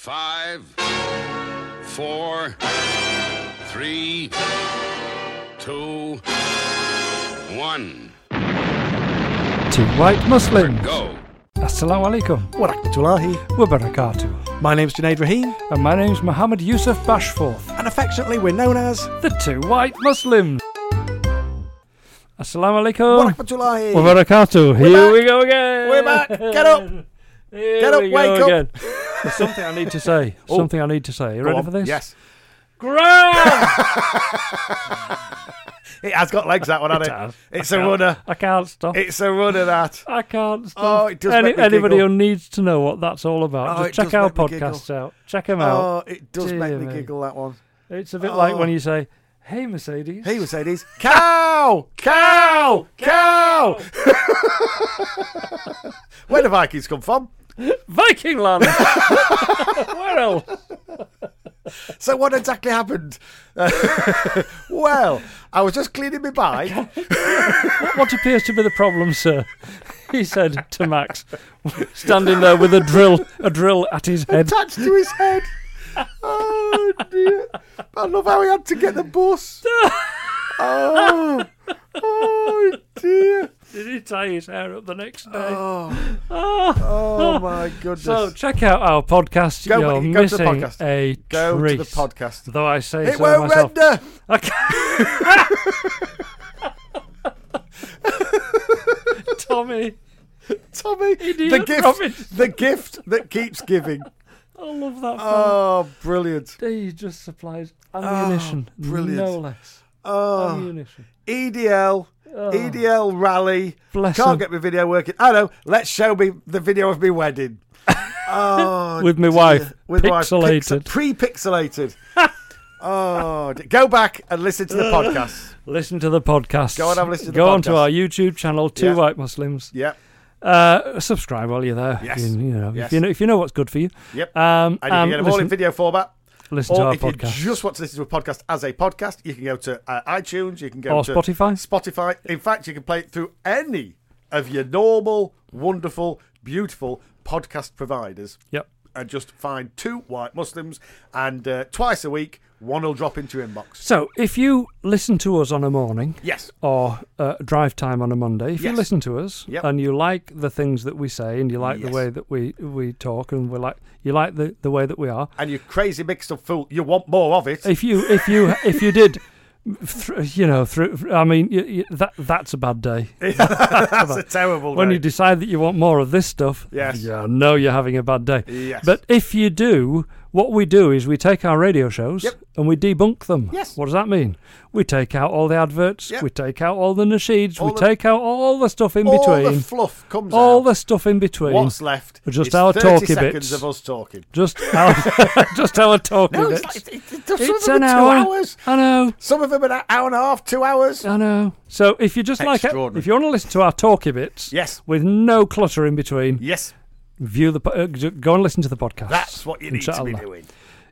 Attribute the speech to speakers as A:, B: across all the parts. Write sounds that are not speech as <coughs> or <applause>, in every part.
A: five, four, three, two, one.
B: Two white Muslims.
A: Go.
B: Assalamu alaikum
C: Warakmatullahi.
B: wa barakatuh.
C: My name's Junaid Rahim,
B: And my name's Mohammed Yusuf Bashforth,
C: and affectionately we're known as
B: the two white Muslims. Assalamu alaikum
C: Warakmatullahi.
B: wa barakatuh. Here
C: back.
B: we go again.
C: We're
B: <laughs>
C: back. Get up.
B: Here
C: Get up,
B: we go
C: wake up. Oh.
B: again. There's something I need to
C: <laughs>
B: say. Something I need to say. You
C: Go
B: ready
C: on.
B: for this?
C: Yes. <laughs>
B: Grand!
C: It has got legs, that one, hasn't it?
B: Dad,
C: It's
B: I
C: a
B: can't-
C: runner.
B: I can't stop.
C: It's a runner, that.
B: I can't stop.
C: Oh, it does make me
B: anybody
C: giggle.
B: who needs to know what that's all about,
C: Oh,
B: just
C: it
B: check
C: does
B: our
C: make me giggle.
B: podcasts out. Check them out.
C: Oh, it does
B: Dear
C: make me
B: me.
C: giggle, that one.
B: It's a bit like when
C: Oh.
B: you say, "Hey Mercedes."
C: Hey, Mercedes. Cow! Cow! Cow! <laughs> Where do Vikings come from?
B: Viking <laughs> land. Where else?
C: So, what exactly happened? <laughs> Uh, well, I was just cleaning my bike.
B: What, what appears to be the problem, sir? He said to Max, standing there with a drill, a drill at his head.
C: attached to his head. Oh dear! I love how he had to get the bus. Oh, oh dear!
B: Did he tie his hair up the next day?
C: Oh,
B: Oh.
C: oh my goodness!
B: So check out our podcast.
C: Go-
B: You're
C: go to the
B: missing
C: podcast.
B: a
C: Go
B: treat.
C: to the podcast.
B: Though I say
C: It
B: so
C: won't
B: myself.
C: render.
B: I can't- <laughs> Tommy,
C: Tommy, the
B: Idiot
C: gift,
B: Robin.
C: the gift that keeps giving.
B: I love that. fella.
C: Oh, brilliant!
B: he just supplies ammunition,
C: Ah, brilliant.
B: no less.
C: Oh,
B: Ammunition.
C: EDL, EDL E rally.
B: Oh. Bless
C: Can't
B: him.
C: get my video working. I know. Let's show me the video of me wedding.
B: <laughs>
C: Oh,
B: With my
C: dear.
B: wife,
C: with
B: pixelated.
C: pre-pixelated. <laughs> oh, d- go back and
B: <laughs>
C: listen to the podcast.
B: Listen to the podcast.
C: Go and have a listen to the
B: Go on to
C: podcast.
B: our YouTube channel, Two
C: Yeah.
B: White Muslims.
C: Yep,
B: Uh, subscribe while you're there.
C: Yes.
B: If you, you know, if
C: Yes.
B: you know, if you know what's good for you.
C: yep.
B: Um,
C: and you can
B: um,
C: get them all in
B: listen,
C: video format.
B: listen to
C: Or
B: our
C: if
B: podcast
C: you just want to listen to a podcast as a podcast, you can go to uh, iTunes. You can go
B: or
C: to
B: Spotify.
C: Spotify. In fact, you can play it through any of your normal, wonderful, beautiful podcast providers.
B: Yep.
C: And just find two white Muslims, and uh, twice a week, one will drop into your inbox.
B: So if you listen to us on a morning,
C: Yes.
B: or uh, drive time on a Monday, if you
C: Yes.
B: listen to us
C: Yep.
B: and you like the things that we say and you like
C: Yes.
B: the way that we, we talk and we like you like the, the way that we are,
C: And you crazy mixed up fool, you want more of it.
B: if you if you if you did, th- you know, through I mean you, you, that that's a bad day.
C: That's a terrible
B: When
C: day.
B: you decide that you want more of this stuff,
C: Yes.
B: yeah, I know you're having a bad day.
C: Yes.
B: But if you do, what we do is we take our radio shows
C: Yep.
B: and we debunk them.
C: Yes.
B: What does that mean? We take out all the adverts,
C: Yep.
B: we take out all the nasheeds, we
C: All the-
B: take out all the stuff in
C: all
B: between.
C: the fluff comes
B: all
C: out.
B: the stuff in between.
C: What's left?
B: Just
C: is
B: our
C: 30
B: talky
C: seconds
B: bits.
C: of us talking.
B: Just our, <laughs> just our talking
C: No,
B: bits.
C: it's, like, it's, it's, some
B: It's
C: of them
B: an
C: are
B: hour.
C: two hours.
B: I know,
C: Some of them are an hour and a half, two hours.
B: I know. So if you just like,
C: Extraordinary.
B: if you want to listen to our talky bits,
C: Yes.
B: with no clutter in between,
C: Yes,
B: view the po- uh, ju- go and listen to the podcast.
C: that's what you need to be
B: Inshallah.
C: doing.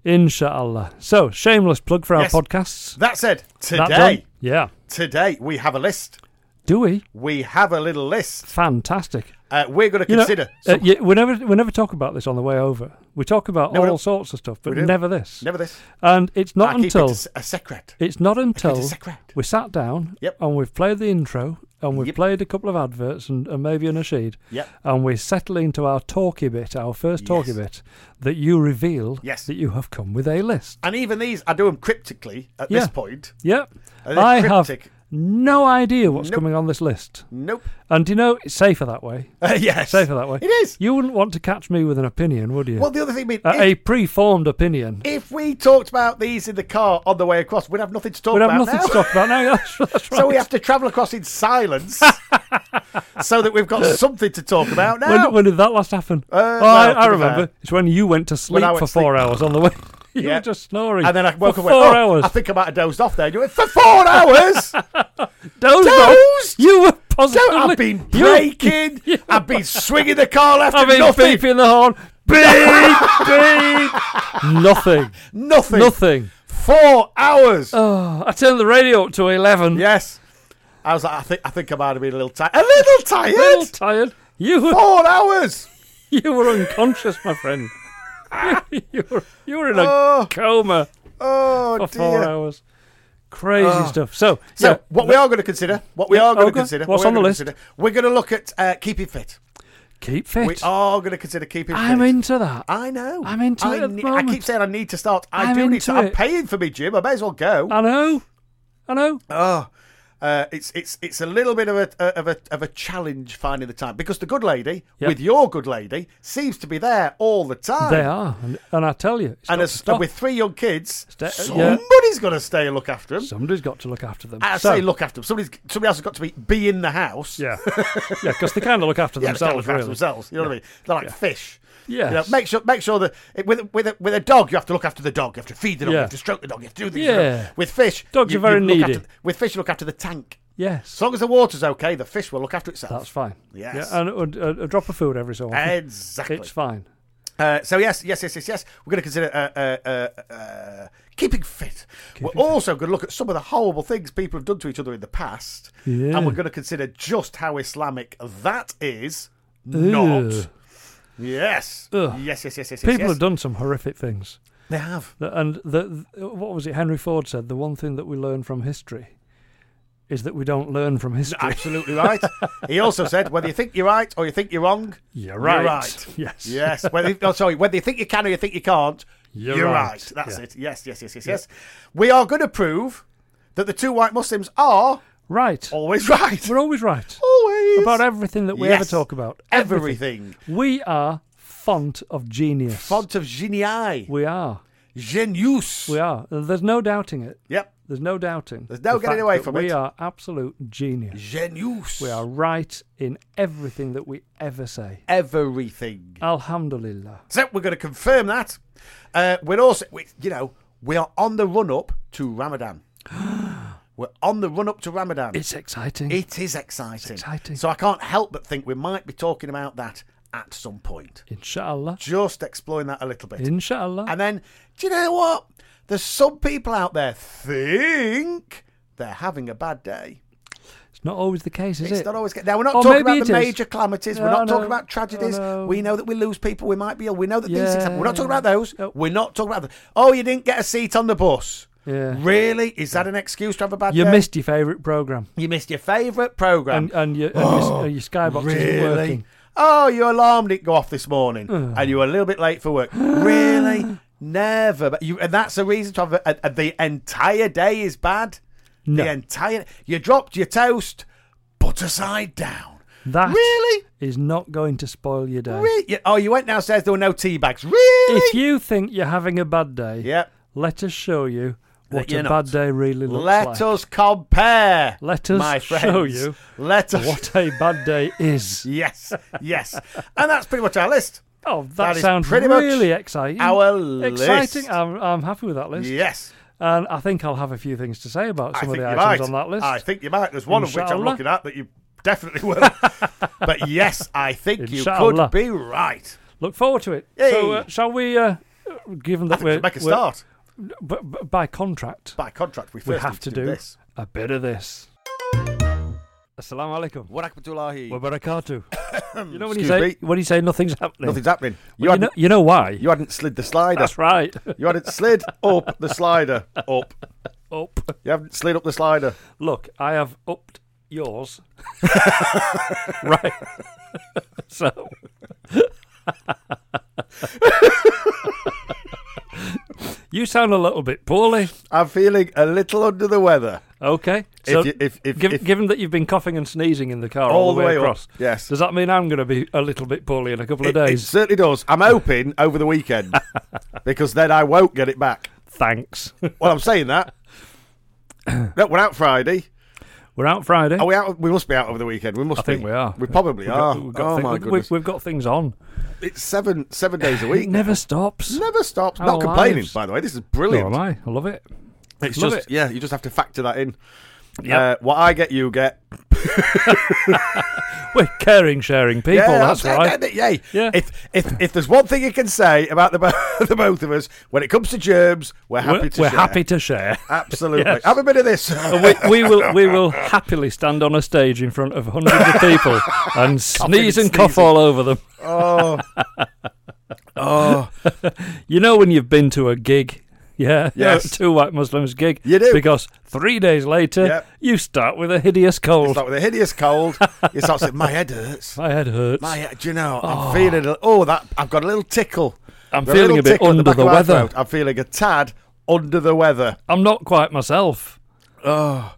B: Inshallah. So shameless plug for our
C: Yes.
B: podcasts.
C: That said,
B: That done?
C: today,
B: yeah.
C: today we have a list.
B: Do we?
C: We have a little list.
B: Fantastic.
C: Uh, we're going to
B: You know,
C: consider.
B: uh,
C: some-
B: yeah, we never we never talk about this on the way over. We talk about
C: No, we
B: all
C: don't.
B: sorts of stuff, but
C: do.
B: never this.
C: never this.
B: And it's not
C: I keep
B: until
C: it a s- a secret.
B: It's not until
C: secret.
B: we sat down
C: Yep.
B: and we've played the intro and we've
C: Yep.
B: played a couple of adverts and, and maybe a nasheed
C: Yep.
B: and we're settling to our talky bit, our first talky
C: Yes.
B: bit, that you reveal
C: Yes.
B: that you have come with a list.
C: And even these, I do them cryptically at
B: Yeah.
C: this point.
B: Yep.
C: Are they
B: I have
C: cryptic?
B: no idea what's
C: Nope.
B: coming on this list. <laughs>
C: Nope. Uh,
B: And do you know, it's safer that way.
C: yes.
B: Safer that way.
C: It is.
B: You wouldn't want to catch me with an opinion, would you?
C: Well, the other thing, I mean,
B: a,
C: if-
B: Uh, a pre-formed opinion.
C: If we talked about these in the car on the way across, we'd have nothing to talk
B: We'd have
C: about
B: nothing
C: now.
B: to talk about now. <laughs> That's, that's right.
C: so we have to travel across
B: <laughs>
C: in silence so that we've got something to talk about now.
B: When, when did that last happen? oh,
C: Uh, well,
B: I,
C: to be
B: I remember.
C: fair.
B: It's when you went to sleep
C: I went
B: for
C: to sleep.
B: four hours on the way. <laughs> you
C: Yeah.
B: were just snoring.
C: and then I woke
B: for
C: up and went,
B: four
C: "Oh,
B: hours.
C: I think I might have dozed off there. And you went, for four hours?
B: <laughs> dozed. off.
C: dozed?
B: You were
C: Don't-
B: positively.
C: I've been
B: you-
C: breaking.
B: you-
C: I've been swinging the car
B: <laughs>
C: left
B: I've
C: and
B: been
C: nothing.
B: beeping the horn. Beep, beep. Nothing.
C: <laughs> Nothing.
B: Nothing.
C: Four hours.
B: Oh, I turned the radio up to 11.
C: yes. I was like, I think I think I might have been a little tired. A little
B: A little
C: tired?
B: tired. You were,
C: Four hours. <laughs>
B: you were unconscious, my friend. <laughs> you, were, you were in a
C: Oh.
B: coma
C: Oh
B: for four
C: dear.
B: hours. Crazy
C: Oh.
B: stuff. So,
C: So,
B: yeah,
C: what we are going to consider, what we
B: Yeah,
C: are going to
B: okay.
C: consider,
B: What's
C: what
B: on the
C: we're gonna
B: list?
C: consider, we're going to look at uh, keeping fit.
B: keep
C: We
B: fit.
C: are going to consider keeping fit.
B: I'm into that.
C: I know.
B: I'm into
C: I
B: it at the
C: ne- I
B: moment.
C: keep saying I need to start. I
B: I'm
C: do need to.
B: into
C: I'm
B: it. Uh,
C: paying for me gym. I may as well go.
B: I know. I know.
C: Oh, uh, it's it's it's a little bit of a uh, of a of a challenge finding the time because the good lady
B: Yep.
C: with your good lady seems to be there all the time.
B: They are. And, and I tell you, it's
C: And
B: got
C: as,
B: to stop.
C: with three young kids,
B: Sta- yeah.
C: somebody's got to stay and look after them.
B: somebody's got to look after them.
C: I
B: So-
C: say look after them. Somebody's, somebody else has got to be be in the house.
B: Yeah. yeah, because they kind of look after
C: <laughs> Yeah, they can't
B: themselves,
C: look after
B: really.
C: themselves. You know what I mean? They're like fish.
B: Yes.
C: You know, make sure make sure that it- with with a, with a dog you have to look after the dog. You have to feed the dog. You
B: Yeah.
C: have to stroke the dog. You have to do things.
B: Yeah.
C: With fish,
B: Dogs
C: you,
B: are very
C: you look
B: needy.
C: After, with fish, you look after the tank.
B: Yes.
C: As long as the water's okay, the fish will look after
B: That's
C: itself.
B: fine.
C: Yes.
B: Yeah, and a, a, a drop of food every so often. <laughs>
C: exactly.
B: It's fine.
C: Uh, so yes, yes, yes, yes, yes. We're going to consider uh, uh, uh, uh, keeping fit. we're also going to look at some of the horrible things people have done to each other in the past,
B: Yeah.
C: and we're going to consider just how Islamic that is. Not.
B: Ugh.
C: Yes.
B: Ugh.
C: Yes, yes, yes, yes.
B: People
C: yes,
B: have done some horrific things.
C: They have.
B: The- And the, what was it? Henry Ford said the one thing that we learn from history is that we don't learn from history.
C: Absolutely right. he also said, whether you think you're right or you think you're wrong,
B: <laughs> You're right.
C: right.
B: Yes.
C: yes. Whether oh, sorry, whether you think you can or you think you can't,
B: You're
C: you're,
B: right.
C: right. That's
B: Yeah.
C: it. Yes, yes, yes, yes, yes. We are going to prove that the two white Muslims are
B: Right.
C: always <laughs> right.
B: We're always right
C: Always
B: about everything that we ever
C: Yes.
B: talk about.
C: everything.
B: We are font of genius.
C: Font of genii,
B: We are.
C: genius.
B: We are. There's no doubting it.
C: Yep,
B: There's no doubting.
C: There's no
B: the
C: getting
B: fact
C: away
B: that
C: from
B: We
C: it.
B: are absolute genius.
C: genius.
B: We are right in everything that we ever say.
C: everything.
B: Alhamdulillah.
C: So we're going to confirm that. Uh, we're also, we, you know, we are on the run up
B: <gasps>
C: to Ramadan. we're on the run up to Ramadan.
B: It's exciting.
C: It is exciting.
B: exciting.
C: So I can't help but think we might be talking about that at some point.
B: Inshallah.
C: Just exploring that a little bit.
B: Inshallah.
C: And then, do you know what? There's some people out there think they're having a bad day.
B: it's not always the case, is
C: It's
B: it?
C: not always. Now we're not
B: Oh,
C: talking
B: maybe
C: about the
B: it is.
C: major calamities. we're
B: No,
C: not
B: no.
C: talking about tragedies.
B: Oh, no.
C: We know that we lose people. We might be ill. We know that these things happen. We're not talking
B: Yeah.
C: about those.
B: Nope.
C: We're not talking about. The, oh, you didn't get a seat on
B: <laughs>
C: the bus.
B: Yeah.
C: Really? Is that an excuse to have a bad
B: you
C: day?
B: missed your favourite programme.
C: You missed your favourite program.
B: And, and, your, and your s- uh, your skybox isn't working.
C: Oh, your alarm didn't go off this morning,
B: <sighs>
C: and you were a little bit late for work.
B: <gasps>
C: really? Never. But you, and that's the reason to have a, a- the entire day is bad.
B: No.
C: The entire you dropped your toast, butter side down.
B: That
C: Really?
B: is not going to spoil your day.
C: Really? You- Oh, you went downstairs. There were no tea bags. Really?
B: If you think you're having a bad day,
C: Yep.
B: let us show you what
C: you're
B: a
C: not.
B: bad day really looks
C: Let
B: like.
C: us compare.
B: Let us
C: my friends.
B: show you
C: Let us.
B: What a bad day is.
C: <laughs> Yes, yes, and that's pretty much our list.
B: Oh, that,
C: That is
B: sounds
C: pretty much
B: really exciting.
C: Our
B: exciting.
C: list.
B: I'm, I'm happy with that list.
C: Yes.
B: And I think I'll have a few things to say about
C: I
B: some of
C: think
B: the
C: you
B: items
C: might.
B: on that list.
C: I think you might. There's one of which I'm
B: Inshallah.
C: looking at that you definitely
B: <laughs>
C: will. but yes, I think you
B: Inshallah.
C: could be right.
B: Look forward to it. So, uh,
C: Hey.
B: shall we, uh, given that
C: I think we
B: we're.
C: should make a
B: we're-
C: start.
B: b- b- by contract,
C: By contract, we first
B: we have
C: need
B: to
C: do
B: do
C: this.
B: a bit of this. Assalamu alaikum.
C: What
B: Wa
C: Akmatullahi? <laughs>
B: barakatuh. you know when you
C: Excuse
B: say
C: me.
B: when you say nothing's happening.
C: Nothing's happening. You,
B: you,
C: hadn't,
B: know, you know why?
C: you hadn't slid the slider.
B: That's right. <laughs>
C: You hadn't slid up the slider. Up.
B: Up.
C: You haven't slid up the slider.
B: Look, I have upped
C: <laughs>
B: yours. right. <laughs> so. <laughs> you sound a little bit poorly.
C: I'm feeling a little under the weather.
B: Okay. So,
C: if you, if, if,
B: giv-
C: if
B: given that you've been coughing and sneezing in the car all, the way,
C: up,
B: across,
C: yes.
B: does that mean I'm going to be a little bit poorly in a couple of
C: It, it
B: days?
C: certainly does. I'm hoping over
B: <laughs>
C: the weekend because then I won't get it back.
B: Thanks. <laughs>
C: Well, I'm
B: <coughs>
C: saying that. no, we're out Friday.
B: We're out Friday.
C: Are we out? We must be out over the weekend. We must.
B: I think
C: be.
B: we are.
C: We probably
B: We've
C: are.
B: got- we've got
C: Oh, oh
B: thi-
C: my
B: we've- we've-
C: goodness!
B: We've got things on.
C: it's seven seven days a week.
B: It never stops.
C: Never stops.
B: Our
C: Not complaining,
B: lives.
C: by the way. This is
B: Nor am
C: brilliant.
B: I. I love it.
C: It's
B: Love
C: just
B: it.
C: yeah. You just have to factor that in.
B: Yep.
C: Uh, what I get, you get.
B: We're caring, sharing people.
C: yeah,
B: that's
C: I'm-
B: right.
C: Yeah, yeah.
B: Yeah.
C: If if if there's one thing you can say about the, bo- <laughs> the both of us when it comes to germs, we're happy
B: we're
C: to
B: we're
C: share.
B: happy to share.
C: <laughs> Absolutely.
B: Yes.
C: Have a bit of this.
B: <laughs>
C: <laughs>
B: we, we will we will happily stand on a stage in front of
C: <laughs>
B: hundreds of people and sneeze and
C: and
B: cough
C: sneezing.
B: all over them.
C: oh. Oh,
B: You know when you've been to a gig, yeah,
C: Yes.
B: <laughs> two white Muslims gig.
C: You do.
B: because three days later
C: Yep.
B: you start with a hideous
C: it's
B: cold.
C: like with a hideous cold. You start saying, "My head hurts.
B: My head hurts.
C: My head, do you know? I'm feeling. A, oh, that I've got a little tickle.
B: I'm
C: Got
B: feeling
C: little
B: a bit
C: tickle in
B: under
C: back
B: the
C: of my
B: weather.
C: throat. I'm feeling a tad under the weather.
B: I'm not quite myself.
C: Oh,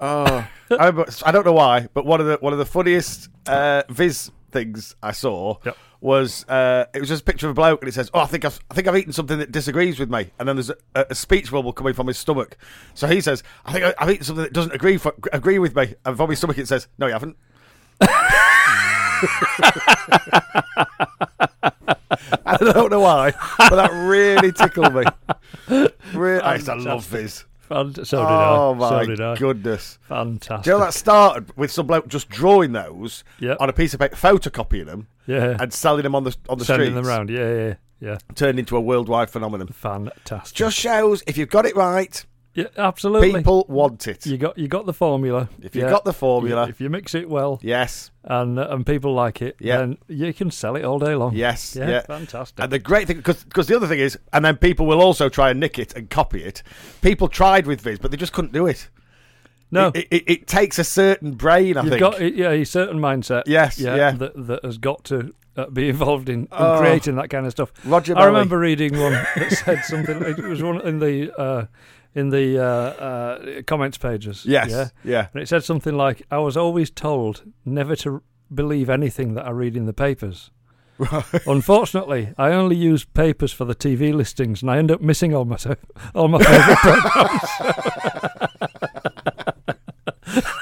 C: oh. I, remember, I don't know why, but one of the one of the funniest uh, Viz things I saw
B: Yep.
C: was uh, it was just a picture of a bloke, and it says, "Oh, I think I've, I think I've eaten something that disagrees with me." And then there's a, a speech bubble coming from his stomach. So he says, "I think I- I've eaten something that doesn't agree for, agree with me." And from his stomach, it says, "No, you haven't." <laughs> I don't know why, but that really tickled me. Really, <laughs> I, used to love Viz.
B: Fan- so did
C: Oh
B: I.
C: my
B: so did I.
C: goodness!
B: Fantastic.
C: Do you know that started with some bloke just drawing those
B: Yep.
C: on a piece of paper, photocopying them,
B: yeah.
C: and selling them on the on the
B: Sending them
C: streets,
B: round. Yeah, yeah, yeah.
C: turned into a worldwide phenomenon.
B: Fantastic.
C: Just shows if you've got it right,
B: yeah, absolutely.
C: people want it.
B: You got you got the formula.
C: if you've
B: Yeah.
C: got the formula,
B: If you mix it well
C: yes,
B: and uh, and people like it,
C: Yeah.
B: then you can sell it all day long.
C: yes,
B: Yeah,
C: yeah.
B: fantastic.
C: And the great thing, because the other thing is, and then people will also try and nick it and copy it. People tried with Viz, but they just couldn't do it.
B: no,
C: It, it, it takes a certain brain, I
B: you've
C: think.
B: got yeah a certain mindset.
C: Yes, yeah.
B: That, that has got to uh, be involved in, in
C: Oh.
B: creating that kind of stuff.
C: Roger
B: I
C: Bowie.
B: remember reading one that said something. It was one in the uh, in the uh, uh, comments pages.
C: Yes,
B: Yeah.
C: yeah.
B: And it said something like, I was always told never to believe anything that I read in the papers.
C: <laughs>
B: Unfortunately, I only use papers for the TV listings and I end up missing all my, all my favourite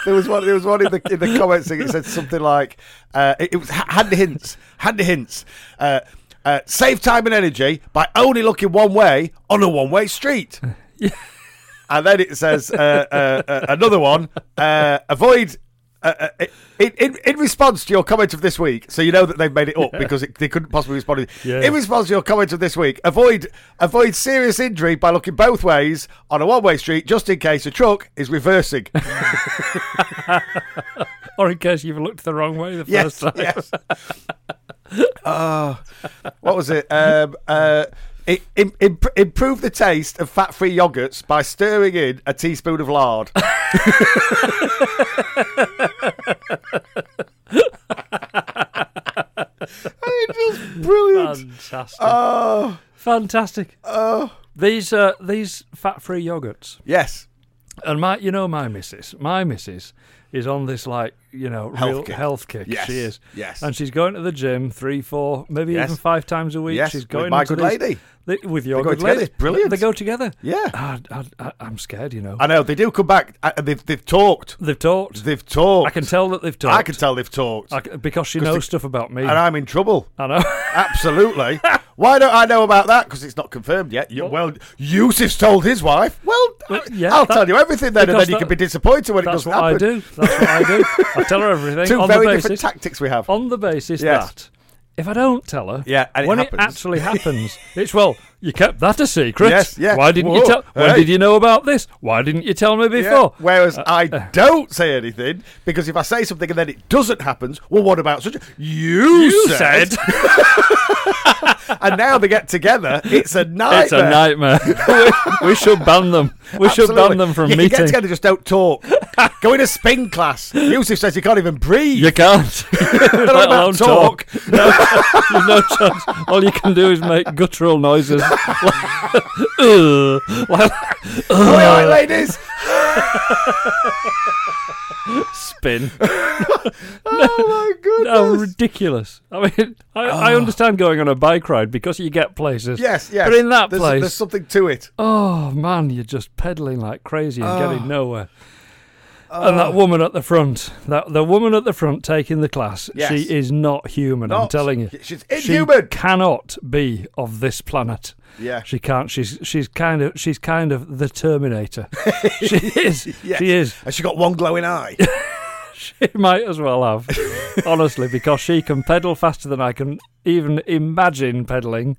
C: There was one. There was one in the in the comments thing. It said something like, uh, "It, it was h- hand hints, hand hints. Uh, uh, save time and energy by only looking one way on a one way street." And then it says uh, uh, uh, another one. Uh, avoid. Uh, uh, in, in, in response to your comment of this week, so you know that they've made it up because it, they couldn't possibly respond.
B: Yeah.
C: In response to your comment of this week, avoid avoid serious injury by looking both ways on a one way street, just in case a truck is reversing.
B: <laughs> or in case you've looked the wrong way the <laughs> first
C: Yes,
B: time.
C: <laughs> yes. oh, what was it? Um, uh, i- im- imp- improve the taste of fat-free yogurts by stirring in a teaspoon of lard. <laughs> it's just brilliant.
B: Fantastic.
C: Oh,
B: Fantastic.
C: oh,
B: These uh, these fat free yogurts.
C: yes.
B: And my, you know, my missus, my missus is on this like, you know, real
C: Health kick.
B: health kick.
C: Yes,
B: She is.
C: yes.
B: And she's going to the gym three, four, maybe
C: Yes.
B: even five times a week.
C: Yes,
B: She's
C: with
B: going
C: my
B: into
C: good
B: these-
C: lady.
B: They, with your
C: go
B: good
C: together.
B: lady.
C: It's brilliant.
B: They go together.
C: Yeah.
B: I, I, I, I'm scared, you know.
C: I know they do come back. uh, They've they've talked.
B: they've talked.
C: They've talked.
B: I can tell that they've talked.
C: I can tell they've talked,
B: I c- because she knows
C: they-
B: stuff about me.
C: and I'm in trouble.
B: I
C: <laughs>
B: know.
C: Absolutely. <laughs> Why don't I know about that? Because it's not confirmed yet. You, well, Yusuf's told his wife. Well,
B: Well,
C: I-
B: yeah,
C: I'll
B: that-
C: tell you everything then, and
B: because
C: then you
B: that-
C: can be disappointed when it
B: That's
C: doesn't
B: what
C: happen.
B: I do. That's what I do. I tell her everything.
C: Two
B: on
C: very
B: the basis.
C: different tactics we have.
B: on the basis
C: Yes.
B: that if I don't tell her,
C: Yeah, and it
B: when
C: happens.
B: it
C: <laughs>
B: actually happens, it's well, you kept that a secret.
C: Yes, yeah.
B: Why didn't
C: Whoa,
B: you tell? When
C: hey.
B: did you know about this? Why didn't you tell me
C: Yeah,
B: before? Uh,
C: Whereas I don't say anything because if I say something and then it doesn't happen, well, what about such? A, you,
B: you said
C: and now they get together. It's a
B: <laughs>
C: nightmare.
B: it's a nightmare. <laughs> we, we should ban them. We should ban
C: Absolutely.
B: them from
C: you, you
B: meeting.
C: get together, just don't talk. Go in a
B: <laughs>
C: spin class. Yusuf says you can't even breathe.
B: you
C: <laughs>
B: can't. Let
C: about
B: alone talk. No, you've no chance. All you can do is make guttural noises. <laughs> like, like
C: Oi,
B: <laughs>
C: oi, ladies.
B: spin.
C: Oh
B: <laughs>
C: my goodness.
B: Oh, ridiculous! I mean, I, I understand going on a bike ride because you get places.
C: Ah. Yes, yes.
B: But in that
C: there's,
B: place,
C: there's something to it.
B: oh man, you're just pedaling like crazy and
C: Ah.
B: getting nowhere. And that woman at the front, that the woman at the front taking the class,
C: Yes.
B: she is not human. I'm
C: Not-
B: telling you,
C: she's
B: She <laughs>
C: inhuman.
B: cannot be of this planet.
C: Yeah.
B: She can't. She's she's kind of she's kind of the
C: <laughs>
B: Terminator. she is.
C: Yes.
B: She is.
C: And she got one
B: <laughs>
C: glowing eye.
B: She <laughs> might as well have, honestly, because she can pedal faster than I can even imagine pedaling,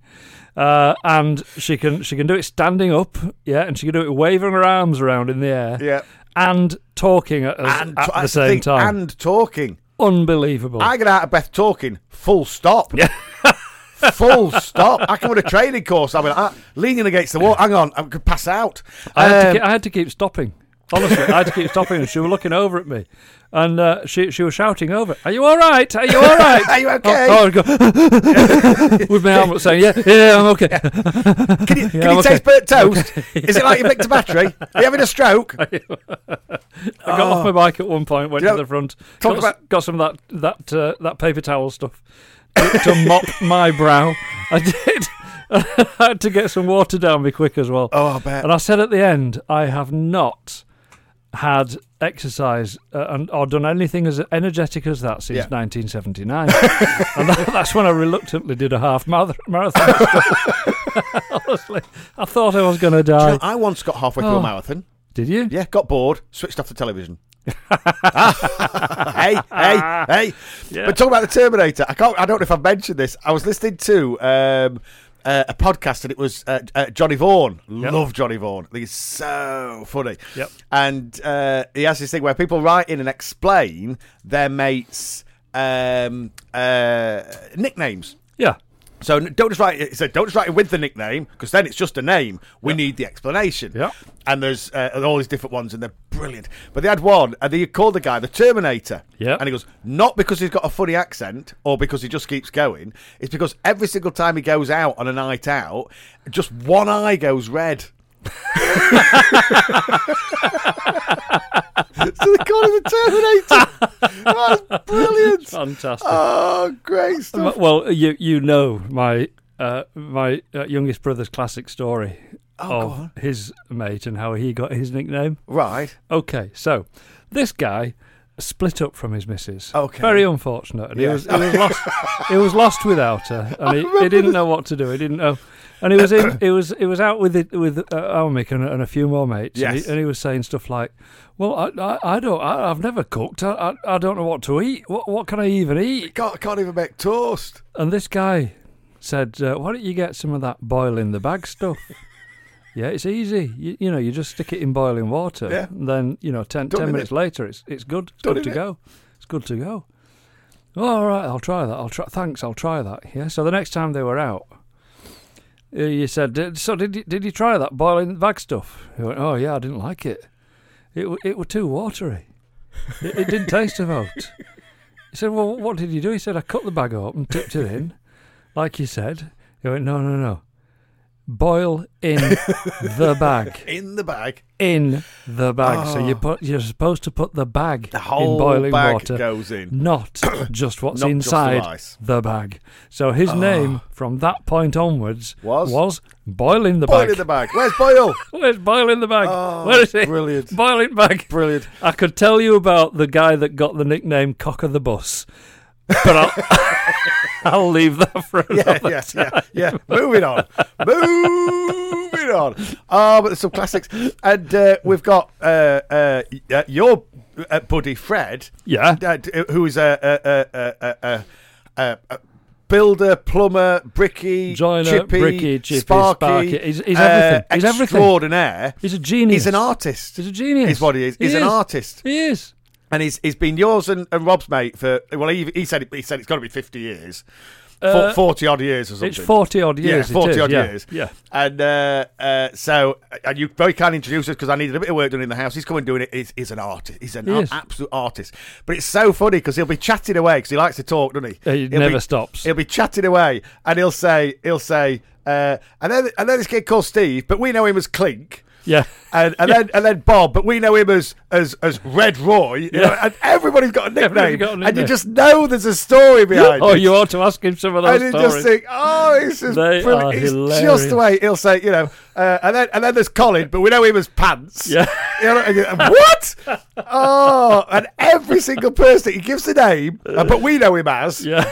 B: uh, and she can she can do it standing up, yeah, and she can do it waving her arms around in the air,
C: yeah.
B: and talking at us
C: And
B: at
C: t-
B: the
C: that's the
B: same
C: thing,
B: time.
C: And talking.
B: Unbelievable.
C: I get out of breath talking. Full stop.
B: Yeah.
C: <laughs> Full stop. I can win a training course. I mean, I, leaning against the wall. Hang on, I could pass out.
B: I had, to
C: Um,
B: ke- I had to keep stopping. Honestly, I had to keep stopping, and she was looking over at me, and uh, she she was shouting over, "Are you all right? Are you all right?
C: Are <laughs> you <laughs> okay?
B: <laughs> Oh, oh, I'd go <laughs> with my arm up, saying, "Yeah, yeah, I'm okay."
C: Can you, can
B: <laughs> Yeah,
C: you
B: okay.
C: taste burnt toast?
B: <laughs>
C: Is it like you picked a battery? Are you having a stroke? Oh.
B: I got off my bike at one point, went
C: You know,
B: to the front,
C: talk
B: got,
C: about-
B: got some of that that uh, that paper towel stuff to, to
C: <laughs>
B: mop my brow. I did. <laughs> I had to get some water down me quick as well.
C: Oh, I bet.
B: And I said at the end, I have not had exercise uh, and or done anything as energetic as that since
C: Yeah.
B: 1979. <laughs> and that, that's when I reluctantly did a half marath- marathon. <laughs> Honestly, I thought I was going to
C: Do you
B: die.
C: know, I once got halfway through
B: Oh.
C: a marathon.
B: Did you?
C: Yeah, got bored, switched off the television. <laughs> hey,
B: <laughs>
C: hey, hey! But talking about the Terminator, I can't. I don't know if I've mentioned this. I was listening to um, uh, a podcast, and it was uh, uh, Johnny Vaughan. Love Johnny Vaughan. I think he's so funny.
B: Yep.
C: And uh, he has this thing where people write in and explain their mates' um, uh, nicknames.
B: Yeah.
C: So n- don't just write it. So don't just write it with the nickname because then it's just a name. We need the explanation.
B: Yeah.
C: And there's uh, and all these different ones, and they're brilliant. But they had one, and they called the guy the Terminator.
B: Yeah.
C: And he goes not because he's got a funny accent or because he just keeps going. It's because every single time he goes out on a night out, just one eye goes red. <laughs> so they call him the Terminator. That's brilliant.
B: Fantastic.
C: Oh, great stuff.
B: M- Well, you you know my uh, my uh, youngest brother's classic story
C: Oh, go
B: of his mate and how he got his nickname.
C: Right.
B: Okay, so this guy split up from his missus.
C: Okay.
B: very unfortunate, and
C: Yes.
B: he was he was lost. he was lost without her,
C: <laughs>
B: and he, he didn't know what to do. He didn't know. And he was in, he was he was out with it, with uh, Almick and, and a few more mates, and,
C: Yes.
B: he, and he was saying stuff like, "Well, I I, I don't I, I've never cooked. I, I I don't know what to eat. What what can I even eat?"
C: <laughs> Can't, can't even make toast.
B: And this guy said, uh, "Why don't you get some of that boil in the bag
C: <laughs>
B: stuff?" yeah, it's easy. You, you know, you just stick it in boiling water.
C: Yeah.
B: And then you know, ten,
C: Done,
B: 10
C: innit?
B: minutes later, it's it's good. It's
C: Done,
B: good to
C: innit?
B: go. It's good to go. "Oh, all right, I'll try that. I'll try. Thanks, I'll try that. Yeah. So the next time they were out, uh, you said, "Did- "So did you, did you try that boiling the bag stuff?" He went, "Oh yeah, I didn't like it. It w- it were too watery. It, it didn't taste of oat." He said, Well, what did you do? He said, I cut the bag open, tipped it in, like you said. He went, No, no, no. Boil in the bag.
C: In the bag,
B: In the bag. So you
C: Oh.
B: put, you're supposed to put the bag
C: the whole
B: in boiling
C: bag
B: water,
C: goes in. <coughs>
B: not just what's
C: Not just the
B: inside
C: rice. Ah.
B: the bag. So his name from that point onwards
C: Was?
B: was Boil in the
C: Boil
B: bag.
C: in the bag. Where's boil?
B: Where's Boil in the bag?
C: Oh,
B: Where is it?
C: brilliant.
B: Boil in bag. <laughs>
C: Brilliant.
B: I could tell you about the guy that got the nickname Cock of the Bus, but I'll, <laughs> I'll leave that for
C: Yeah,
B: another.
C: yeah, yeah, yeah. Moving on. Moving on. Ah, but there's some classics, and uh, we've got uh, uh, y- uh, your uh, buddy Fred,
B: Yeah.
C: uh, d- who is a a- a a a a. a, a Builder, plumber, bricky,
B: Joiner,
C: chippy,
B: bricky, chippy,
C: sparky, uh,
B: sparky. He's- he's everything. He's everything.
C: extraordinaire.
B: He's a genius.
C: He's an artist.
B: He's a genius.
C: Is what he is.
B: He
C: He's an
B: is.
C: artist.
B: He is.
C: and he's he's been yours and, and Rob's mate for well he, he said he said it's got to be fifty years,
B: Uh,
C: forty odd years or something.
B: It's 40 odd years.
C: yeah,
B: it
C: forty
B: is,
C: odd
B: yeah,
C: years.
B: Yeah.
C: and uh, uh, so and you very kindly introduced us because I needed a bit of work done in the house. He's coming doing it. He's, he's an artist. He's an
B: He
C: ar-
B: is.
C: absolute artist. But it's so funny because he'll be chatting away because he likes to talk, doesn't he?
B: He
C: He'll
B: never
C: be-
B: stops.
C: He'll be chatting away and he'll say he'll say uh, and then and then this kid called Steve, but we know him as Clink
B: Yeah.
C: and, and then and then Bob, but we know him as as as Red Roy. You know,
B: Yeah.
C: and everybody's got a nickname,
B: Everybody's got a
C: and you
B: nickname.
C: just know there's a story behind.
B: <laughs> Oh,
C: it.
B: you ought to ask him some of those
C: And you
B: stories.
C: just think, oh, this is
B: They
C: brilliant.
B: are
C: It's just
B: hilarious.
C: the way he'll say, you know, uh, and then and then there's Colin, but we know him as Pants.
B: Yeah. <laughs>
C: You know, and you- what? Oh, and every single person he gives the name, uh, but we know him as,
B: yeah.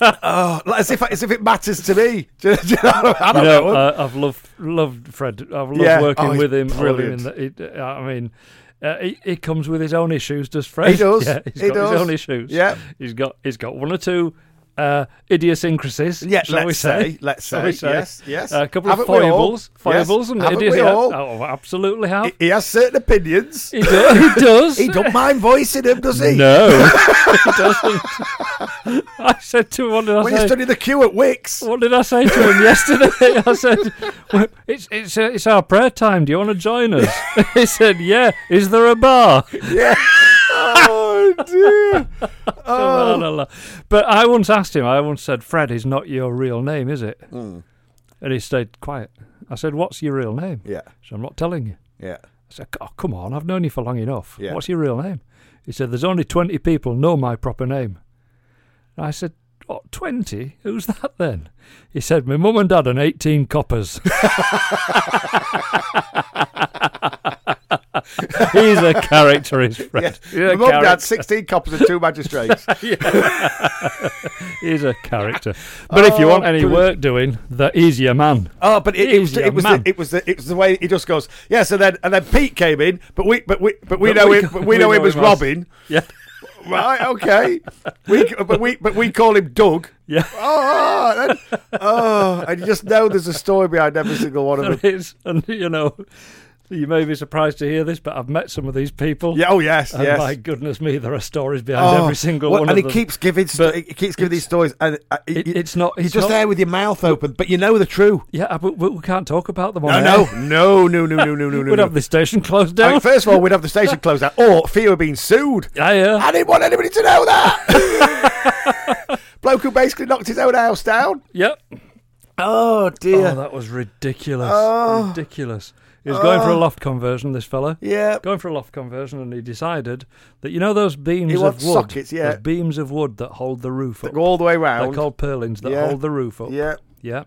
C: oh, like as if as if it matters to me. <laughs> Do you, do you know? what I mean? I
B: You
C: don't
B: know,
C: know.
B: uh, I've loved loved Fred. I've loved
C: Yeah.
B: working
C: Oh, he's
B: with him. having
C: brilliant.
B: him in the- it- uh, I mean, uh, he, he comes with his own issues, does Fred?
C: He
B: <laughs>
C: does.
B: Yeah, he's
C: He
B: got
C: does.
B: his own issues.
C: Yeah.
B: he's got he's got one or two uh, idiosyncrasies.
C: Yeah,
B: shall
C: let's
B: we say?
C: say, let's
B: Shall we
C: say, yes, yes.
B: a couple of
C: Haven't we all?
B: foibles, foibles,
C: Yes,
B: and
C: haven't we
B: idiocy-
C: all?
B: Oh, absolutely have.
C: He- He has certain opinions.
B: he, do-
C: <laughs>
B: he does.
C: He don't mind voicing them, does
B: <laughs>
C: he?
B: No,
C: <laughs>
B: <laughs> he doesn't. <laughs> I said to him, what did I
C: When
B: say?
C: you stood in the queue at Wicks,
B: What did I say to him <laughs> yesterday? I said, well, "It's it's uh, it's our prayer time. Do you want to join us?" <laughs> he said, "Yeah." Is there a bar? <laughs>
C: yeah. <laughs> oh dear.
B: La, la, la. But I once asked him. I once said, "Fred is not your real name, is it?" And he stayed quiet. I said, "What's your real name?"
C: Yeah,
B: So I'm not telling you.
C: yeah.
B: I said, "Oh, come on! I've known you for long enough.
C: Yeah.
B: What's your real name?" He said, "There's only twenty people know my proper name." And I said, "What twenty? Who's that then?" He said, "My mum and dad and eighteen coppers." <laughs> He's a character, is Fred. He's
C: My
B: a
C: mum had
B: character.
C: sixteen coppers and two magistrates.
B: He's a character. But if you
C: Oh,
B: want any
C: brilliant.
B: work doing, that is your man.
C: <laughs> Oh, but it, it
B: He's
C: was
B: your
C: it was
B: man.
C: the, it was the it was the way he just goes yes, and then and then Pete came in, but we but we but we
B: But
C: know
B: we
C: him
B: ca-
C: but we, know, him as Robin,
B: Yeah,
C: right? Okay, we c- but we but we call him Doug.
B: <laughs> yeah.
C: Oh, all right then. oh, and you just know there's a story behind every single one of
B: There
C: them.
B: is, and you know, you may be surprised to hear this, but I've met some of these people.
C: <laughs> Yeah, oh yes,
B: And
C: yes.
B: my goodness me, there are stories behind
C: Oh,
B: every single
C: well,
B: one of
C: and he
B: them.
C: keeps giving sto-
B: But
C: he keeps giving these stories, and uh,
B: It-
C: you-
B: it's not-
C: you're
B: it's
C: just
B: not-
C: there with your mouth open, but you know the truth.
B: yeah, but we, we can't talk about them.
C: No,
B: On
C: no,
B: air.
C: no, no, no,
B: <laughs>
C: no, no, no, no.
B: Oh, We'd have
C: no.
B: the station closed
C: I
B: down.
C: mean, first of all, we'd have the station closed down, or fear of being sued.
B: <laughs> yeah, yeah,
C: I didn't want anybody to know that.
B: <laughs>
C: Bloke who basically knocked his own house down.
B: yep. Oh,
C: Oh
B: that was ridiculous. Ridiculous. He was going for a loft conversion. This fella.
C: Oh. yeah.
B: Going for a loft conversion, and he decided that you know those beams of wood,
C: wants sockets, yeah.
B: those beams of wood that hold the roof up.
C: Go all the way
B: They're
C: round.
B: called purlins that
C: Yeah.
B: hold the roof up.
C: yeah.
B: Yeah.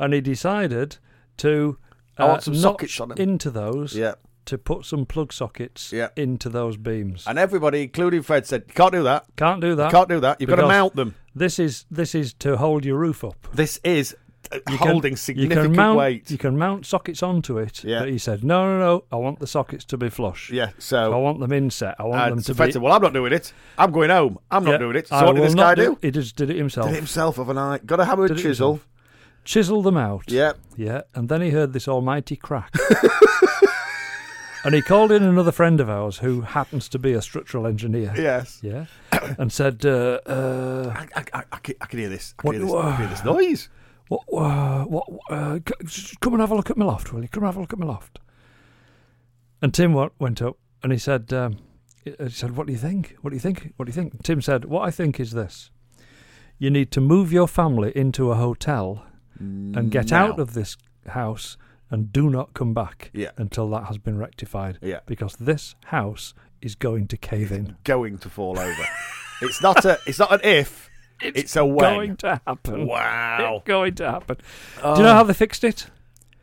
B: And he decided to uh,
C: I want some
B: notch
C: sockets on 'em.
B: into those
C: Yeah.
B: to put some plug sockets
C: Yeah.
B: into those beams.
C: And everybody, including Fred, said, "You can't do that.
B: Can't do
C: You
B: that.
C: can't do that. You've got to
B: Because-
C: mount them.
B: This is this is to hold your roof up.
C: This is uh,
B: You can-
C: holding
B: you
C: significant
B: can mount,
C: weight."
B: You can mount sockets onto it.
C: Yeah.
B: But he said, no, no, no. I want the sockets to be flush.
C: yeah.
B: I
C: So.
B: want them inset. I want them
C: And
B: to
C: so
B: be.
C: Fred said, "Well, I'm not doing it. I'm going home. I'm
B: Yeah,
C: not doing it." So
B: I
C: what did
B: will
C: this guy
B: not
C: do?
B: He just did it himself.
C: Did it himself overnight. Got a hammer and
B: Did it
C: chisel.
B: Chisel them out.
C: Yeah.
B: Yeah, and then he heard this almighty crack. <laughs> and he called in another friend of ours who happens to be a structural engineer.
C: Yes.
B: Yeah. And said, uh, uh,
C: I, I, I, I, can, I can hear this. I
B: What-
C: can hear this, I
B: what-
C: can hear this noise.
B: what, uh, what, uh, c- c- come and have a look at my loft, will you? Come and have a look at my loft. And Tim wa- went up and he said, um, he he said, what do you think? What do you think? What do you think? Tim said, what I think is this. You need to move your family into a hotel and get out of this house and do not come back
C: Yeah.
B: until that has been rectified.
C: Yeah.
B: Because this house is going to cave in.
C: going to fall over.
B: <laughs>
C: it's not a. It's not an if. It's, a when.
B: Going to happen.
C: wow. Oh.
B: It's going to happen. Do you know how they fixed it?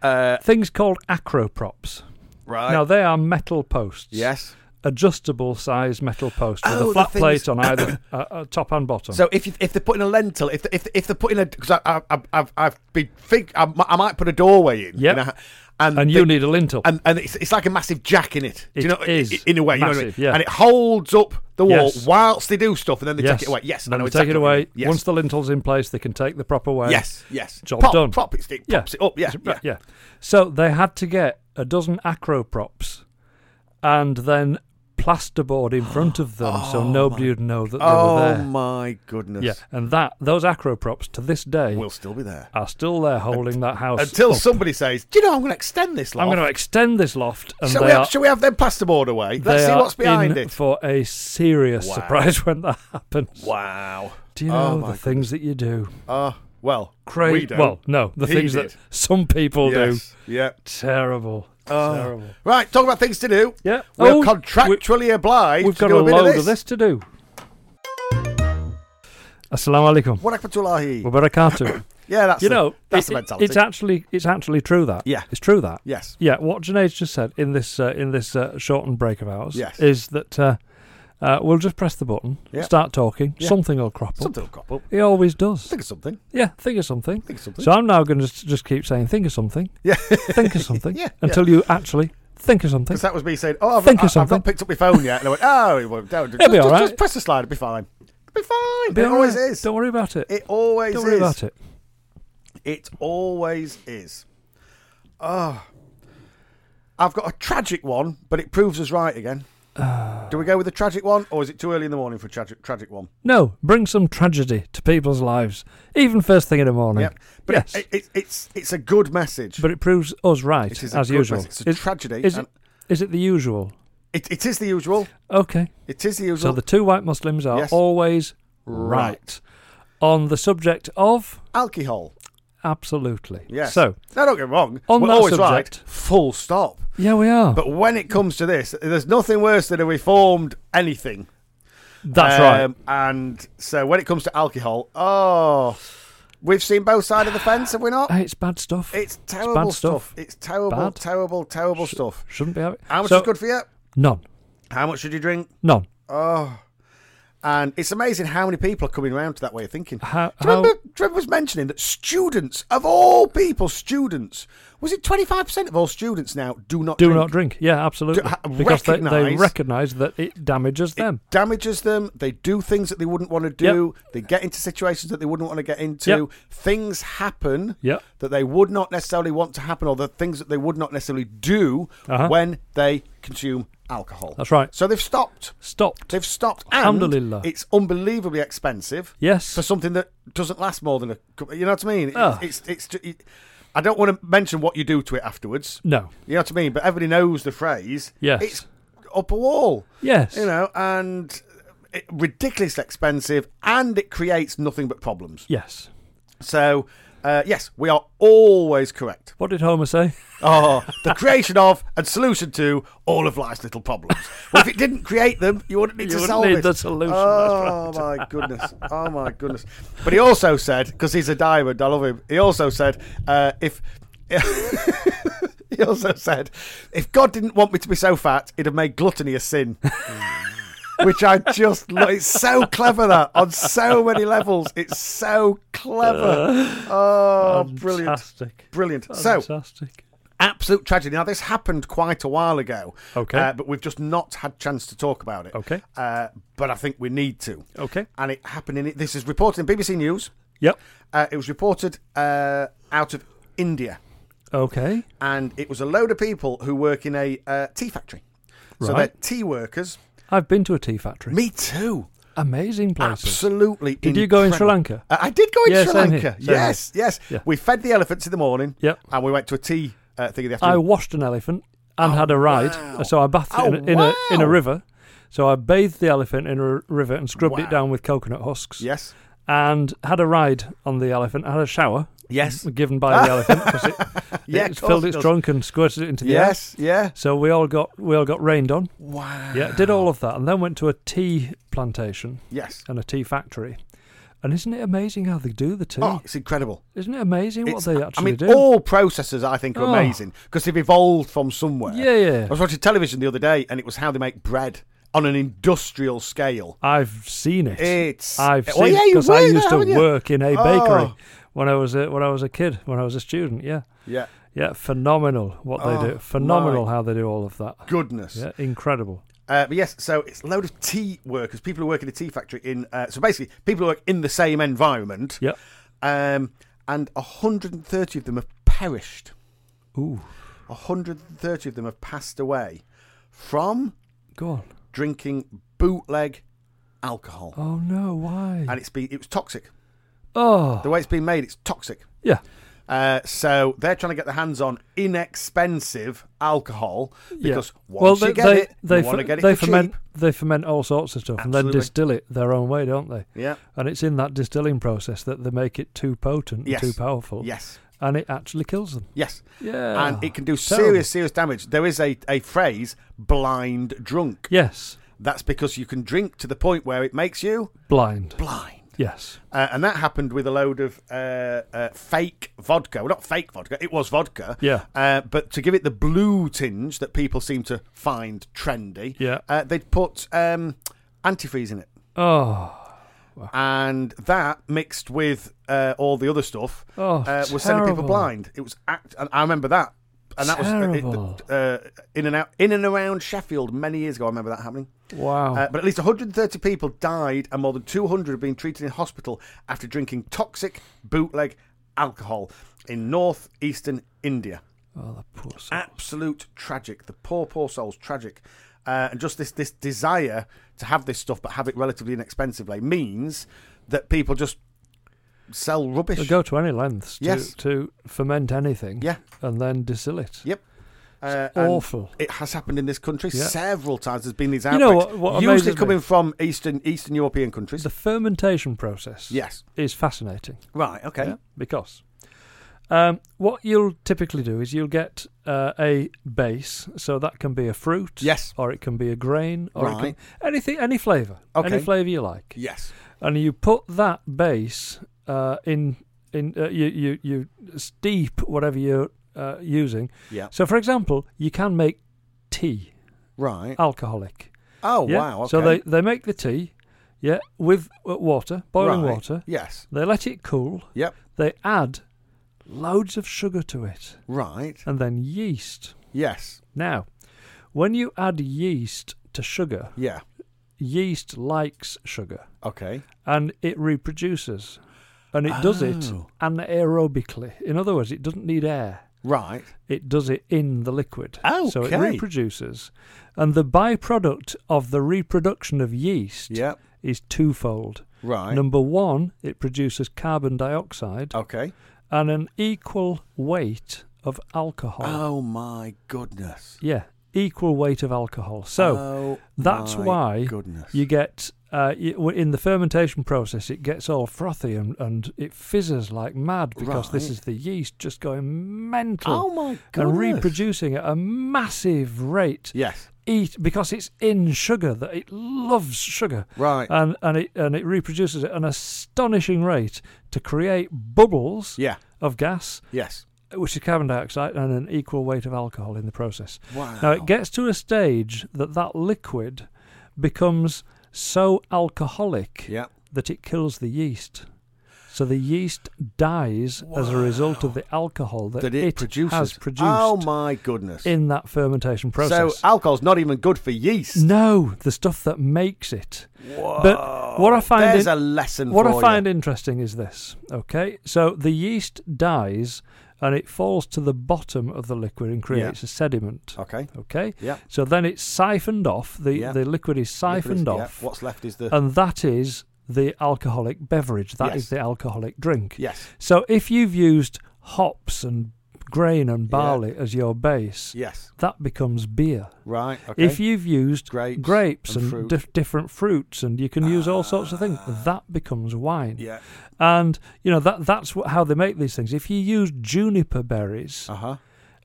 C: Uh,
B: Things called acroprops.
C: right.
B: now they are metal posts.
C: yes.
B: Adjustable size metal posts with
C: Oh,
B: a
C: the
B: flat
C: things-
B: plate on
C: <coughs>
B: either uh, uh, top and bottom.
C: So if you, if they're putting a lentil, if they, if they, if they're putting a because I, I I've- I've I've been think I, mi- I might put a doorway in.
B: Yep.
C: in a ha- and
B: and
C: they-
B: you need a lintel.
C: And, and it's, it's like a massive jack in it. Do you
B: It
C: know,
B: is
C: i- in a way, you know what I mean?
B: massive, yeah.
C: And it holds up the wall
B: Yes.
C: whilst they do stuff, and then they
B: yes.
C: take it away. Yes,
B: And
C: I know
B: they
C: exactly
B: take it
C: what you
B: away.
C: mean. Yes.
B: Once the lintel's in place, they can take the proper way.
C: yes, yes,
B: Job
C: pop,
B: done.
C: Pop it, it
B: Yeah.
C: pops it up. Yeah, yeah.
B: Right, yeah. So they had to get a dozen acro props and then plasterboard in front of them
C: <gasps>
B: so nobody would know that they were
C: Oh
B: there.
C: my goodness.
B: Yeah, and that those acro props to this day
C: We'll still be there.
B: are still there holding that house.
C: Until
B: up.
C: somebody says, "Do you know I'm going to extend this
B: oh. I'm
C: loft?"
B: going to extend this loft, and
C: Shall
B: they
C: we,
B: are
C: have, shall we have them plasterboard away?
B: they
C: Let's see
B: are
C: what's behind
B: in
C: it.
B: for a serious
C: Wow.
B: surprise when that happens.
C: Wow.
B: Do you
C: Oh
B: know
C: my
B: the things that you do?
C: Oh, well,
B: Crazy.
C: we don't.
B: Well, no, the
C: He
B: things
C: did.
B: that some people do.
C: yes. Oh. Yeah. Uh,
B: Terrible. Terrible.
C: Right, talk about things to do.
B: Yeah.
C: We're
B: Oh,
C: contractually obliged
B: We've
C: to
B: got
C: do
B: a
C: a, bit
B: load
C: of this.
B: of this to do. Assalamu alaikum.
C: What happened to Lahi?
B: Wa barakatuh.
C: <coughs> Yeah, that's
B: you
C: the-
B: know,
C: that's
B: it-
C: the
B: it-
C: mentality.
B: It's actually it's actually true that.
C: Yeah.
B: It's true that.
C: yes.
B: Yeah, what Janae's just said in this uh, in this uh, shortened break of ours
C: Yes.
B: is that uh, uh, we'll just press the button,
C: Yeah.
B: start talking,
C: Yeah.
B: something will crop up.
C: Something will crop up.
B: He always does.
C: Think of something.
B: yeah, think of something.
C: Think of something.
B: So I'm now going to just keep saying, think of something,
C: yeah. <laughs>
B: think of something,
C: Yeah,
B: until you actually think of something.
C: Because that was me saying, "Oh, I've,
B: Think
C: I,
B: of
C: I've
B: something.
C: not picked up my phone yet." And I went, "Oh, well, don't, just,
B: It'll be
C: just,
B: all right.
C: just press the slide; it'll be fine." be fine.
B: Be
C: it
B: all
C: always
B: right.
C: is.
B: Don't worry about it.
C: It always
B: Don't worry
C: is.
B: about it.
C: It always is. Oh. I've got a tragic one, but it proves us right again. Do we go with the tragic one, or is it too early in the morning for a tragic, tragic one?
B: No, bring some tragedy to people's lives, even first thing in the morning.
C: Yep. But
B: yes,
C: it, it, it's it's a good message.
B: but it proves us right
C: It is a
B: as
C: good
B: usual.
C: message. It's a
B: Is-
C: tragedy
B: Is
C: and-
B: it, is it the usual?
C: it, it is the usual.
B: Okay.
C: It is the
B: So
C: usual.
B: the two white Muslims are
C: Yes.
B: always right. on the subject of
C: alcohol.
B: absolutely.
C: Yes.
B: So
C: no, don't get me wrong.
B: On
C: We're
B: that
C: always
B: subject-
C: right. Full stop.
B: yeah, we are.
C: But when it comes to this, there's nothing worse than a reformed anything.
B: That's right.
C: Um, And so when it comes to alcohol, oh, we've seen both sides of the fence, have we not?
B: Hey, it's bad stuff.
C: It's
B: bad
C: terrible
B: stuff.
C: It's terrible,
B: Bad.
C: terrible, terrible stuff.
B: Shouldn't be having.
C: How much
B: so,
C: is good for you?
B: None.
C: How much should you drink?
B: None.
C: Oh. And it's amazing how many people are coming around to that way of thinking.
B: How-
C: do, you
B: how-
C: remember, do you remember was mentioning that students, of all people, students, was it 25% of all students now do not
B: Do
C: drink?
B: not drink. Yeah, absolutely.
C: ha-
B: because they, they
C: recognise-
B: recognise that it damages them.
C: damages them. They do things that they wouldn't want to do. They get into situations that they wouldn't want to get into.
B: Yep.
C: Things happen
B: Yep.
C: that they would not necessarily want to happen, or the things that they would not necessarily do
B: Uh-huh.
C: when they consume alcohol.
B: That's right.
C: So they've stopped.
B: Stopped.
C: They've stopped.
B: Alhamdulillah.
C: And it's unbelievably expensive
B: Yes.
C: for something that doesn't last more than a. cou- You know what I mean? It's-
B: Ah.
C: It's it's. ju- it- I don't want to mention what you do to it afterwards.
B: no.
C: You know what I mean? But everybody knows the phrase.
B: Yes.
C: It's up a wall
B: Yes.
C: you know, and it, ridiculously expensive, and it creates nothing but problems.
B: Yes.
C: So, uh, yes, we are always correct.
B: What did Homer say?
C: Oh, the creation of and solution to all of life's little problems. Well, if it didn't create them, you wouldn't need
B: You
C: to
B: wouldn't
C: solve
B: need
C: it.
B: the solution, that's
C: Oh my goodness! Oh my goodness! But he also said, because he's a diamond, I love him. He also said, uh, if. <laughs> he also said, if God didn't want me to be so fat, he'd have made gluttony a sin. <laughs> Which I just love. It's so clever that on so many levels. It's so clever. Oh, brilliant.
B: Uh, Fantastic.
C: Brilliant. So,
B: Fantastic.
C: absolute tragedy. Now, this happened quite a while ago.
B: Okay.
C: Uh, but we've just not had chance to talk about it.
B: Okay. Oh.
C: Uh, but I think we need to.
B: okay.
C: And it happened in this is reported in BBC News.
B: Yep.
C: Uh, it was reported uh, out of India,
B: Okay.
C: and it was a load of people who work in a uh, tea factory. So
B: Right.
C: they're tea workers.
B: I've been to a tea factory.
C: Me too.
B: Amazing places.
C: Absolutely.
B: Did you go in Sri
C: incredible.
B: Lanka?
C: Uh, I did go in
B: Yeah,
C: Sri
B: same
C: Lanka.
B: here, same
C: yes, yes.
B: Yeah.
C: We fed the elephants in the morning.
B: Yep.
C: And we went to a tea uh, thing in
B: I
C: the afternoon.
B: washed an elephant and had a ride.
C: Oh, wow.
B: So I bathed it in,
C: Oh,
B: a- in a in
C: wow.
B: a river. So I bathed the elephant in a r- river and scrubbed
C: Wow.
B: it down with coconut husks.
C: yes.
B: And had a ride on the elephant. I had a shower.
C: Yes.
B: Given by
C: <laughs>
B: the elephant because it,
C: Yeah,
B: it
C: of course
B: filled
C: it
B: its
C: does.
B: trunk and squirted it into the air.
C: Yes, yeah.
B: So we all got we all got rained on.
C: Wow.
B: Yeah, did all of that, and then went to a tea plantation
C: Yes.
B: and a tea factory. And isn't it amazing how they do the tea?
C: Oh, it's incredible.
B: Isn't it amazing what
C: It's-
B: they actually
C: I mean,
B: do?
C: all processes I think are
B: Oh.
C: amazing because they've evolved from somewhere.
B: Yeah, yeah.
C: I was watching television the other day, and it was how they make bread on an industrial scale.
B: I've seen it.
C: It's-
B: I've
C: Well,
B: seen
C: yeah,
B: it
C: you
B: because I
C: were there,
B: used to
C: haven't you?
B: work in a bakery
C: Oh.
B: when I was a, when I was a kid, when I was a student. Yeah,
C: Yeah.
B: yeah, phenomenal what they
C: Oh,
B: do. Phenomenal how they do all of that.
C: Goodness.
B: Yeah, incredible.
C: Uh, but yes, so it's a load of tea workers, people who work in a tea factory in. Uh, so basically, people who work in the same environment.
B: Yeah.
C: Um, and 130 of them have perished.
B: Ooh,
C: 130 of them have passed away from
B: go on.
C: drinking bootleg alcohol.
B: Oh no, why?
C: and it's been it was toxic.
B: oh,
C: The way it's been made, it's toxic.
B: yeah,
C: Uh, so they're trying to get their hands on inexpensive alcohol because
B: yeah.
C: once you get it,
B: they
C: you want to
B: fer-
C: get it
B: they
C: for
B: ferment
C: cheap.
B: they ferment all sorts of stuff and then
C: Absolutely.
B: distill it their own way, don't they?
C: Yeah.
B: And it's in that distilling process that they make it too potent,
C: Yes.
B: and too powerful,
C: Yes.
B: and it actually kills them.
C: Yes.
B: Yeah,
C: and it can do
B: terrible.
C: serious, serious damage. There is a, a phrase, blind drunk.
B: Yes,
C: That's because you can drink to the point where it makes you
B: blind.
C: blind.
B: Yes.
C: Uh, and that happened with a load of uh, uh, fake vodka. Well, not fake vodka, it was vodka.
B: Yeah.
C: Uh, but to give it the blue tinge that people seem to find trendy,
B: Yeah.
C: uh, they'd put um, antifreeze in it.
B: Oh,
C: And that mixed with uh, all the other stuff
B: Oh,
C: uh, was sending people
B: terrible.
C: blind. It was act- and I remember that. and that
B: Terrible.
C: was uh, uh, in and out, in and around Sheffield many years ago. I remember that happening.
B: Wow.
C: Uh, but at least 130 people died, and more than 200 have been treated in hospital after drinking toxic bootleg alcohol in northeastern India.
B: oh, that poor soul.
C: Absolute tragic. The poor, poor souls, tragic. Uh, and just this this desire to have this stuff, but have it relatively inexpensively, means that people just sell rubbish.
B: They'll go to any lengths to,
C: Yes.
B: to ferment anything
C: Yeah.
B: and then distill it.
C: Yep. Uh, and
B: Awful.
C: It has happened in this country
B: Yeah.
C: several times. There's been these
B: You
C: outbreaks,
B: know what- what
C: usually
B: amazes
C: coming
B: me?
C: from Eastern Eastern European countries.
B: The fermentation process
C: yes.
B: is fascinating.
C: Right. Okay.
B: yeah, because um, what you'll typically do is you'll get uh, a base, so that can be a fruit,
C: Yes.
B: or it can be a grain, or it
C: Right.
B: can, anything, any flavour,
C: Okay.
B: any flavour you like,
C: Yes.
B: and you put that base uh, in in uh, you, you you steep whatever you're uh, using.
C: Yeah.
B: So, for example, you can make tea,
C: Right.
B: alcoholic.
C: Oh
B: yeah?
C: wow. Okay.
B: So they they make the tea, yeah, with uh, water, boiling
C: Right.
B: water.
C: Yes.
B: They let it cool
C: Yep.
B: they add loads of sugar to it
C: Right.
B: and then yeast.
C: Yes.
B: Now, when you add yeast to sugar,
C: Yeah.
B: yeast likes sugar
C: Okay.
B: and it reproduces. And it does it
C: Oh.
B: anaerobically. In other words, it doesn't need air.
C: Right.
B: It does it in the liquid. So it
C: Okay.
B: reproduces. And the byproduct of the reproduction of yeast
C: Yep.
B: is twofold.
C: Right. Oh.
B: Number one, it produces carbon dioxide.
C: okay.
B: and an equal weight of alcohol.
C: Oh my goodness.
B: Yeah, equal weight of alcohol. So
C: Oh,
B: that's
C: my
B: why
C: goodness.
B: you get uh, y- w- in the fermentation process, it gets all frothy and, and it fizzes like mad because this
C: Right.
B: is the yeast just going
C: Oh
B: mental
C: my goodness.
B: and reproducing at a massive rate.
C: Yes.
B: Eat because it's in sugar that it loves sugar.
C: Right.
B: And and it and it reproduces at an astonishing rate to create bubbles
C: yeah.
B: of gas
C: Yes.
B: which is carbon dioxide, and an equal weight of alcohol in the process.
C: Wow.
B: Now, it gets to a stage that that liquid becomes so alcoholic
C: Yeah.
B: that it kills the yeast. So the yeast dies as a result of the alcohol that,
C: That it, produces.
B: has produced
C: Oh my goodness.
B: in that fermentation
C: so uh,
B: process.
C: alcohol's not even good for yeast.
B: no, the stuff that makes it. But what I find
C: There's
B: in-
C: a lesson
B: What
C: for
B: I find interesting is this. Okay, so the yeast dies and it falls to the bottom of the liquid and creates a sediment.
C: you. Okay.
B: Okay,
C: Yeah.
B: so then it's siphoned off. The
C: Yeah.
B: the liquid is siphoned
C: Yeah,
B: off,
C: What's left is the
B: and that is the alcoholic beverage. That is
C: Yes.
B: the alcoholic drink.
C: yes.
B: So if you've used hops and grain and barley as your base,
C: Yes.
B: that becomes beer.
C: Right. Okay.
B: If you've used
C: Grapes and
B: and,
C: fruit. Ah.
B: dif- different fruits, and you can use all sorts of things, that becomes wine.
C: yeah.
B: And you know that that's wh- how they make these things. If you use juniper berries,
C: Uh huh.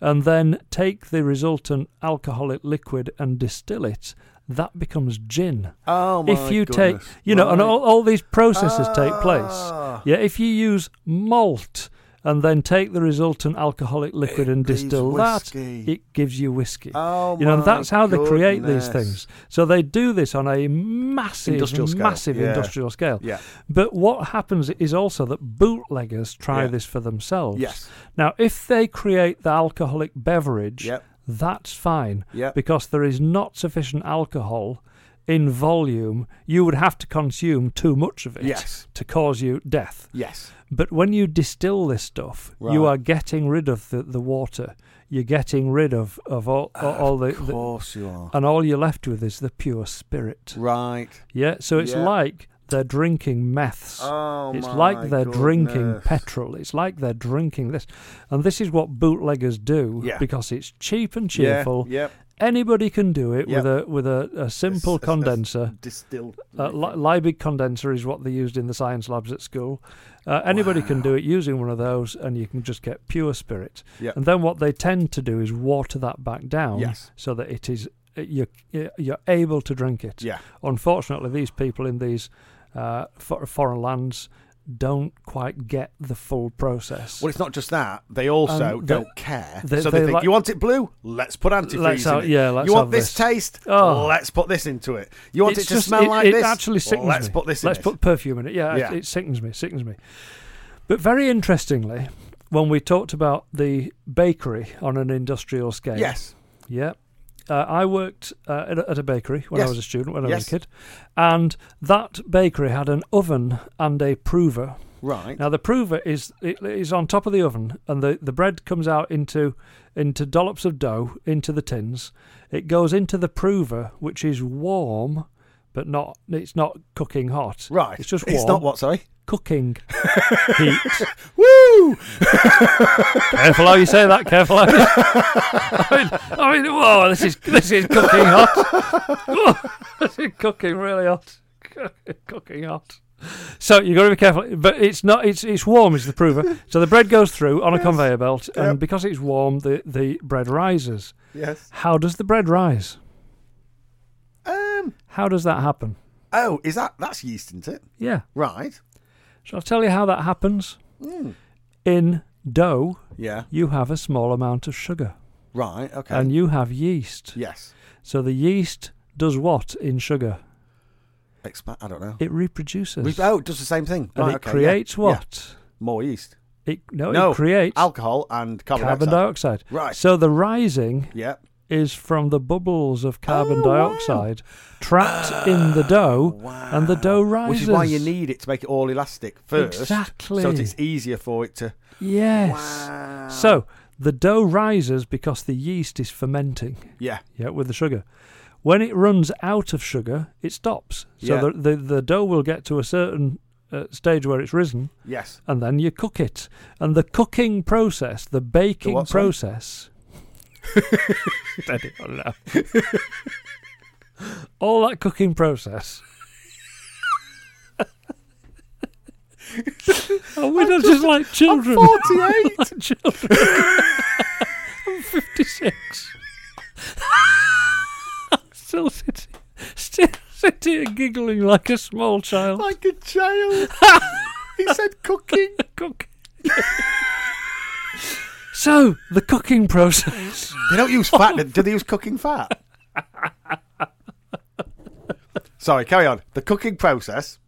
B: and then take the resultant alcoholic liquid and distill it, that becomes gin.
C: Oh my
B: if you
C: goodness.
B: take, you know, and
C: Right.
B: all, all these processes take
C: Ah.
B: place. Yeah, if you use malt and then take the resultant alcoholic liquid and
C: gives
B: distill that,
C: whiskey.
B: it gives you whiskey.
C: Oh
B: you know, and
C: my
B: that's how they create these
C: goodness.
B: things. So they do this on a massive,
C: Industrial scale,
B: massive
C: yeah.
B: industrial scale.
C: Yeah.
B: But what happens is also that bootleggers try
C: Yeah.
B: this for themselves.
C: Yes.
B: Now, if they create the alcoholic beverage,
C: Yep.
B: that's fine
C: Yep.
B: because there is not sufficient alcohol in volume. You would have to consume too much of it
C: Yes.
B: to cause you death.
C: Yes.
B: But when you distill this stuff, you
C: Right.
B: are getting rid of the, the water. You're getting rid of, of all, all the,
C: Of
B: the.
C: course you are.
B: And all you're left with is the pure spirit.
C: Right.
B: Yeah, so it's
C: Yeah.
B: like they're drinking meths.
C: Oh
B: It's
C: my
B: like they're drinking
C: goodness.
B: petrol. It's like they're drinking this. And this is what bootleggers do
C: Yeah.
B: because it's cheap and
C: Yeah,
B: cheerful.
C: Yep.
B: Anybody can do it
C: Yep.
B: with a with a, a simple
C: It's- it's- it's
B: condenser.
C: Distilled.
B: Uh, Li- Liebig condenser is what they used in the science labs at school. Uh, anybody can do it using one of those, and you can just get pure spirit.
C: Yep.
B: And then what they tend to do is water that back down
C: Yes.
B: so that it is you're you're able to drink it
C: Yeah.
B: unfortunately, these people in these uh, for- foreign lands don't quite get the full process.
C: Well, it's not just that. They also
B: Um, they-
C: don't care.
B: they-
C: so they,
B: they
C: think,
B: like-
C: you want it blue? Let's put antifreeze
B: Let's have-
C: in it.
B: yeah, let's
C: you want
B: have
C: this,
B: this.
C: taste?
B: Oh.
C: Let's put this into it. You want
B: It's
C: it to
B: just-
C: smell
B: it-
C: like
B: it
C: this?
B: actually sickens
C: Let's
B: me.
C: put this
B: Let's
C: in
B: put
C: it.
B: perfume in it. Yeah,
C: Yeah.
B: It, it sickens me. Sickens me. But very interestingly, when we talked about the bakery on an industrial scale.
C: Yes.
B: Yeah. Uh, I worked uh, at, a- at a bakery when I
C: Yes.
B: was a student, when I was
C: Yes.
B: a kid, and that bakery had an oven and a prover.
C: Right.
B: Now the prover is it is on top of the oven, and the, the bread comes out into into dollops of dough into the tins. It goes into the prover, which is warm, but not it's not cooking hot.
C: right.
B: It's just warm.
C: It's not what, sorry?
B: cooking heat.
C: Woo!
B: careful how you say that. Careful. <laughs> How you... I mean, I mean, whoa! This is this is cooking hot. Whoa, <laughs> this is cooking really hot. <laughs> cooking hot. So you've got to be careful, but it's not. It's it's warm is the prover. So the bread goes through on a conveyor belt,
C: Yep.
B: and because it's warm, the the bread rises.
C: Yes.
B: How does the bread rise?
C: Um.
B: How does that happen?
C: Oh, is that that's yeast, isn't it?
B: Yeah.
C: Right. Hmm.
B: So I'll tell you how that happens. In dough,
C: Yeah.
B: you have a small amount of sugar,
C: Right. Okay.
B: and you have yeast.
C: yes.
B: So the yeast does what in sugar?
C: Expa- I don't know.
B: It reproduces.
C: Re- oh, it does the same thing.
B: and
C: Right,
B: it
C: okay, yeah,
B: creates
C: yeah.
B: what? Oh,
C: More yeast.
B: It no,
C: No,
B: it creates
C: Alcohol and carbon,
B: carbon
C: dioxide.
B: dioxide.
C: Right.
B: So the rising
C: Yeah.
B: is from the bubbles of carbon
C: Oh, wow. Ah.
B: dioxide trapped in the dough, and the dough rises.
C: Which is why you need it to make it all elastic first.
B: Exactly.
C: So that it's easier for it to.
B: Yes.
C: Wow.
B: So the dough rises because the yeast is fermenting.
C: Yeah.
B: yeah, with the sugar. When it runs out of sugar, it stops. So
C: Yeah.
B: the, the the dough will get to a certain uh, stage where it's risen,
C: Yes.
B: and then you cook it. And the cooking process, the baking
C: what, sorry? <laughs>
B: process. Steady on now. All that cooking
C: <laughs>
B: process. Are we not just like children? <laughs>
C: 48!
B: children. <laughs> I'm <laughs> 56. still sitting, still sitting here giggling like a small child.
C: like a child.
B: <laughs>
C: he said cooking.
B: Cook. so the cooking process.
C: They don't use fat. do- Do they use cooking fat? Sorry, carry on. The cooking process.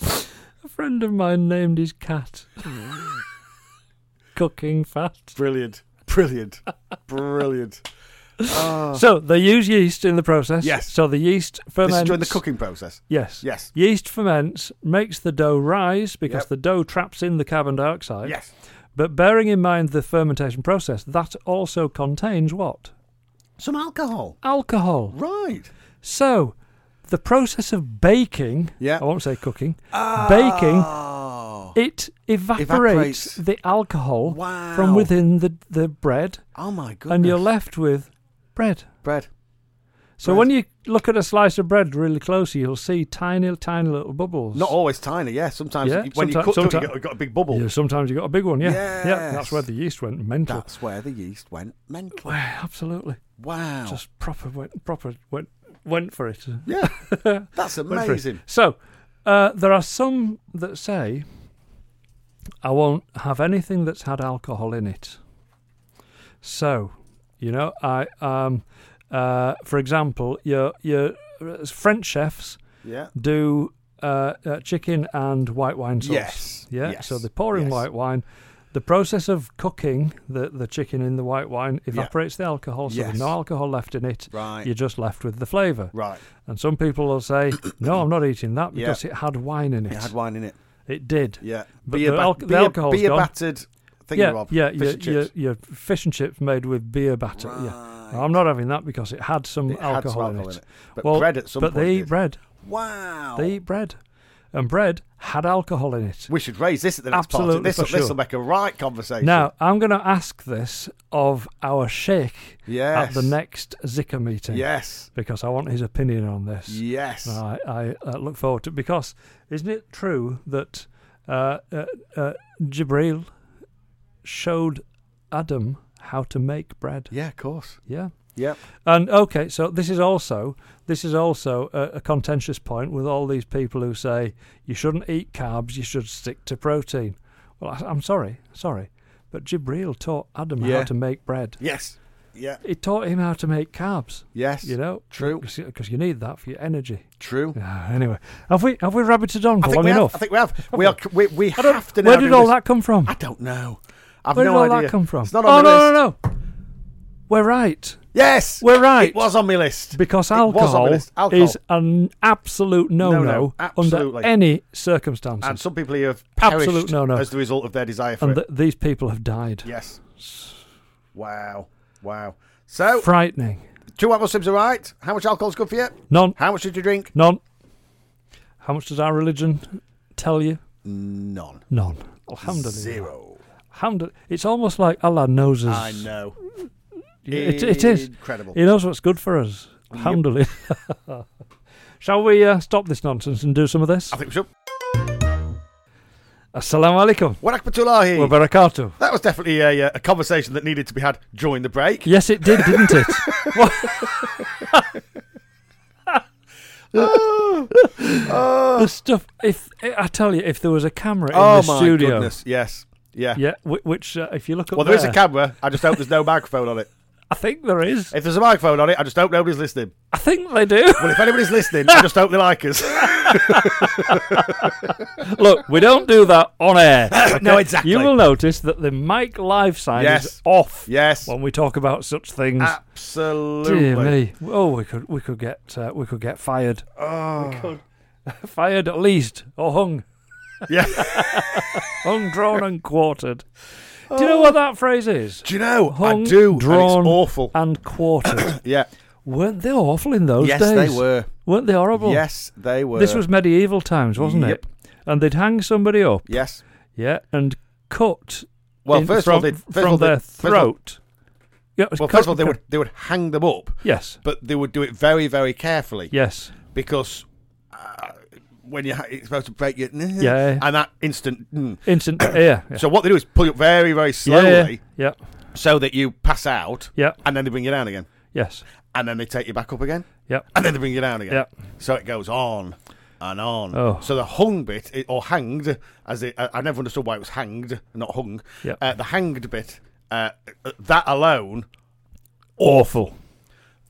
B: A friend of mine named his cat. cooking fat.
C: Brilliant. Brilliant. Brilliant.
B: So they use yeast in the process.
C: Oh. Yes.
B: So the yeast ferments.
C: This is during the cooking process.
B: Yes.
C: Yes.
B: Yeast ferments, makes the dough rise because
C: Yep.
B: the dough traps in the carbon dioxide.
C: Yes.
B: But bearing in mind the fermentation process, that also contains what?
C: Some alcohol.
B: Alcohol.
C: Right.
B: So, the process of baking,
C: Yeah.
B: I
C: Ah.
B: won't say cooking, baking,
C: Oh.
B: it evaporates,
C: Evaporates.
B: the alcohol
C: Wow.
B: from within the, the bread
C: Oh my goodness.
B: and you're left with bread.
C: bread.
B: So,
C: Bread.
B: when you look at a slice of bread really closely, you'll see tiny, tiny little bubbles.
C: Not always tiny, yeah. Sometimes
B: Yeah,
C: you- when
B: someti-
C: you cook something,
B: someti-
C: you got, you got a big bubble.
B: Yeah, sometimes you got a big one, yeah. Yeah, that's
C: Yes.
B: where the yeast went mental.
C: That's where the yeast went mental.
B: Well, <sighs> absolutely.
C: Wow.
B: Just proper went proper went went for it.
C: yeah. That's
B: Went for it.
C: amazing.
B: So uh, there are some that say I won't have anything that's had alcohol in it. So, you know, I um uh, for example, your your uh, French chefs
C: Yeah.
B: do uh, uh, chicken and white wine sauce.
C: Yes,
B: Yeah.
C: yes,
B: So they pour in
C: yes.
B: white wine. The process of cooking the, the chicken in the white wine evaporates the alcohol, so
C: Yes.
B: there's no alcohol left in it.
C: Right.
B: You're just left with the flavour.
C: Right.
B: And some people will
C: <coughs>
B: say, "No, I'm not eating that
C: Yeah.
B: because it had wine in it.
C: It had wine in it.
B: It did.
C: Yeah.
B: But
C: beer
B: the
C: bat-
B: alc- the
C: beer,
B: alcohol's
C: beer
B: gone.
C: battered thing
B: yeah,
C: Rob.
B: yeah.
C: Fish
B: your,
C: and
B: your,
C: chips.
B: your fish and chips made with beer batter. Yeah, "No, I'm not having that because it had some,
C: It had some
B: alcohol, in,
C: alcohol
B: it.
C: in it. But
B: well,
C: bread at some
B: but
C: point
B: they eat
C: did. Oh.
B: bread.
C: Wow.
B: They eat bread, and bread had alcohol in it.
C: we should raise this at the next
B: Absolutely,
C: party. This
B: for
C: will
B: sure.
C: make a right conversation.
B: Now, I'm going to ask this of our sheikh
C: Yes.
B: at the next Zika meeting.
C: Yes.
B: Because I want his opinion on this.
C: Yes.
B: And I, I uh, look forward to Because isn't it true that uh, uh, uh, Jibril showed Adam how to make bread?
C: Yeah, of course.
B: Yeah.
C: Yep.
B: And okay, so this is also this is also a, a contentious point with all these people who say you shouldn't eat carbs, you should stick to protein. Well, I, I'm sorry, sorry, but Jibril taught Adam how
C: Yeah.
B: to make bread.
C: Yes. Yeah.
B: He taught him how to make carbs.
C: Yes.
B: You know,
C: True.
B: because you need that for your energy.
C: True.
B: Ah, anyway, have we have we rabbited on for
C: I think
B: long
C: we
B: enough?
C: Have, I think we have. We are. We, we
B: oh. I don't-
C: have to. now
B: Where did
C: do
B: all
C: this.
B: that come from?
C: I don't know. I've
B: Where
C: no
B: did all
C: idea.
B: that come from?
C: It's not
B: oh,
C: on my
B: no,
C: list.
B: no, no. We're right.
C: Yes,
B: We're right.
C: It was on my list.
B: Because
C: It was on my
B: alcohol,
C: list. Alcohol.
B: is an absolute no-no,
C: No-no,
B: under
C: absolutely.
B: any circumstances.
C: and some people here have perished
B: Absolute no-no.
C: as the result of their desire for
B: And
C: it.
B: th- these people have died.
C: yes. Wow. Wow. So,
B: Frightening.
C: two apple sips are right. How much alcohol's good for you?
B: None.
C: How much did you drink?
B: None. How much does our religion tell you?
C: None.
B: None. Alhamdulillah.
C: Zero.
B: Alhamdulillah. It's almost like Allah knows us.
C: I know.
B: It, it is.
C: Incredible.
B: He knows what's good for us. Alhamdulillah. <laughs> Shall we uh, stop this nonsense and do some of this?
C: I think we should.
B: Assalamu alaikum
C: What Akbatulahi?
B: wa barakatuh.
C: that was definitely a, uh, a conversation that needed to be had during the break.
B: Yes, it did, didn't <laughs> it? What- the stuff. If I tell you, if there was a camera in
C: Oh
B: the
C: my
B: studio,
C: goodness. Yes. Yeah.
B: yeah, whi- which uh, if you look up
C: Well,
B: there,
C: there is a camera. I just hope there's no microphone on it.
B: I think there is.
C: If there's a microphone on it, I just hope nobody's listening.
B: I think they <laughs> do.
C: Well, if anybody's listening, I just hope they
B: <laughs>
C: like us.
B: Look, we don't do that on <laughs> air.
C: No,
B: okay?
C: exactly.
B: You will notice that the mic live sign is
C: Yes.
B: off
C: yes.
B: when we talk about such things.
C: Absolutely.
B: Dear me! Oh, we could we could get uh, we could get fired,
C: Oh.
B: <laughs> fired at least, or hung,
C: Yeah.
B: <laughs> hung, drawn, and quartered. Do you
C: Oh.
B: know what that phrase is?
C: Do you know?
B: Hung,
C: I do.
B: drawn,
C: and it's awful.
B: And
C: <coughs>
B: quartered.
C: Yeah.
B: Weren't they awful in those
C: Yes,
B: days?
C: they were.
B: Weren't they horrible?
C: Yes, they were.
B: This was medieval times, wasn't
C: Yep.
B: it? And they'd hang somebody up,
C: Yes.
B: yeah, and cut
C: Well,
B: in-
C: first
B: from,
C: of all, they'd, first of
B: from
C: all,
B: their
C: they'd- first of all-
B: throat. Yeah, it was
C: Well,
B: cut-
C: first of all, they
B: cut-
C: would they would hang them up,
B: Yes,
C: but they would do it very, very carefully
B: yes,
C: because uh, when you ha- it's supposed to break your
B: Yeah.
C: and that instant. Mm.
B: instant <coughs> air. Yeah.
C: So what they do is pull you up very, very
B: Yeah,
C: slowly
B: yeah, yeah,
C: so that you pass out,
B: yeah,
C: and then they bring you down again,
B: yes,
C: and then they take you back up again,
B: Yep.
C: and then they bring you down again.
B: yeah.
C: So it goes on and on.
B: Oh.
C: So the hung bit, it- or hanged, as it, I, I never understood why it was hanged, not hung.
B: Yep.
C: Uh, the hanged bit, uh, that alone,
B: Awful.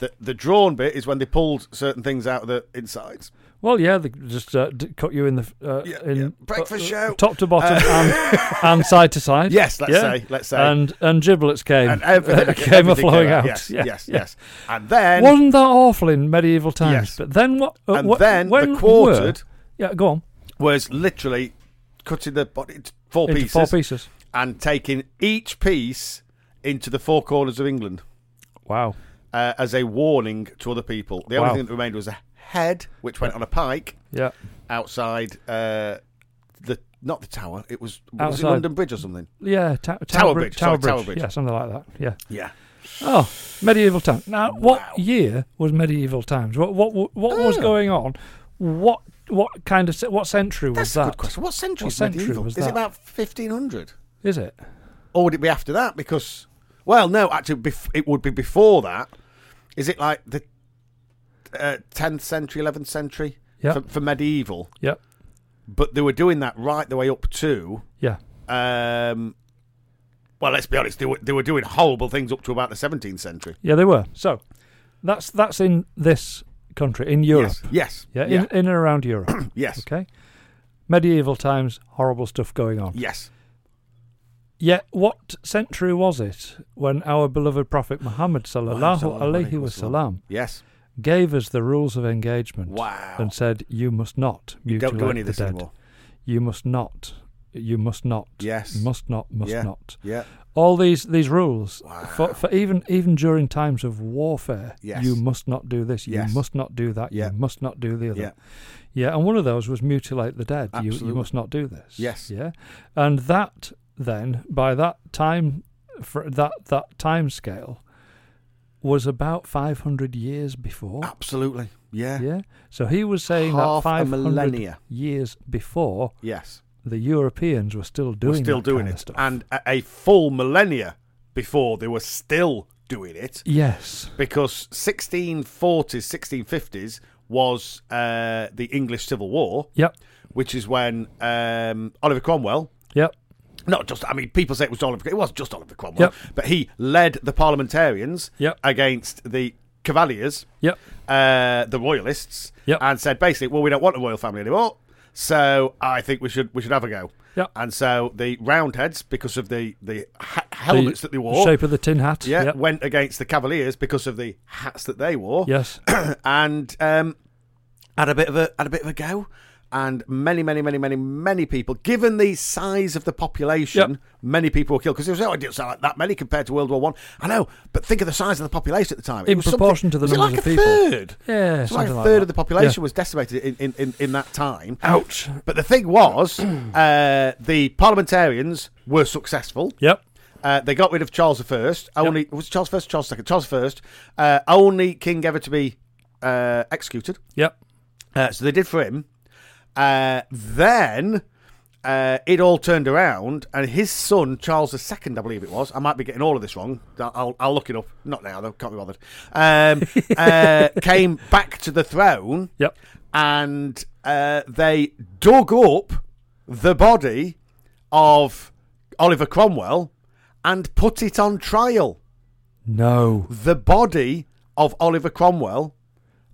C: the, the drawn bit is when they pulled certain things out of the
B: <laughs>
C: insides.
B: Well, yeah, they just uh, d- cut you in the uh,
C: Yeah,
B: in
C: yeah. Breakfast
B: uh,
C: show.
B: top to bottom
C: <laughs>
B: and, and side to side.
C: Yes, let's
B: Yeah.
C: say, let's say.
B: and and giblets came <laughs>
C: And everything,
B: uh, came a
C: everything
B: flowing out.
C: Yes,
B: Yeah,
C: yes,
B: yeah.
C: yes. And then,
B: Wasn't that awful in medieval times?
C: Yes.
B: But then what? uh,
C: and
B: what-
C: then
B: when
C: the quartered
B: were- yeah, go on.
C: was literally cutting the body into four
B: Into
C: pieces
B: four pieces.
C: and taking each piece into the four corners of England.
B: Wow.
C: uh, as a warning to other people. The
B: Wow.
C: only thing that remained was a head, which went on a pike
B: Yeah.
C: outside uh, the not the tower. It was was it
B: Outside.
C: London Bridge or something.
B: Yeah, ta-
C: Tower Bridge,
B: Tower
C: sorry,
B: Bridge.
C: Tower Bridge.
B: Yeah, something like that. Yeah.
C: Yeah,
B: Oh, medieval times. Now, what
C: Wow.
B: year was medieval times? What what what, what was
C: Oh.
B: going on? What what kind of ce- what century
C: that's
B: was
C: a
B: that?
C: good question. What century
B: What
C: is
B: century
C: medieval?
B: was
C: Is
B: that?
C: it about fifteen hundred,
B: Is it?
C: or would it be after that? Because well, no, actually, bef- it would be before that. Is it like the uh, tenth century, eleventh century
B: Yeah.
C: for, for medieval?
B: Yeah.
C: But they were doing that right the way up to
B: Yeah.
C: um, well, let's be honest, they were, they were doing horrible things up to about the 17th century.
B: Yeah, they were. So that's that's in this country, in Europe.
C: Yes.
B: Yeah,
C: Yes. Yeah.
B: In, in and around Europe.
C: <clears throat> yes.
B: okay. Medieval times, horrible stuff going on.
C: Yes.
B: Yet what century was it when our beloved Prophet Muhammad sallallahu
C: Sallallahu
B: alaihi
C: alaihi
B: wasallam
C: Yes.
B: gave us the rules of engagement
C: Wow.
B: and said, You must not mutilate
C: Don't do any of
B: the
C: this
B: dead.
C: anymore.
B: You must not. You must not.
C: Yes.
B: Must not. Must
C: Yeah.
B: not.
C: Yeah.
B: All these these rules
C: Wow.
B: for, for even even during times of warfare.
C: Yes.
B: You must not do this.
C: Yes.
B: You must not do that.
C: Yeah.
B: You must not do the other.
C: Yeah.
B: Yeah, and one of those was mutilate the dead. You, you
C: Absolutely.
B: must not do this.
C: Yes.
B: Yeah, and that then by that time, for that that time scale, was about five hundred years before.
C: Absolutely. Yeah.
B: Oh. Yeah, so he was saying
C: Half
B: that
C: a
B: five hundred
C: millennia.
B: years before
C: Yes.
B: the Europeans were still doing
C: We're still
B: that
C: doing
B: kind
C: it.
B: of stuff.
C: And a, a full millennia before they were still doing it
B: yes,
C: because 1640s, 1650s was uh, the English Civil War,
B: yep,
C: which is when um, Oliver Cromwell
B: yep,
C: Not just, I mean, people say it was Oliver. It was just Oliver Cromwell,
B: Yep.
C: but he led the parliamentarians
B: Yep.
C: against the Cavaliers,
B: yep,
C: uh, the Royalists,
B: Yep.
C: and said basically, well, we don't want a royal family anymore, so I think we should we should have a go.
B: Yep.
C: And so the roundheads, because of the the ha- helmets that they wore,
B: Shape of the tin hat.
C: yeah,
B: Yep.
C: went against the Cavaliers because of the hats that they wore. <coughs>
B: Yes.
C: and um, had a bit of a had a bit of a go. And many, many, many, many, many people, given the size of the population,
B: Yep.
C: many people were killed because there was oh, it didn't sound like that many compared to World War One. I. know, but think of the size of the population at the time. It
B: In
C: was something-
B: proportion to the
C: was it
B: numbers of
C: like a
B: people.
C: Third,
B: Yeah,
C: It's like a
B: something like
C: third
B: that.
C: of the population
B: Yeah.
C: was decimated in, in, in, in that time.
B: Ouch.
C: But the thing was, <clears throat> uh, the parliamentarians were successful.
B: Yep.
C: Uh, they got rid of Charles I. Only was it Charles first, Charles second, Charles I. Uh, only king ever to be uh, executed.
B: Yep.
C: Uh, so they did for him. Uh, then uh, it all turned around, and his son Charles II, I believe it was. I might be getting all of this wrong. I'll- I'll, I'll look it up. Not now though. Can't be bothered. Um, uh, came back to the throne
B: Yep.
C: and uh, they dug up the body of Oliver Cromwell and put it on trial.
B: No.
C: The body of Oliver Cromwell,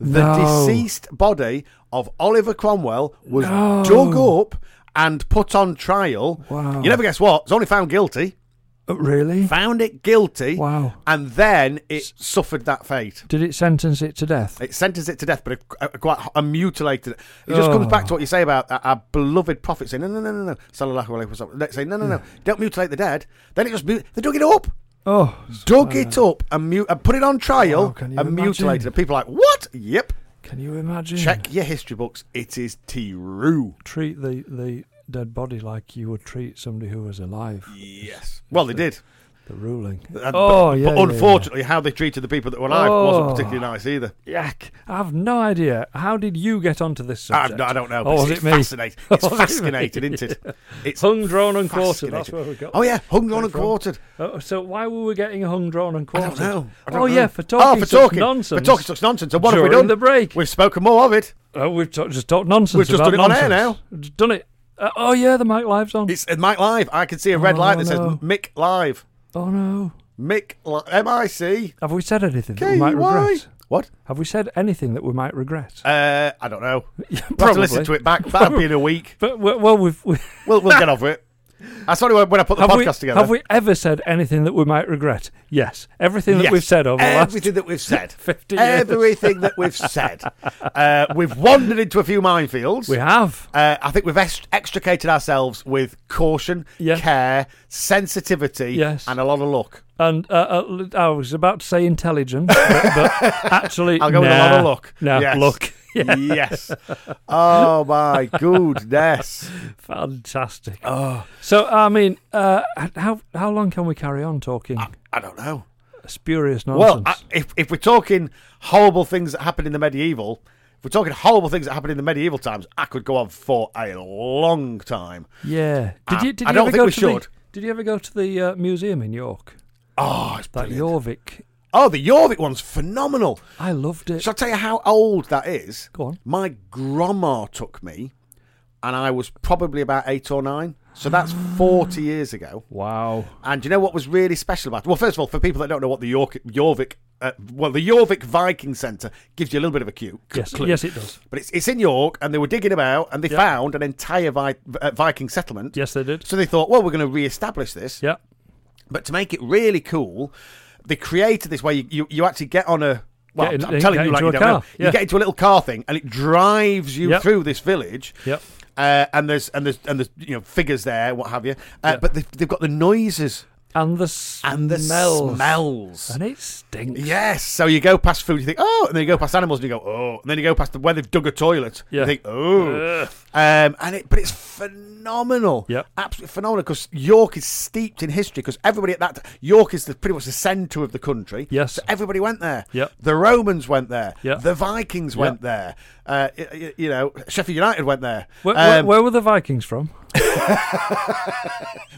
C: the
B: No.
C: deceased body of Oliver Cromwell, was dug up and put on trial.
B: Wow.
C: You never guess what? It's only found guilty. Oh,
B: Uh, Really?
C: Found it guilty.
B: Wow.
C: And then it suffered that fate.
B: Did it sentence it to death?
C: It sentenced it to death, but it, uh, quite h- uh, mutilated it. It just
B: Oh.
C: comes back to what you say about our, our beloved prophet saying, no, no, no, no, no. Sallallahu alaihi wasallam. They say, no, no, no, don't mutilate the dead. Then it just, mu- they dug it up.
B: Oh,
C: Dug it up and, mu- and put it on trial
B: Wow, can
C: and
B: you imagine?
C: mutilated it. People are like, what? Yep.
B: can you imagine?
C: Check your history books. It is Tiru.
B: Treat the, the dead body like you would treat somebody who was alive.
C: Yes. Well, they did.
B: The ruling.
C: And-
B: oh,
C: but,
B: yeah.
C: but
B: yeah,
C: unfortunately, how they treated the people that were alive wasn't
B: Oh.
C: particularly nice either.
B: yeah. Yuck. I have no idea. How did you get onto this
C: I,
B: subject?
C: I don't know.
B: Oh,
C: But
B: was
C: it's
B: it me? <laughs> Oh,
C: fascinating.
B: Was
C: It's
B: it me?
C: fascinating, isn't it?
B: <laughs>
C: It's
B: Hung, drawn, and quartered. That's
C: fascinating.
B: where we got.
C: Oh, yeah. Hung, drawn, and
B: from.
C: quartered.
B: Oh, so why were we getting hung, drawn, and
C: I
B: quartered?
C: don't know. I don't
B: oh
C: know.
B: yeah, for talking,
C: oh, for
B: such
C: talking
B: nonsense.
C: For talking such nonsense. And what have we
B: During
C: done?
B: the break.
C: We've spoken more of it.
B: Oh, we've ta- just talked nonsense.
C: We've just
B: about
C: done it on air
B: nonsense. Just Done it. Uh, oh yeah, the mic live's on.
C: It's at Mike Live. I can see a red
B: Oh,
C: light that says
B: no.
C: Mick Live.
B: oh no,
C: Mick Li- M I C
B: have we said anything that
C: K
B: we might
C: Y.
B: regret?
C: What?
B: Have we said anything that we might regret?
C: Uh, I don't know.
B: <laughs> Yeah,
C: We'll have to listen to it back. That'll be in
B: <laughs>
C: a week.
B: But w- well, we've we,
C: We'll we'll get over it. That's only when when I put the
B: have, we,
C: podcast together.
B: have we ever said anything that we might regret? Yes, everything that
C: Yes.
B: we've said over
C: everything
B: <laughs>
C: that we've said,
B: 50 years.
C: everything that we've
B: <laughs>
C: said, uh, we've wandered into a few minefields.
B: the last we have.
C: Uh, I think we've ex- extricated ourselves with caution,
B: Yeah.
C: care, sensitivity,
B: Yes.
C: and a lot of luck.
B: And uh, uh, l- I was about to say intelligence, but,
C: <laughs>
B: but actually,
C: I'll go with a lot of luck.
B: No,
C: Yes.
B: luck. <laughs> Yeah,
C: Yes. Oh
B: <laughs>
C: my goodness.
B: fantastic.
C: Oh.
B: So, I mean, uh, how how long can we carry on talking
C: I don't know.
B: spurious
C: Uh, Well,
B: nonsense?
C: I, if if we're talking horrible things that happened in the medieval, if we're talking horrible things that happened in the medieval times, I could go on for a long time.
B: yeah. Did
C: I-
B: you? Did
C: I
B: you
C: don't
B: ever
C: think
B: go
C: we
B: to the-
C: should.
B: did you ever go to the uh, museum in York?
C: Oh, it's
B: That
C: brilliant.
B: Jorvik.
C: oh, the Jorvik one's phenomenal.
B: I loved it.
C: Shall I tell you how old that is?
B: Go on.
C: My grandma took me, and I was probably about eight or nine. So that's 40 years ago.
B: Wow.
C: And do you know what was really special about it? Well, first of all, for people that don't know what the York, Jorvik, uh, well, the Jorvik Viking Centre gives you a little bit of a cue. c-
B: Yes,
C: clue.
B: yes, it does.
C: But it's, it's in York, and they were digging about, and they found an entire Vi- uh, Viking settlement.
B: Yes, they did.
C: So they thought, well, we're going to re-establish this.
B: Yeah.
C: But to make it really cool, they created this way you, you, you actually get on a. Well,
B: Get in-
C: I'm telling
B: get
C: you, like
B: into
C: you
B: a
C: don't
B: car,
C: know. You
B: yeah.
C: get into a little car thing, and it drives you
B: Yep.
C: through this village.
B: Yep.
C: Uh, and there's and there's and there's you know figures there, what have you. Uh, But they've, they've got the noises
B: And the smells.
C: and the smells.
B: And it stinks.
C: Yes. So you go past food, you think, oh, and then you go past animals, and you go, oh, and then you go past the, where they've dug a toilet, you
B: Yeah.
C: think, oh, um, and it, but it's phenomenal,
B: Yep.
C: absolutely phenomenal, because York is steeped in history, because everybody at that t- York is the, pretty much the centre of the country.
B: Yes.
C: So everybody went there.
B: Yep.
C: The Romans went there.
B: Yep.
C: The Vikings went there. Uh, y- y- you know, Sheffield United went there.
B: Where, where,
C: um,
B: where were the Vikings from?
C: we've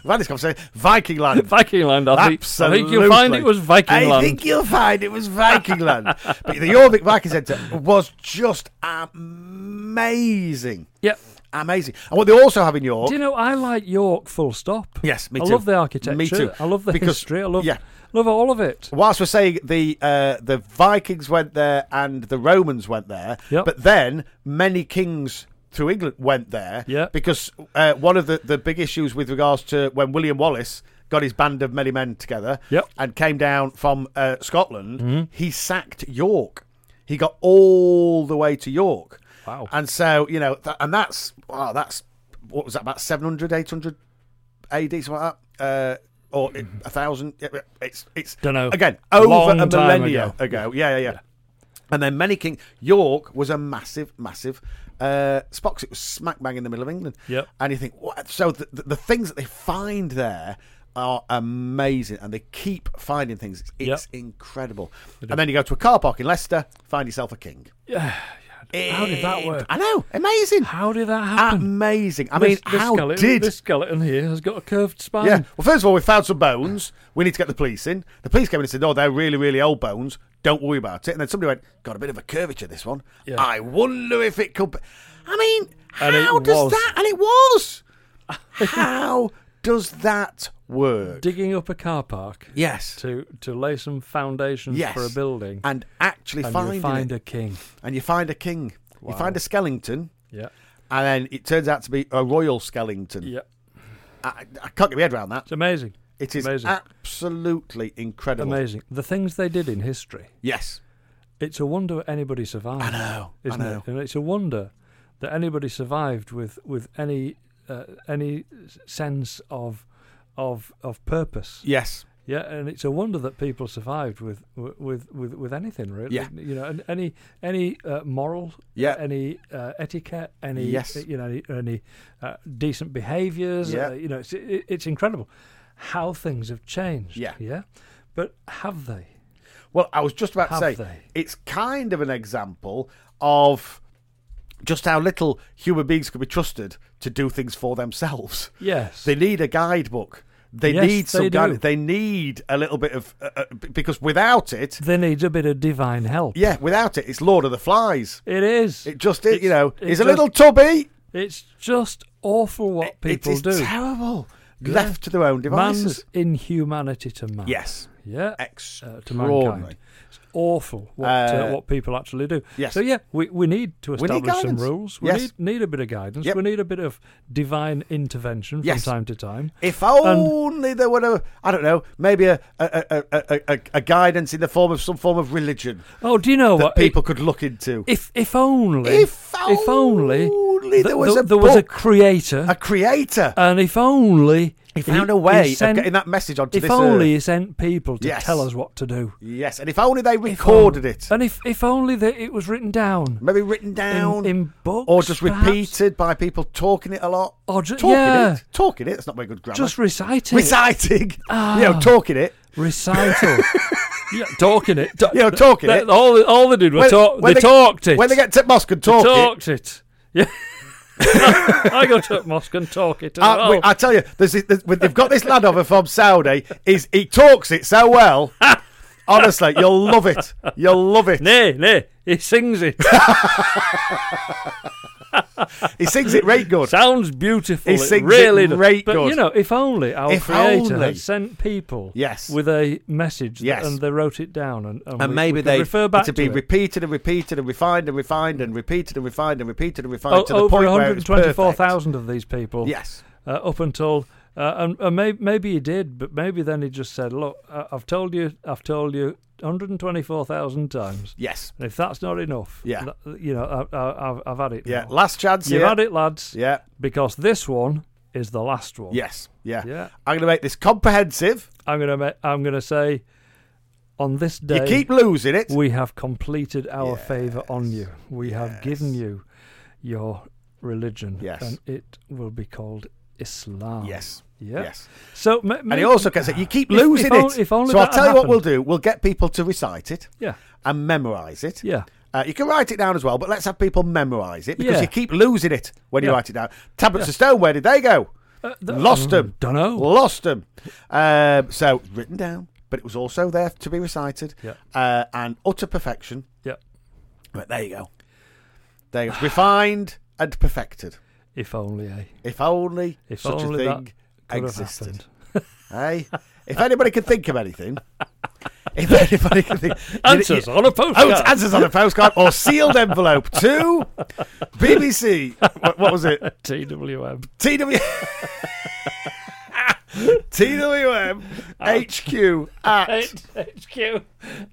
C: had this conversation. <laughs> Viking land.
B: Viking land. I think, I
C: Absolutely.
B: think you'll find it was Viking
C: I
B: land.
C: think you'll find it was Viking land.
B: <laughs>
C: But the Jorvik Viking Centre was just amazing.
B: yeah.
C: Amazing. And what they also have in York.
B: Do you know I like York? Full stop.
C: Yes, me
B: I
C: too.
B: love the architecture.
C: Me too.
B: I love the
C: Because-
B: history. I love
C: yeah.
B: love all of
C: <sighs>
B: it.
C: Whilst we're saying the uh, the Vikings went there and the Romans went there,
B: Yep.
C: but then many kings to England went there
B: Yeah.
C: because uh, one of the, the big issues with regards to when William Wallace got his band of many men together
B: Yep. Mm-hmm.
C: and came down from uh, Scotland, he sacked York. He got all the way to York.
B: Wow.
C: And so, you know, th- and that's, wow, that's, what was that, about 700, 800 AD, something like that? Uh, or it- a thousand? yeah, yeah, It's, it's,
B: Dunno.
C: Again, over
B: Long
C: a
B: time
C: millennia ago. Yeah, yeah, yeah. And then many king York was a massive, massive uh, spox. It was smack bang in the middle of England.
B: Yep.
C: And you think what? So the, the, the things that they find there are amazing, and they keep finding things. It's
B: Yep.
C: incredible. And then you go to a car park in Leicester, find yourself a king.
B: Yeah. How did that work?
C: I know, amazing,
B: How did that happen?
C: amazing. I mean,
B: this, this
C: how
B: skeleton,
C: did
B: this skeleton here has got a curved spine?
C: yeah. Well, first of all, we found some bones. We need to get the police in. The police came in and said, "Oh, they're really, really old bones. Don't worry about it." And then somebody went, "Got a bit of a curvature this one.
B: Yeah.
C: I wonder if it could." Be. I mean,
B: And it
C: how does
B: was.
C: that? And it was. how does that work?
B: Digging up a car park
C: yes.
B: to to lay some foundations
C: yes.
B: for a building,
C: and actually
B: and
C: finding
B: you find
C: it.
B: a king.
C: and you find a king. You find a skeleton,
B: Yeah.
C: and then it turns out to be a royal skeleton.
B: Yeah.
C: I, I can't get my head around that.
B: It's amazing.
C: It is
B: amazing.
C: absolutely incredible.
B: Amazing. The things they did in history.
C: Yes.
B: It's a wonder anybody survived.
C: I know.
B: isn't
C: I know.
B: it? And it's a wonder that anybody survived with with any uh, any s- sense of of of purpose.
C: Yes.
B: Yeah, and it's a wonder that people survived with with with with anything really.
C: Yeah.
B: you know, and any any uh, moral,
C: Yeah.
B: any uh, etiquette, any
C: Yes.
B: you know, any, any uh, decent behaviours.
C: Yeah.
B: uh, you know, it's it, it's incredible how things have changed.
C: Yeah.
B: yeah, but have they?
C: Well, I was just about to
B: Have
C: say
B: they?
C: it's kind of an example of just how little human beings can be trusted to do things for themselves.
B: Yes,
C: They need a guidebook. They
B: Yes,
C: need some
B: they do.
C: guidance. They need a little bit of uh, uh, b- because without it,
B: they need a bit of divine help.
C: yeah, without it, it's Lord of the Flies.
B: It is.
C: It just is, you know,
B: It's- it
C: it's a
B: just-
C: little tubby.
B: It's just awful what people
C: it is
B: do.
C: terrible. Left to their own devices.
B: Man's inhumanity to man.
C: yes,
B: Yeah. uh, to
C: extraordinary.
B: mankind. It's awful what
C: Uh,
B: uh, what people actually do.
C: yes.
B: So yeah, we, we need to
C: need
B: establish some
C: guidance.
B: rules. We
C: Yes.
B: need need a bit of guidance.
C: Yep.
B: We need a bit of divine intervention
C: Yes.
B: from time to time.
C: If only there were a, I don't know, maybe a a, a, a, a a guidance in the form of some form of religion
B: Oh, do you know
C: that
B: what?
C: people could look into.
B: if if only
C: If
B: if only
C: only
B: th-
C: there was
B: th-
C: a
B: there was a
C: book.
B: creator
C: a creator
B: and if only
C: he found a way
B: Uh, sent-
C: of getting that message onto
B: if
C: this
B: only
C: earth.
B: he sent people to
C: Yes.
B: tell us what to do.
C: Yes, and if only they
B: If
C: recorded
B: on-
C: it,
B: And if if only that it was written down
C: maybe written
B: in-
C: down
B: in, books,
C: or just
B: perhaps.
C: repeated by people talking it a lot.
B: Or ju-
C: talking
B: yeah.
C: it, talking it. That's not very good grammar.
B: just reciting,
C: reciting, <laughs>
B: Ah.
C: you know, talking it. <laughs>
B: recital, yeah, talking it, Ta-
C: You know, talking
B: that-
C: it.
B: all all they did was
C: When-
B: talk.
C: when
B: they, talked it.
C: When they get to Moscow,
B: They
C: talk it.
B: talked it. <laughs> Yeah, I go to mosque and talk it. As
C: I,
B: well.
C: Uh, we- I tell you, there's, there's, when they've got this lad over from Saudi. Is he talks it so
B: <laughs>
C: well? Honestly, you'll love it. You'll love it.
B: nay, nay, he sings
C: <laughs>
B: it.
C: He sings it right good.
B: Sounds beautiful.
C: He
B: it
C: sings it
B: really does.
C: right
B: But
C: good.
B: you know, if only our
C: If
B: creator
C: only.
B: had sent people
C: Yes.
B: with a message
C: Yes.
B: and they wrote it down and, and, we-
C: And
B: we
C: maybe
B: could
C: they
B: refer back
C: to
B: to,
C: be
B: it.
C: repeated and repeated and refined and refined and repeated and refined and repeated and refined
B: O-
C: to the
B: Oh, over
C: point where it's perfect.
B: 124,000 of these people
C: Yes,
B: uh, up until uh, and, and may, maybe he did, but maybe then he just said, "Look, I- I've told you, I've told you 124,000 times,
C: yes,
B: and if that's not enough,
C: Yeah.
B: th- you know, I, I, I've, I've had it.
C: yeah.
B: now.
C: Last chance.
B: you've
C: here.
B: had it, lads,
C: Yeah.
B: because this one is the last one.
C: Yes. Yeah.
B: yeah.
C: I'm going to make this comprehensive.
B: I'm gonna, ma- I'm gonna say, on this day,
C: You keep losing it.
B: we have completed our favour on you. We have given
C: Yes.
B: you your religion.
C: Yes.
B: And it will be called Islam.
C: Yes.
B: Yeah.
C: Yes.
B: So, ma-
C: And
B: maybe-
C: he also gets it. You keep
B: If- if
C: losing
B: on-
C: it.
B: if only
C: so I'll
B: that
C: tell you what
B: happened.
C: we'll do. We'll get people to recite it
B: Yeah.
C: and memorise it.
B: Yeah.
C: Uh, you can write it down as well, but let's have people memorise it because
B: Yeah.
C: you keep losing it when you
B: Yeah.
C: write it down. Tablets of Stone, where did they go?
B: Uh, th-
C: Lost them.
B: Don't know.
C: Lost them. Um, so written down, but it was also there to be recited
B: Yeah.
C: uh, and utter perfection.
B: Yeah.
C: But there you go. There you go. Refined and perfected.
B: If only, eh?
C: If only
B: If
C: such
B: only
C: a
B: that
C: thing
B: could have
C: existed. eh?
B: happened. <laughs>
C: Hey, if anybody can think of anything, If anybody can think,
B: Answers on a postcard.
C: Oh, it's answers on a postcard or sealed envelope to BBC. What, what was it?
B: TWM.
C: TW. <laughs> TWM HQ at
B: HQ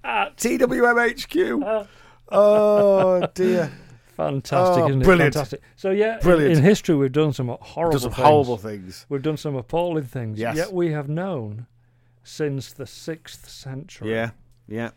B: at <laughs>
C: TWMHQ. Oh dear.
B: fantastic,
C: Oh,
B: isn't it?
C: brilliant.
B: Fantastic. So yeah, in-
C: Brilliant.
B: In, history, we've done some horrible,
C: Just some
B: things.
C: horrible things.
B: We've done some appalling things.
C: Yes.
B: Yet we have known since the sixth century
C: Yeah. Yeah.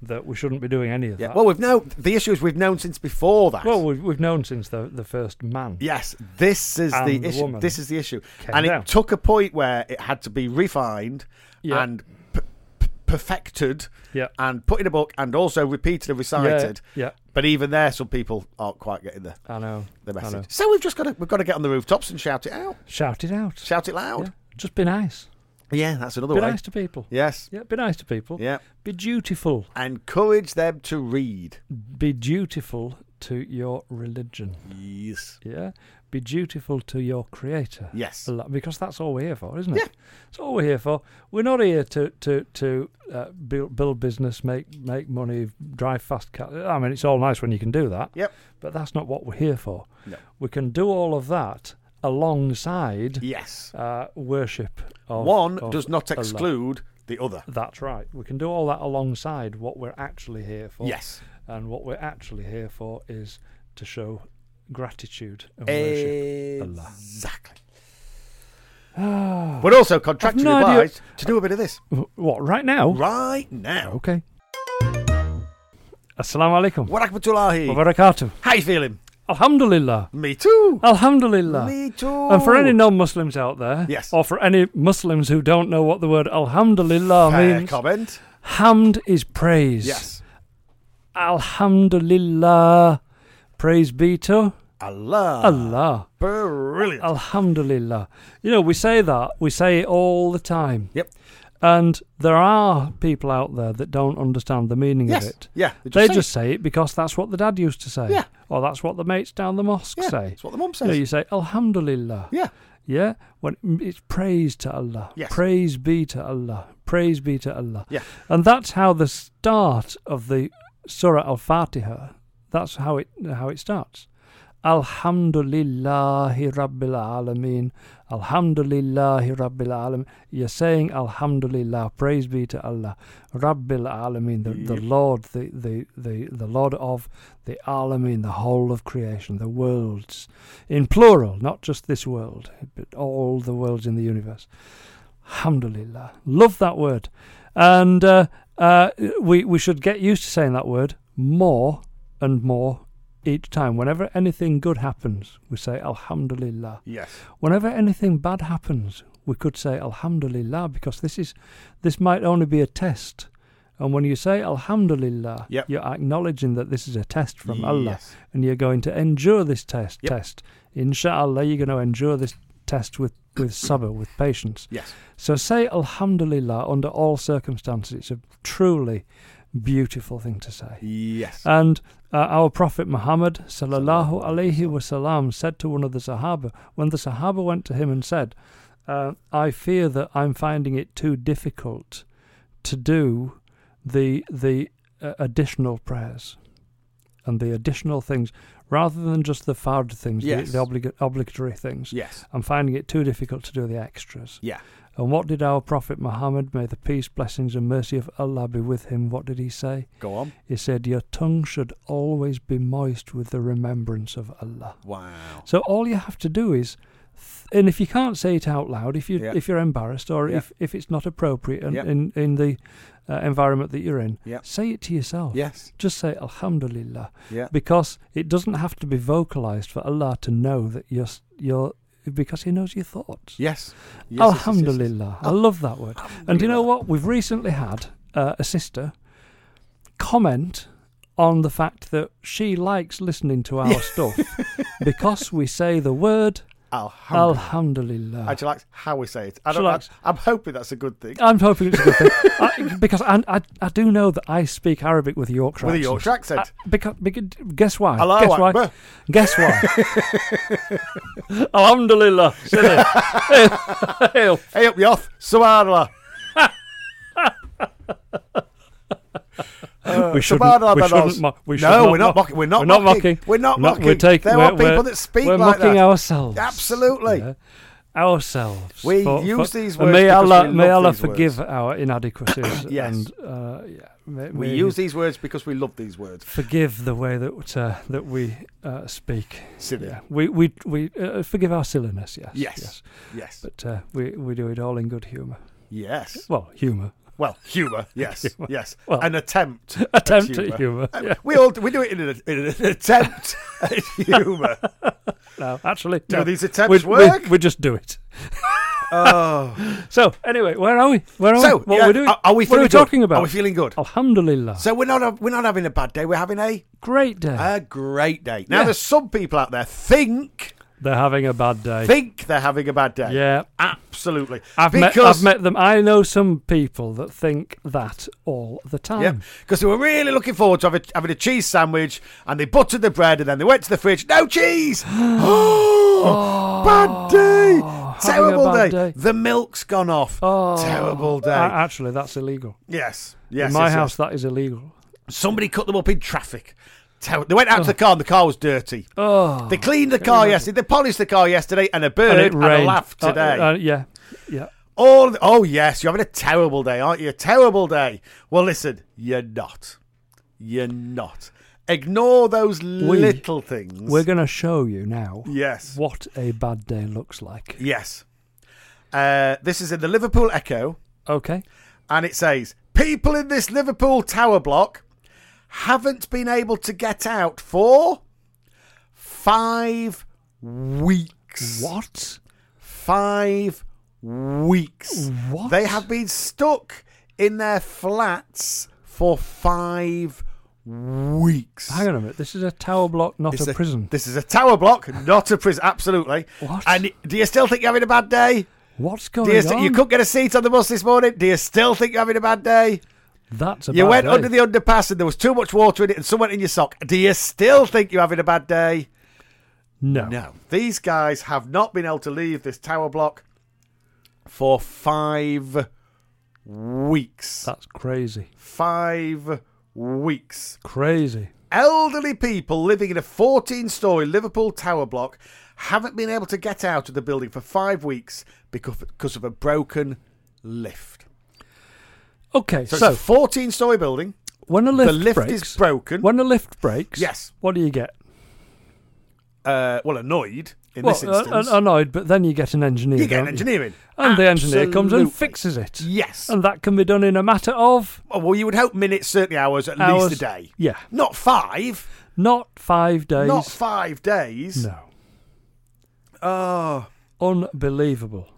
B: that we shouldn't be doing any of
C: Yeah.
B: that.
C: Well, we've known the issues we've known since before that.
B: Well, we've, we've known since the the first man.
C: Yes, this is the
B: And the
C: issue.
B: woman
C: This is the issue,
B: came
C: and
B: down.
C: it took a point where it had to be refined
B: Yeah.
C: and p- p- perfected,
B: Yeah.
C: and put in a book, and also repeated and recited.
B: Yeah,
C: But even there, some people aren't quite getting the,
B: I know.
C: the
B: I know.
C: message. So we've just got to we've got to get on the rooftops and shout it out,
B: Shout it out.
C: shout it
B: Yeah.
C: loud.
B: Just be nice.
C: Yeah, that's another
B: Be
C: way.
B: nice to people.
C: Yes,
B: Yeah, be nice to people.
C: yeah.
B: Be dutiful.
C: Encourage them to read.
B: Be dutiful to your religion.
C: Yes.
B: Yeah. Be dutiful to your creator.
C: Yes.
B: A lot- Because that's all we're here for, isn't it?
C: Yeah.
B: That's all we're here for. We're not here to to to uh, build, build business, make make money, drive fast cars. I mean, it's all nice when you can do that.
C: Yep.
B: But that's not what we're here for.
C: No.
B: We can do all of that alongside
C: Yes.
B: uh, worship. Of,
C: One
B: of
C: does not
B: Allah.
C: exclude the other.
B: That's right. We can do all that alongside what we're actually here for.
C: Yes.
B: And what we're actually here for is to show gratitude and worship. Allah.
C: Exactly. We're also contractually
B: no idea- Oh.
C: obliged to do a bit of this
B: W- What, right now?
C: right now.
B: Okay. Assalamu alaikum.
C: What
B: Wa
C: Abdullahi?
B: barakatuh.
C: How you feeling?
B: Alhamdulillah.
C: Me too.
B: Alhamdulillah.
C: Me too.
B: And for any non Muslims out there,
C: Yes.
B: or for any Muslims who don't know what the word Alhamdulillah
C: Fair
B: means,
C: comment.
B: hamd is praise.
C: Yes.
B: Alhamdulillah. Praise be to
C: Allah. Ah,
B: Allah.
C: Brilliant.
B: Alhamdulillah. You know, we say that, we say it all the time.
C: Yep.
B: And there are people out there that don't understand the meaning
C: Yes.
B: of it.
C: Yeah.
B: they
C: say it.
B: just say it because that's what the dad used to say.
C: Yeah.
B: Or that's what the mates down the mosque
C: yeah.
B: say.
C: That's what the mum
B: You know,
C: says.
B: you say Alhamdulillah.
C: yeah.
B: Yeah. When it's praise to Allah.
C: Yes.
B: Praise be to Allah. Praise be to Allah.
C: Yeah.
B: And that's how the start of the Surah Al Fatiha. That's how it how it starts. Alhamdulillahi Rabbil Alameen. Alhamdulillahi Rabbil Alameen. You're saying Alhamdulillah, praise be to Allah. Rabbil Alameen, the, the Lord, the, the, the, the Lord of the Alameen, the whole of creation, the worlds. In plural, not just this world, but all the worlds in the universe. Alhamdulillah. Love that word. And uh, uh, we, we should get used to saying that word more and more each time. Whenever anything good happens, we say Alhamdulillah.
C: Yes.
B: Whenever anything bad happens, we could say Alhamdulillah because this is this might only be a test. And when you say Alhamdulillah,
C: Yep.
B: you're acknowledging that this is a test from Allah
C: Yes.
B: and you're going to endure this test.
C: Yep.
B: Test, inshallah, you're going to endure this test with with sabr, with patience.
C: Yes.
B: So say Alhamdulillah under all circumstances. It's a truly beautiful thing to say.
C: Yes.
B: And uh, our Prophet Muhammad sallallahu alaihi wasallam said to one of the Sahaba when the Sahaba went to him and said, uh, "I fear that I'm finding it too difficult to do the the uh, additional prayers and the additional things rather than just the fard things,
C: Yes.
B: the, the obliga- obligatory things.
C: yes.
B: I'm finding it too difficult to do the extras."
C: Yeah.
B: And what did our Prophet Muhammad, may the peace, blessings, and mercy of Allah be with him, what did he say?
C: Go on.
B: He said, Your tongue should always be moist with the remembrance of Allah.
C: Wow.
B: So all you have to do is, th- and if you can't say it out loud, if, you,
C: Yeah.
B: if you're embarrassed or
C: Yeah.
B: if, if it's not appropriate in,
C: Yeah.
B: in, in the uh, environment that you're in,
C: Yeah.
B: say it to yourself.
C: Yes.
B: Just say Alhamdulillah
C: Yeah.
B: because it doesn't have to be vocalized for Allah to know that you're, s- you're because He knows your thoughts.
C: Yes. Yes, yes, yes, yes. Oh.
B: Alhamdulillah. I love that word. And you know what? We've recently had uh, a sister comment on the fact that she likes listening to our stuff
C: <laughs>
B: because we say the word
C: Alhamdulillah.
B: Alhamdulillah.
C: Actually, like how we say it. I
B: She
C: don't, I,
B: likes-
C: I'm hoping that's a good thing.
B: I'm hoping it's a good thing I, because I, I, I do know that I speak Arabic with a Yorkshire
C: With a
B: accent.
C: Yorkshire accent.
B: I- because, because, guess why?
C: Hello,
B: guess why?
C: Akbar.
B: Guess
C: <laughs>
B: why? Alhamdulillah.
C: <laughs>
B: Say it. Hail.
C: Hey, up your off. Subhanallah. no.
B: we shouldn't.
C: Kabada
B: we
C: Bananas.
B: shouldn't mo- we should
C: no, we're not
B: mock-
C: mocking. We're not,
B: we're not
C: mocking.
B: mocking.
C: We're not
B: We're not-
C: mocking.
B: we're taking-
C: there
B: we're-
C: are people
B: we're-
C: that speak
B: We're
C: like
B: mocking
C: that.
B: ourselves.
C: Absolutely.
B: Yeah. Ourselves.
C: We use these
B: and
C: words
B: May
C: because
B: Allah,
C: we
B: may
C: love
B: Allah
C: these words.
B: forgive our inadequacies.
C: <coughs> Yes.
B: And, uh, yeah, may,
C: We
B: may
C: use these words because we love these words.
B: Forgive the way that uh, that we uh, speak.
C: Silly.
B: Yeah, we we we uh, forgive our silliness. Yes.
C: Yes. Yes.
B: But uh, we we do it all in good humour.
C: yes.
B: Well, humour.
C: Well, humour. <laughs> Yes. Yes.
B: Well-
C: An attempt. at
B: Attempt at humour.
C: <laughs> Um,
B: Yeah.
C: We all we do it in an, in an <laughs> attempt at
B: <laughs>
C: humour.
B: No, actually,
C: Do
B: no.
C: these
B: we,
C: attempts
B: we-
C: work?
B: We, just do it.
C: oh.
B: So anyway, where are we? Where are
C: So,
B: we? What
C: yeah,
B: are we doing?
C: Are, are we
B: what are
C: feeling
B: we
C: good?
B: talking about? Oh.
C: Are we feeling good?
B: Alhamdulillah.
C: So uh, we're not a, we're not having a bad day. We're having a
B: Great day.
C: a great day. Now
B: Yeah.
C: there's some people out there think
B: They're having a bad day.
C: think they're having a bad day.
B: yeah.
C: Absolutely.
B: I've met,
C: because
B: I've met them. I know some people that think that all the time.
C: Yeah, because they were really looking forward to having, having a cheese sandwich, and they buttered the bread, and then they went to the fridge. No cheese. <gasps> oh, bad day.
B: having a
C: Terrible
B: bad
C: day.
B: day.
C: The milk's gone off.
B: Oh,
C: Terrible day.
B: a- actually, that's illegal.
C: yes. Yes.
B: in my
C: yes, yes.
B: house, that is illegal.
C: Somebody cut them up in traffic. Ter- They went out to the car and the car was dirty.
B: Oh,
C: They cleaned the car yesterday. They polished the car yesterday, and a bird
B: and
C: and,
B: it
C: a
B: rained.
C: laugh
B: Uh,
C: today.
B: uh, yeah, yeah.
C: All the- oh yes, you're having a terrible day, aren't you? Terrible day. Well, listen, you're not. You're not. Ignore those little things.
B: We're going to show you now
C: yes.
B: what a bad day looks like.
C: Yes. Uh, this is in the Liverpool Echo,
B: Okay.
C: and it says people in this Liverpool tower block haven't been able to get out for five weeks.
B: What?
C: Five weeks.
B: What?
C: They have been stuck in their flats for five weeks.
B: Hang on a minute. This is a tower block, not
C: This is
B: a prison.
C: This is a tower block, not a prison. Absolutely.
B: What?
C: And do you still think you're having a bad day?
B: What's
C: Do
B: going
C: you,
B: on?
C: st- you couldn't get a seat on the bus this morning. Do you still think you're having a bad day?
B: That's a
C: you
B: bad
C: went
B: day.
C: under the underpass and there was too much water in it and someone in your sock. Do you still think you're having a bad day?
B: no.
C: No. These guys have not been able to leave this tower block for five weeks.
B: That's crazy.
C: Five weeks.
B: Crazy.
C: Elderly people living in a 14 story Liverpool tower block haven't been able to get out of the building for five weeks because, because of a broken lift.
B: Okay, so,
C: So, it's a 14 story building.
B: when a lift
C: the lift
B: breaks,
C: is broken.
B: when a lift breaks,
C: Yes.
B: what do you get?
C: Uh, well, annoyed in this
B: Well, uh,
C: instance.
B: an- annoyed, but then you get an engineer.
C: you get
B: don't
C: an engineering.
B: and the engineer comes and
C: Absolutely.
B: fixes it.
C: Yes.
B: and that can be done in a matter of
C: Oh, well, you would hope minutes, certainly hours, at
B: hours.
C: least a day.
B: Yeah,
C: Not five.
B: not five days.
C: Not five days.
B: no,
C: Oh.
B: unbelievable.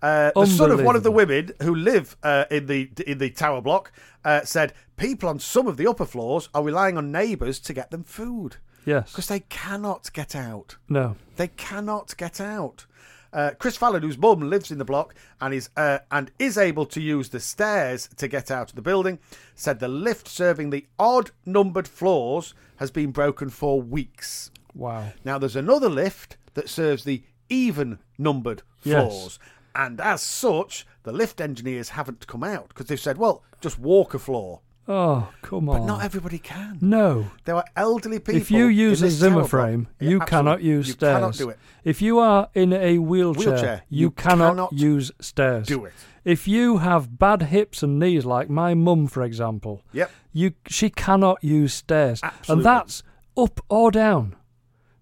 C: Uh, the son of one of the
B: Unbelievable.
C: women who live uh, in the in the tower block uh, said, "People on some of the upper floors are relying on neighbours to get them food because
B: Yes,
C: they cannot get out.
B: no.
C: They cannot get out." Uh, Chris Fallon, whose mum lives in the block and is uh, and is able to use the stairs to get out of the building, said the lift serving the odd numbered floors has been broken for weeks.
B: Wow.
C: Now there's another lift that serves the even numbered
B: Yes.
C: floors. And as such, the lift engineers haven't come out because they've said, well, just walk a floor.
B: Oh, come on.
C: Not everybody can.
B: no.
C: There are elderly people.
B: If you use
C: in
B: a
C: this
B: Zimmer
C: tower block.
B: frame,
C: Yeah,
B: you
C: absolutely.
B: cannot use
C: You
B: stairs.
C: cannot do it.
B: If you are in a wheelchair,
C: Wheelchair,
B: you,
C: you
B: cannot,
C: cannot
B: use stairs.
C: do it.
B: If you have bad hips and knees, like my mum, for example,
C: Yep.
B: you she cannot use stairs,
C: Absolutely.
B: and that's up or down,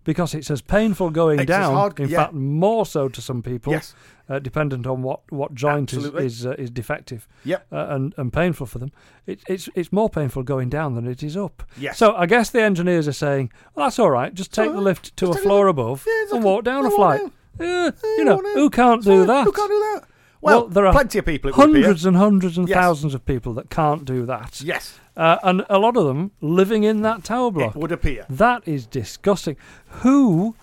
B: because it's as painful going
C: It's as
B: down.
C: hard-
B: in
C: yeah.
B: fact, more so to some people,
C: Yes.
B: uh, dependent on what, what joint is
C: Absolutely.
B: is, uh, is defective
C: Yep.
B: uh, and and painful for them. It, it's it's more painful going down than it is up.
C: Yes.
B: So I guess the engineers are saying, well, that's all right. Just take
C: all
B: the
C: right.
B: lift to
C: Just
B: a
C: take
B: floor
C: it-
B: above
C: yeah, it's
B: and
C: okay.
B: walk down a
C: Walk
B: flight.
C: down.
B: Yeah, you
C: Yeah,
B: know
C: walk down.
B: who can't
C: It's
B: do
C: fine.
B: that?
C: Who can't do that? Well,
B: there are
C: plenty of people. It would be, yeah.
B: hundreds and hundreds and
C: Yes.
B: thousands of people that can't do that.
C: Yes.
B: Uh, and a lot of them living in that tower block.
C: It would appear.
B: That is disgusting. Who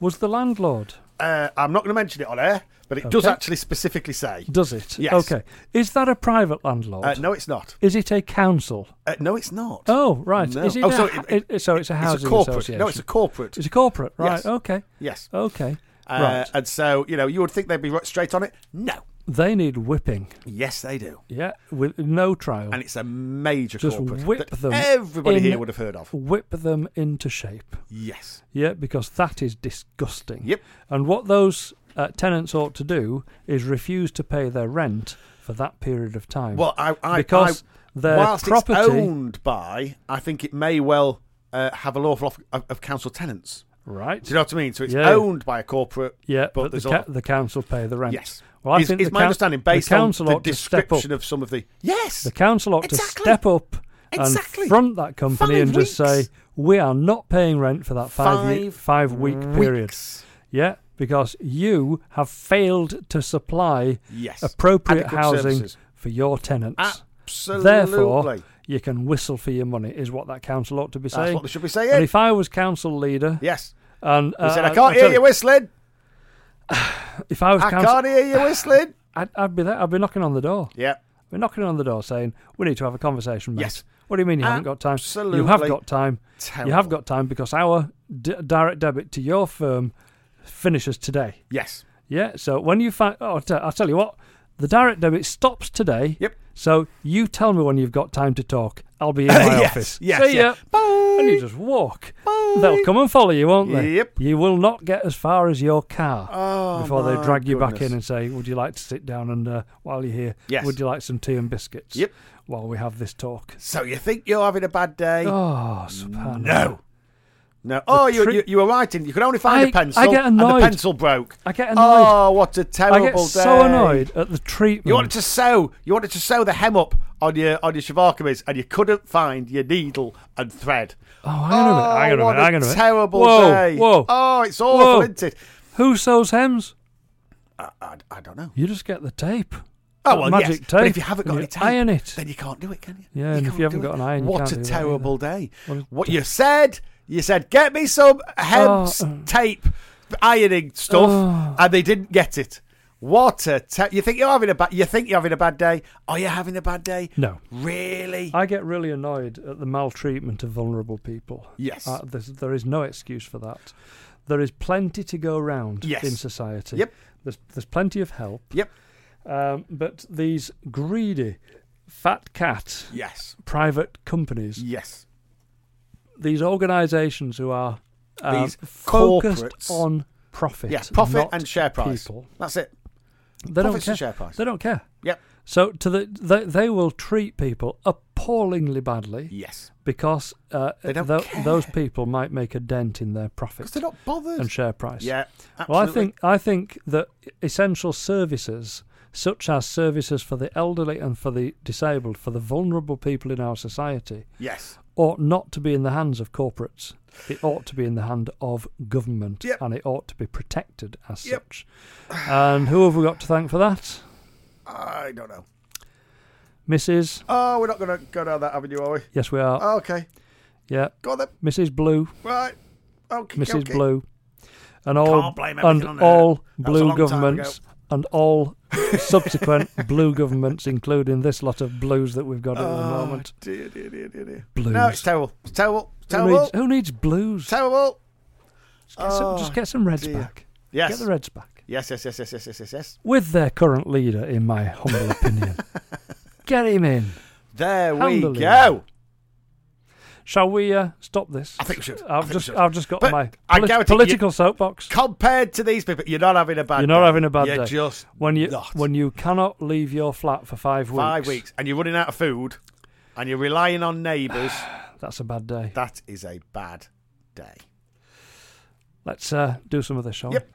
B: was the landlord?
C: Uh, I'm not going to mention it on air, but it does
B: Okay.
C: actually specifically say.
B: Does it?
C: Yes.
B: Okay. Is that a private landlord?
C: Uh, no, it's not.
B: Is it a council?
C: Uh, no, it's not.
B: Oh, right.
C: No.
B: Is it
C: Oh,
B: a,
C: so
B: so,
C: it-
B: it, so it's a housing
C: it's a corporate.
B: association.
C: No, it's a corporate.
B: It's a corporate, right?
C: Yes.
B: Okay,
C: Yes.
B: okay,
C: Uh,
B: right.
C: And so, you know, you would think they'd be right straight on it. No.
B: They need whipping.
C: Yes, they do.
B: Yeah, with no trial.
C: And it's a major
B: Just
C: corporate
B: whip
C: that
B: them
C: everybody
B: in-
C: here would have heard of.
B: Whip them into shape.
C: Yes.
B: Yeah, because that is disgusting.
C: Yep.
B: And what those uh, tenants ought to do is refuse to pay their rent for that period of time.
C: Well, I, I
B: because
C: I,
B: their
C: whilst
B: property.
C: it's owned by, I think it may well uh, have an awful lot of, of council tenants.
B: Right.
C: Do you know what I mean? So it's
B: Yeah.
C: owned by a corporate.
B: Yeah,
C: but
B: but,
C: there's
B: the,
C: a
B: ca-
C: lot-
B: the council pay the rent.
C: Yes.
B: Well, I
C: is,
B: think
C: is
B: the
C: my
B: coun-
C: understanding based
B: the council
C: on the
B: ought to step up.
C: description of some of the. Yes.
B: The council ought
C: Exactly.
B: to step up
C: Exactly.
B: and front that company
C: Five
B: and just say
C: weeks.
B: we are not paying rent for that five year,
C: Five
B: five week period.
C: Weeks.
B: Yeah, because you have failed to supply
C: Yes.
B: appropriate
C: Adequate
B: housing
C: services.
B: for your tenants.
C: Absolutely.
B: Therefore, you can whistle for your money, is what that council ought to be
C: that's
B: saying.
C: what they should be
B: and
C: saying.
B: if I was council leader,
C: Yes.
B: and
C: He
B: uh,
C: said, I
B: I'll
C: can't hear
B: tell
C: you whistling.
B: if I was
C: I
B: council,
C: can't hear you
B: <laughs>
C: whistling.
B: I'd, I'd be there. I'd be knocking on the door.
C: Yeah.
B: We're knocking on the door saying, we need to have a conversation, mate.
C: Yes.
B: What do you mean you haven't got time? You have
C: Absolutely
B: got time.
C: Terrible.
B: You have got time because our d- direct debit to your firm finishes today.
C: Yes.
B: Yeah. So when you find, oh, t- I'll tell you what, the direct debit stops today.
C: Yep.
B: So you tell me when you've got time to talk. I'll
C: <laughs>
B: be in my
C: yes.
B: office.
C: Yes.
B: See
C: yeah.
B: ya.
C: Bye.
B: And you just walk.
C: Bye.
B: They'll come and follow you, won't they?
C: Yep.
B: You will not get as far as your car
C: Oh,
B: before they
C: my
B: drag you back
C: goodness.
B: in and say, "Would you like to sit down and uh, while you're here,
C: Yes.
B: would you like some tea and biscuits?"
C: Yep.
B: While we have this talk.
C: So you think you're having a bad day?
B: Oh, subhanallah.
C: No. No. Oh, you,
B: tri-
C: you you were writing. You could only find
B: I-
C: a pencil.
B: I get
C: And
B: annoyed.
C: the pencil broke.
B: I get annoyed.
C: Oh, what a
B: I
C: terrible
B: get
C: day!
B: so annoyed at the treatment.
C: You wanted to sew. You wanted to sew the hem up on your on your shivar kameez, and you couldn't find your needle and thread.
B: oh, hang on a minute. Hang on a
C: what
B: minute. Hang on a minute.
C: terrible
B: whoa,
C: day!
B: Whoa.
C: Oh, it's awful,
B: Whoa.
C: isn't it?
B: Who sews hems?
C: I, I, I don't know.
B: You just get the tape.
C: Oh
B: That
C: well,
B: magic
C: yes.
B: tape.
C: But if you haven't got
B: and
C: any tape,
B: iron it.
C: then you can't do it, can you?
B: Yeah, and if
C: can't
B: you haven't
C: do
B: got an
C: it.
B: iron, you
C: what
B: can't
C: a
B: do that
C: terrible day!
B: What a-
C: What you said? You said, "Get me some hems
B: Oh.
C: tape ironing stuff," and they didn't get it. What a te- you think you're having a bad you think you're having a bad day? Are you having a bad day?
B: No.
C: Really?
B: I get really annoyed at the maltreatment of vulnerable people.
C: Yes.
B: Uh, there's, there is no excuse for that. There is plenty to go round
C: Yes.
B: in society.
C: Yep.
B: There's, there's plenty of help.
C: Yep.
B: Um, but these greedy, fat cat
C: Yes.
B: private companies,
C: Yes.
B: these organisations who are um,
C: These
B: focused
C: corporates.
B: on profit.
C: Yes. Profit
B: not
C: and share price.
B: People.
C: That's it.
B: They don't
C: Profits
B: care.
C: and share price.
B: They don't care.
C: Yep.
B: So to the they, they will treat people appallingly badly.
C: Yes.
B: because uh,
C: They don't
B: tho-
C: care.
B: those people might make a dent in their
C: Because
B: profit
C: they're not bothered.
B: and share price.
C: yeah. Absolutely.
B: Well, I think I think that essential services, such as services for the elderly and for the disabled, for the vulnerable people in our society,
C: yes.
B: ought not to be in the hands of corporates. It ought to be in the hand of government,
C: Yep.
B: and it ought to be protected as
C: Yep.
B: such. And who have we got to thank for that,
C: I don't know.
B: Mrs.
C: Oh, we're not going to go down that avenue, are we?
B: Yes, we are.
C: Oh, Okay.
B: yeah,
C: Go on then.
B: Mrs. Blue.
C: Right. Okay.
B: Mrs.
C: okay.
B: Blue, and all
C: Can't blame everything
B: and
C: on her.
B: all
C: That was a
B: blue
C: long time
B: governments and all subsequent <laughs> blue governments, including this lot of blues that we've got at the
C: Oh,
B: moment.
C: Dear, dear, dear, dear, dear.
B: Blues.
C: No, it's terrible. It's terrible. It's
B: who,
C: terrible.
B: needs, who needs blues?
C: terrible.
B: Just get some, just
C: Oh,
B: get some Reds
C: dear.
B: back. Get
C: Yes.
B: the Reds back
C: Yes, yes, yes, yes, yes, yes, yes, yes.
B: with their current leader, in my humble
C: <laughs>
B: opinion. Get him in.
C: There we
B: Handling.
C: go.
B: Shall we uh, stop this?
C: I think we should. I
B: I've
C: think we
B: just
C: should.
B: I've just got
C: But
B: my
C: I
B: polit-
C: guarantee you-
B: political soapbox.
C: Compared to these people, you're not having a bad
B: You're not
C: day.
B: having a bad
C: You're
B: day.
C: just
B: When you
C: not.
B: when you cannot leave your flat for five weeks,
C: five weeks and you're running out of food and you're relying
B: <sighs>
C: on neighbours,
B: that's a bad day.
C: that is a bad day.
B: Let's uh, do some of this, shall
C: Yep.
B: we?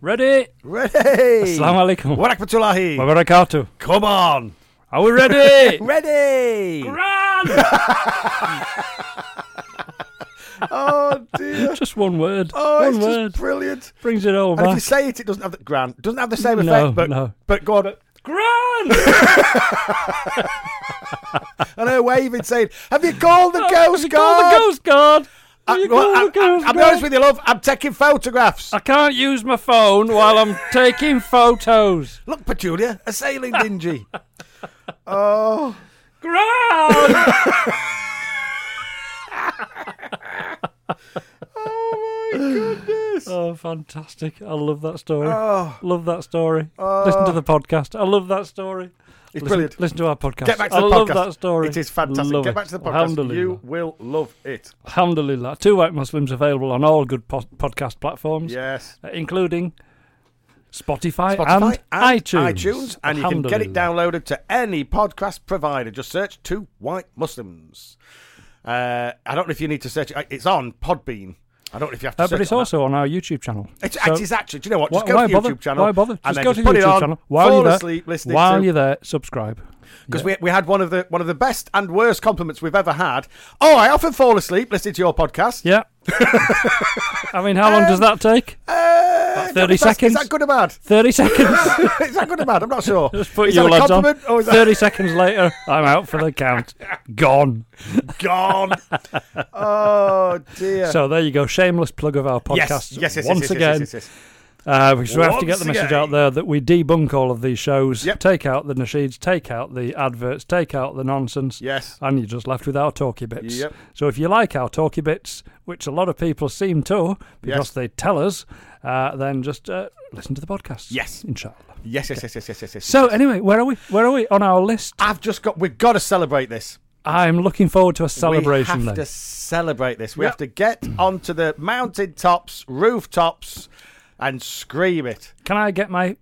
B: Ready?
C: Ready?
B: Assalamu alaikum. Wa
C: Warakmatullahi.
B: barakatuh.
C: Come on.
B: Are we ready?
C: Ready.
B: Run!
C: oh,
B: <laughs> <laughs>
C: dear.
B: Just one word.
C: Oh,
B: One
C: it's
B: word.
C: just brilliant.
B: Brings it all
C: And if you
B: back.
C: say it, it doesn't have the grand doesn't have the same
B: No,
C: effect. But
B: no.
C: but go on, <laughs>
B: Gran!
C: and her waving, saying, "Have you called the
B: <laughs>
C: ghost
B: Oh, you
C: guard?"
B: call the Ghost Guard? Have you
C: I, well,
B: called
C: I,
B: the Ghost
C: I, I'm
B: Guard?
C: honest with you, love. I'm taking
B: <laughs>
C: photographs.
B: I can't use my phone while I'm taking photos.
C: Look, Petunia, a sailing dingy. oh, <laughs>
B: Gran!
C: oh my goodness!
B: oh, fantastic. I love that story.
C: Oh,
B: love that story. Listen to the podcast. I love that story.
C: it's
B: listen,
C: brilliant.
B: Listen to our podcast.
C: Get back to
B: I
C: the
B: love
C: podcast.
B: that story.
C: It is fantastic.
B: Love
C: Get
B: it.
C: back to the podcast.
B: Alhamdulillah.
C: You will love it.
B: Alhamdulillah. Two White Muslims available on all good po- podcast platforms,
C: Yes.
B: uh, including Spotify,
C: Spotify
B: iTunes.
C: iTunes, and you can get it
B: Alhamdulillah.
C: downloaded to any podcast provider. Just search Two White Muslims. Uh, I don't know if you need to search it. It's on Podbean. I don't know if you have to
B: Uh,
C: search
B: but it's
C: on that.
B: also on our YouTube channel.
C: It's,
B: So-
C: it is actually. Do you know what? Just
B: Why-
C: go
B: why
C: to the
B: bother?
C: YouTube channel.
B: Why bother?
C: And
B: Just
C: then
B: go
C: just
B: to the
C: put it
B: YouTube
C: on,
B: channel. While
C: fall
B: you're there,
C: asleep listening
B: while
C: to-
B: you're there, subscribe.
C: Because we, we had one of the one of the best and worst compliments we've ever had. Oh, I often fall asleep listening to your podcast. <laughs>
B: Yeah. I mean, how long does that take?
C: Uh,
B: About 30
C: is that-
B: seconds.
C: Is that good or bad? <laughs>
B: Thirty seconds.
C: is that good or bad? I'm not sure.
B: <laughs> Just put
C: is
B: your
C: that a
B: lads on.
C: compliment or is that
B: Thirty seconds later, I'm out for the count. Gone.
C: <laughs> gone? oh dear.
B: So there you go. Shameless plug of our
C: yes,
B: podcast
C: yes, yes, yes,
B: once
C: yes, yes,
B: again.
C: yes, yes,
B: Uh, because we have to
C: Once
B: get the message
C: again.
B: out there that we debunk all of these shows,
C: Yep.
B: take out the nasheeds, take out the adverts, take out the nonsense,
C: yes.
B: and you're just left with our talky bits.
C: Yep.
B: So if you like our talky bits, which a lot of people seem to because
C: Yes.
B: they tell us, uh, then just uh, listen to the podcast.
C: Yes.
B: inshallah.
C: Yes, yes, yes, yes, yes, yes, yes.
B: So anyway, where are we? Where are we on our list?
C: I've just got. We've got to celebrate this.
B: I'm looking forward to a celebration
C: We have
B: then.
C: to celebrate this. We
B: Yep.
C: have to <clears throat> get onto the mountain tops, rooftops, and scream it.
B: Can I get my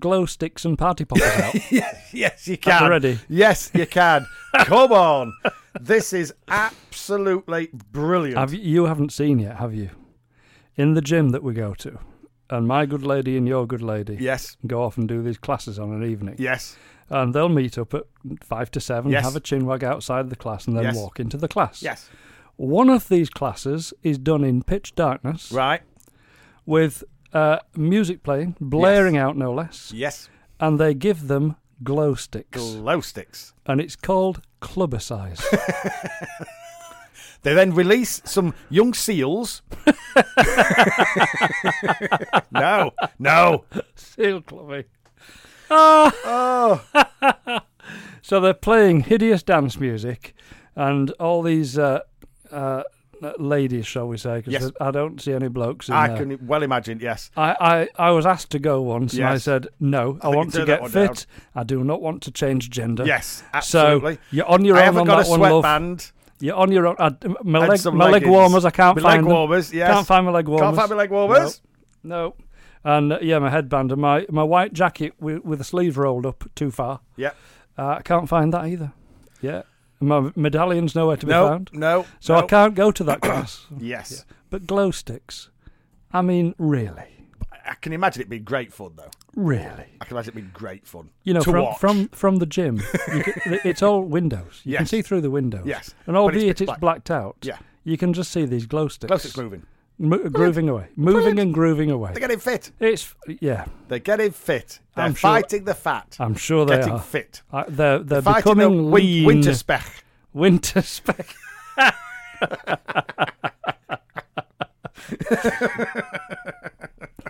B: glow sticks and party poppers out?
C: <laughs> Yes, you can.
B: ready?
C: Yes, you <laughs> can. Come on. <laughs> This is absolutely brilliant.
B: Have you, you haven't seen yet, have you? In the gym that we go to, and my good lady and your good lady
C: yes.
B: go off and do these classes on an evening,
C: Yes.
B: and they'll meet up at five to seven,
C: Yes.
B: have a chinwag outside the class, and then
C: Yes.
B: walk into the class.
C: Yes.
B: One of these classes is done in pitch darkness
C: Right.
B: with uh, music playing, blaring out no less,
C: Yes.
B: and they give them glow sticks,
C: Glow sticks.
B: and it's called clubber size.
C: They then release some young seals. <laughs> no. No.
B: Seal clubby. Ah.
C: Oh.
B: <laughs> So they're playing hideous dance music, and all these uh, uh, ladies, shall we say? Because
C: Yes.
B: I don't see any blokes in
C: I
B: there.
C: can well imagine. Yes.
B: I, I, I was asked to go once, and I
C: Yes.
B: said no. I,
C: think
B: want
C: you
B: to
C: turn that
B: get
C: one
B: fit. I do not want to change gender.
C: Yes.
B: So
C: Absolutely.
B: you're on your
C: I
B: own
C: haven't
B: on
C: got a
B: that one, love.
C: sweatband.
B: You're on your own. I, my
C: And
B: leg,
C: some
B: my leg
C: leggings.
B: warmers. I can't
C: My
B: find
C: leg
B: them.
C: warmers. Yes.
B: Can't find my leg warmers.
C: Can't find my leg warmers.
B: No. And uh, yeah, my headband and my, my white jacket with, with the sleeve rolled up too far.
C: Yep.
B: Uh, I can't find that either. Yeah. My medallion's nowhere to be found.
C: no.
B: So I
C: no.
B: can't go to that class. <coughs>
C: Yes.
B: But glow sticks. I mean, really.
C: I can imagine it being great fun, though.
B: Really.
C: I can imagine it being great fun.
B: You know,
C: to
B: from,
C: watch.
B: from from the gym,
C: <laughs>
B: you can, it's all windows. You can
C: Yes.
B: see through the windows.
C: Yes.
B: And
C: But it's
B: albeit it's,
C: pitch black.
B: blacked out,
C: Yeah.
B: you can just see these glow sticks.
C: Glow sticks moving.
B: Mo- grooving away. Moving and grooving away.
C: They're getting fit.
B: It's, yeah,
C: They're getting fit. They're
B: I'm sure-
C: fighting the fat.
B: I'm sure they
C: getting
B: are.
C: fit.
B: Uh, they're they're
C: Fighting the
B: becoming
C: win-
B: lean.
C: winter spech.
B: <laughs> winter spec.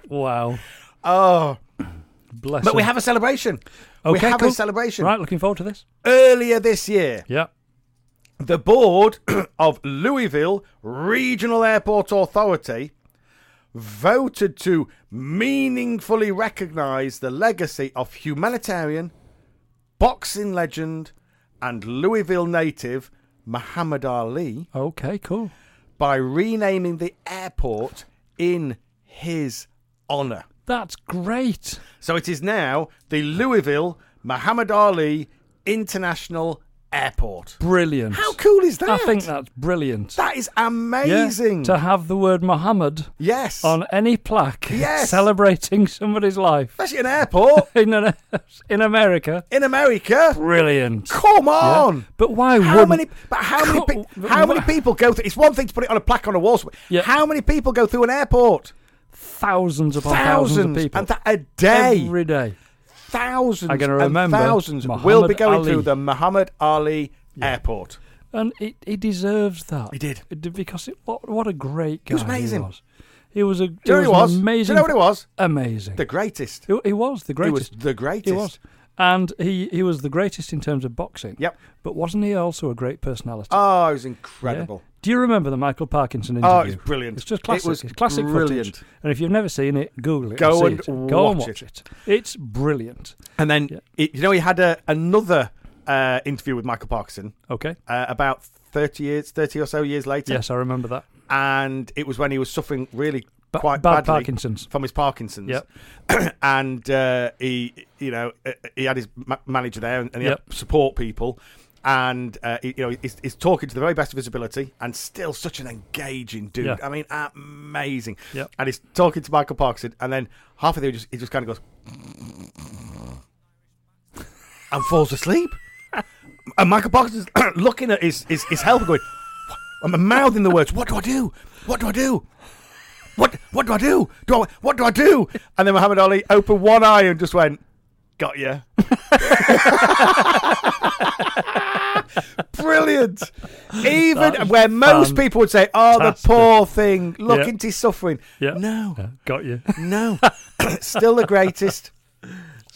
B: wow,
C: Oh,
B: bless.
C: but we
B: her.
C: have a celebration. we
B: Okay,
C: have
B: cool.
C: a celebration.
B: right. Looking forward to this.
C: Earlier this year,
B: Yeah.
C: the board <clears throat> of Louisville Regional Airport Authority voted to meaningfully recognise the legacy of humanitarian, boxing legend, and Louisville native Muhammad Ali
B: Okay. Cool.
C: by renaming the airport in his honour.
B: That's great.
C: So it is now the Louisville Muhammad Ali International Airport.
B: Brilliant.
C: How cool is that?
B: I think that's brilliant.
C: that is
B: Yeah,
C: amazing.
B: to have the word Muhammad
C: yes.
B: on any plaque <laughs>
C: Yes.
B: celebrating somebody's life
C: Especially an airport
B: in an, <laughs> in America.
C: in America.
B: Brilliant.
C: Come on.
B: But why
C: How
B: wouldn't?
C: many? But how many?
B: Co-
C: pe- how many
B: wha-
C: people go through? It's one thing to put it on a plaque on a wall. somewhere.
B: Yeah.
C: How many people go through an airport?
B: thousands upon
C: Thousands,
B: thousands, of people
C: and that a day.
B: every day.
C: thousands
B: I'm gonna
C: and
B: remember
C: thousands
B: Muhammad
C: will be going
B: Ali.
C: through the Muhammad Ali Airport.
B: And he, he deserves that.
C: He did.
B: It because it, what what a great guy
C: was amazing.
B: He was. He was a
C: Do you know
B: he
C: who he
B: was
C: was?
B: an amazing.
C: Do you know what it was?
B: Amazing.
C: The greatest.
B: he, he was the
C: He was
B: greatest.
C: the greatest.
B: He was. And he, he was the greatest in terms of boxing.
C: Yep.
B: But wasn't he also a great personality?
C: Oh, it was
B: Yeah.
C: incredible.
B: Do you remember the Michael Parkinson interview?
C: Oh, it was brilliant.
B: It's just classic.
C: It was
B: it's classic
C: brilliant.
B: footage. And if you've never seen it, Google it.
C: Go
B: see
C: and
B: it. Go and
C: watch
B: watch it. It's brilliant.
C: And then
B: Yeah.
C: it, you know he had a, another uh, interview with Michael Parkinson
B: Okay.
C: uh, about thirty years, thirty or so years later.
B: Yes, I remember that.
C: and it was when he was suffering really
B: Ba-
C: quite
B: bad
C: badly
B: Parkinson's.
C: from his Parkinson's.
B: Yep.
C: <clears throat> and uh, he, you know, uh, he had his ma- manager there, and, and he
B: Yep.
C: had support people. And uh, he, you know he's, he's talking to the very best of his ability, and still such an engaging dude.
B: Yeah.
C: I mean, amazing.
B: Yep.
C: And he's talking to Michael Parkinson, and then half of the just he just kind of goes <laughs> and falls asleep. <laughs> And Michael Parkinson's <clears throat> looking at his his, his helper, going, "What?" I'm mouthing the words. What do I do? What do I do? What what do I do? Do I what do I do? And then Muhammad Ali opened one eye and just went, "Got you." <laughs> Brilliant. Even
B: That's
C: where
B: fan-
C: most people would say, "Oh,
B: fantastic.
C: the poor thing. Look
B: Yeah.
C: into his suffering."
B: Yeah.
C: No,
B: Yeah, Got <laughs> you.
C: <laughs> no. <coughs> Still the greatest.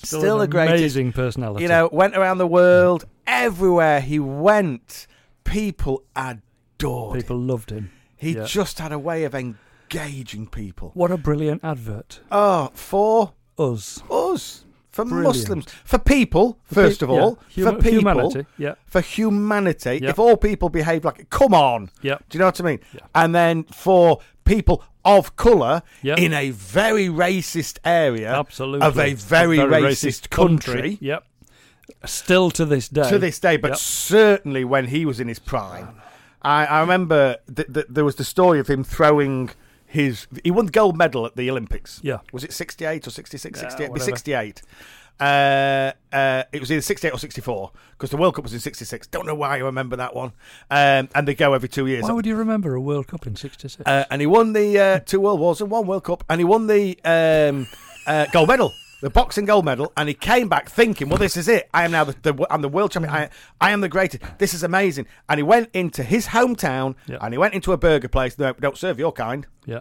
C: Still,
B: an
C: the greatest.
B: Amazing personality.
C: You know, went around the world. Everywhere he went, people adored. him.
B: people loved him.
C: He
B: yeah.
C: just had a way of engaging people.
B: What a brilliant advert.
C: Oh, for
B: Us.
C: us, for
B: Brilliant.
C: Muslims, for people, first of
B: Yeah.
C: all,
B: Huma-
C: for people,
B: humanity. Yeah.
C: for humanity.
B: Yeah.
C: If all people behave like, come on,
B: Yeah.
C: do you know what I mean?
B: Yeah.
C: And then for people of colour
B: Yeah.
C: in a very racist area
B: Absolutely.
C: of a very, racist, country.
B: Yep. Still to this day.
C: to this day, but
B: Yep.
C: certainly when he was in his prime. I, I remember th- th- there was the story of him throwing his. He won the gold medal at the Olympics.
B: Yeah.
C: Was it 68 or 66?
B: Yeah,
C: 68? It'd be
B: whatever.
C: 68. Uh, uh, it was either 68 or 64 because the World Cup was in 66. Don't know why I remember that one. Um, and they go every two years.
B: Why would you remember a World Cup in '66?
C: Uh, and he won the uh, two World Wars and one World Cup, and he won the um, uh, gold medal, the boxing gold medal. And he came back thinking, "Well, this is it. I am now the, the I'm the world champion. I, I am the greatest. This is amazing." And he went into his hometown,
B: Yeah.
C: and he went into a burger place. No, we don't serve your kind.
B: yeah.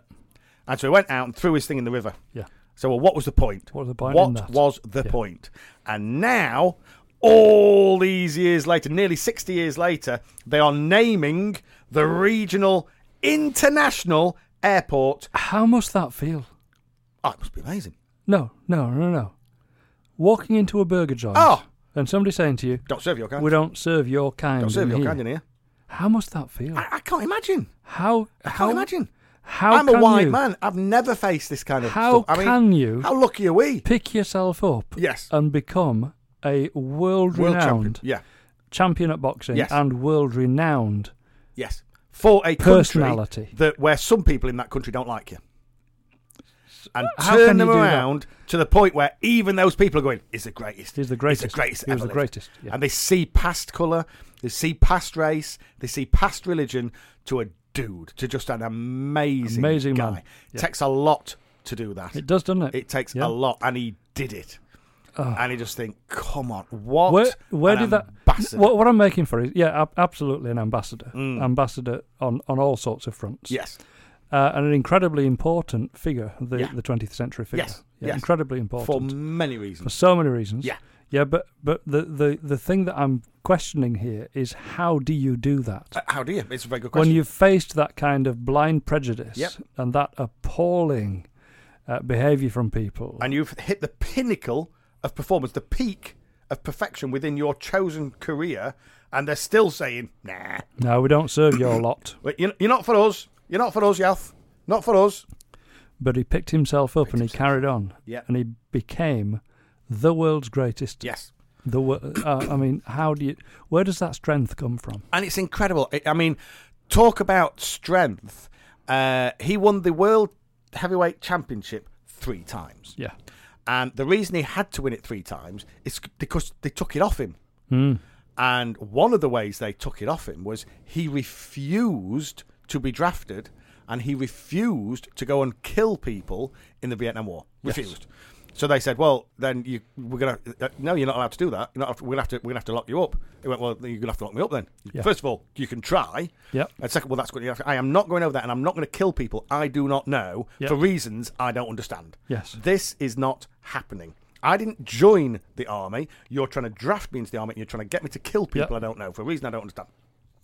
C: And so he went out and threw his thing in the river.
B: Yeah.
C: So, well, what was the point?
B: What was the point
C: What
B: in that?
C: was the
B: Yeah.
C: point? And now, all these years later, nearly 60 years later, they are naming the regional international airport.
B: How must that feel?
C: Oh, it must be amazing.
B: No, no, no, no. Walking into a burger joint
C: Oh.
B: and somebody saying to you,
C: Don't serve your kind.
B: "We don't serve your kind."
C: don't serve
B: in
C: your
B: here.
C: kind in here.
B: How must that feel?
C: I, I can't imagine.
B: How
C: I
B: how
C: can't imagine.
B: how
C: I'm
B: can
C: a white
B: you
C: man. I've never faced this kind of
B: How
C: stuff. I mean,
B: can you?
C: How lucky are we?
B: pick yourself up
C: Yes.
B: and become a
C: World
B: world-renowned
C: champion. Yeah.
B: champion at boxing
C: Yes.
B: and world-renowned?
C: Yes. For a country
B: Personality.
C: that where some people in that country don't like you. And
B: uh, How
C: turn
B: can
C: them
B: you do that?
C: around to the point where even those people are going, "Is the greatest.
B: He's the greatest.
C: He's the greatest.
B: He was
C: ever
B: the
C: lived."
B: greatest, yeah.
C: And they see past colour, they see past race, they see past religion to a dude, to just an amazing,
B: Amazing
C: guy.
B: man. Yeah.
C: Takes a lot to do that.
B: It does, doesn't it?
C: It takes
B: Yeah.
C: a lot, and he did it. And you just think, come on, what?
B: Where where
C: an
B: did that?
C: ambassador." Mm.
B: What, what I'm making for is yeah, ab- absolutely an ambassador, ambassador on on all sorts of fronts.
C: Yes.
B: uh, and an incredibly important figure, the,
C: Yeah.
B: the 20th century figure.
C: Yes,
B: Yeah,
C: yes.
B: incredibly
C: For
B: important for,
C: many reasons.
B: so many reasons.
C: Yeah.
B: yeah, but but the, the the thing that I'm questioning here is how do you do that
C: Uh, How do you? It's a very good question.
B: when you've faced that kind of blind prejudice
C: Yep.
B: and that appalling uh, behaviour from people?
C: and you've hit the pinnacle of performance, the peak of perfection within your chosen career, and they're still saying, "Nah,
B: no, we don't serve
C: <coughs>
B: your lot.
C: Wait, you- you're not for us. You're not for us, Yath. Not for us."
B: But he picked himself up and he carried on.
C: Yeah.
B: and he became the world's greatest.
C: Yes,
B: The wor- uh, I mean, how do you? Where does that strength come from?
C: and it's incredible. I- I mean, talk about strength. Uh, he won the world heavyweight championship three times.
B: Yeah.
C: And the reason he had to win it three times is because they took it off him.
B: Hmm.
C: And one of the ways they took it off him was he refused to be drafted and he refused to go and kill people in the Vietnam War. Refused. So they said, "Well, then you we're gonna uh, no, you're not allowed to do that. You're not, we're gonna have to we're gonna have to lock you up." He went, "Well, then you're gonna have to lock me up then.
B: Yeah.
C: First of all, you can try.
B: Yep.
C: And second, well, that's what you have to. I am not going over that, and I'm not going to kill people I do not know
B: Yep.
C: for reasons I don't understand.
B: Yes.
C: This is not happening. I didn't join the army. You're trying to draft me into the army and you're trying to get me to kill people I don't know for a reason I don't understand.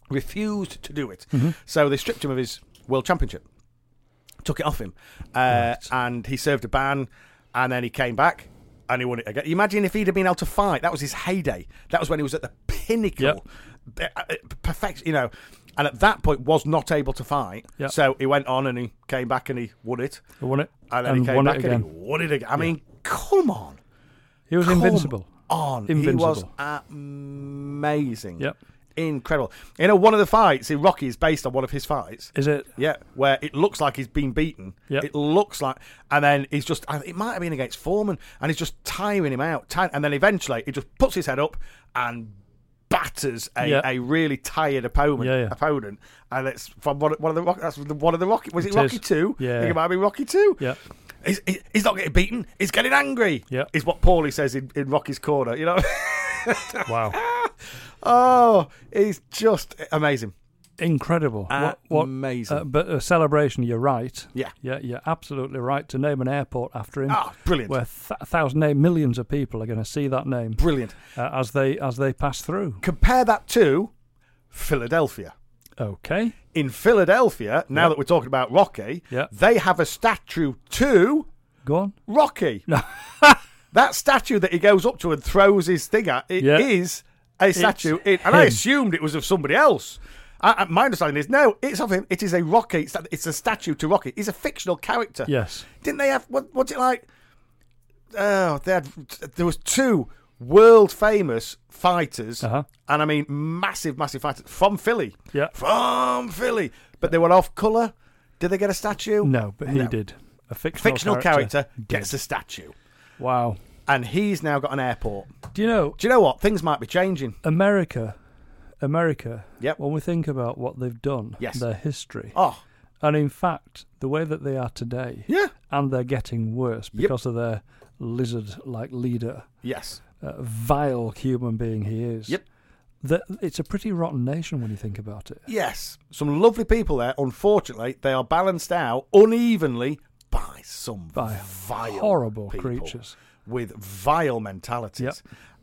C: Refused to do it. So they stripped him of his world championship, took it off him, uh, and he served a ban. And then he came back and he won it again. Imagine if he'd have been able to fight. That was his heyday. That was when he was at the pinnacle, Be- uh, uh, perfection. You know, and at that point was not able to fight.
B: Yep.
C: So he went on and he came back and he won it.
B: He won it
C: And then
B: and
C: he came
B: won it
C: back and he
B: again.
C: won it again. I mean, come on.
B: He was
C: Come
B: invincible.
C: On. He
B: Invincible.
C: was amazing.
B: Yep.
C: Incredible. You know, one of the fights in Rocky is based on one of his fights.
B: Is
C: <laughs>
B: it?
C: Yeah, where it looks like he's been beaten.
B: Yep.
C: It looks like, and then he's just, I- it might have been against Foreman, and he's just tiring him out. ti- and then eventually he just puts his head up and batters a,
B: Yep.
C: a really tired opponent.
B: Yeah, yeah.
C: opponent. And it's from one, of- one of the Rock, that's the- one of the Rocky, was
B: It
C: it, Rocky
B: is.
C: 2? I
B: Yeah.
C: think it might be Rocky 2.
B: Yep.
C: He's, he- he's not getting beaten, he's getting angry.
B: Yep.
C: Is what Paulie says in, in Rocky's Corner, you know? <laughs>
B: Wow.
C: oh, he's just amazing.
B: Incredible. What, what,
C: amazing.
B: uh, but a celebration, you're right.
C: Yeah.
B: Yeah, you're absolutely right to name an airport after him.
C: Ah, brilliant.
B: Where th- thousand, name, millions of people are going to see that name
C: Brilliant.
B: uh, as they as they pass through.
C: Compare that to Philadelphia.
B: Okay.
C: in Philadelphia, now that we're talking about Rocky,
B: Yeah.
C: they have a statue to
B: Go
C: <laughs>
B: on.
C: Rocky.
B: <laughs>
C: that statue that he goes up to and throws his thing at, it is
B: Yeah.
C: a statue. in- and I
B: him.
C: assumed it was of somebody else. I, I- my understanding is no, it's of him. It is a Rocky. It's, it's a statue to Rocky. He's a fictional character.
B: Yes.
C: Didn't they have what? What's it like? Oh, they had, there was two world famous fighters,
B: Uh-huh.
C: and I mean massive, massive fighters from Philly.
B: Yeah.
C: from Philly, but they were off color. Did they get a statue?
B: No, but he
C: No.
B: did. A fictional,
C: Fictional character, gets a statue,
B: Wow.
C: and he's now got an airport.
B: Do you know
C: Do you know what? Things might be changing.
B: America? America.
C: Yep.
B: When we think about what they've done,
C: Yes.
B: their history,
C: Oh,
B: and in fact, the way that they are today,
C: yeah,
B: and they're getting worse because of their lizard-like leader,
C: yes,
B: uh, vile human being he is.
C: Yep.
B: That it's a pretty rotten nation when you think about it.
C: yes. Some lovely people there. Unfortunately, they are balanced out unevenly by some
B: By
C: vile,
B: horrible
C: people.
B: creatures.
C: with vile mentalities.
B: Yep.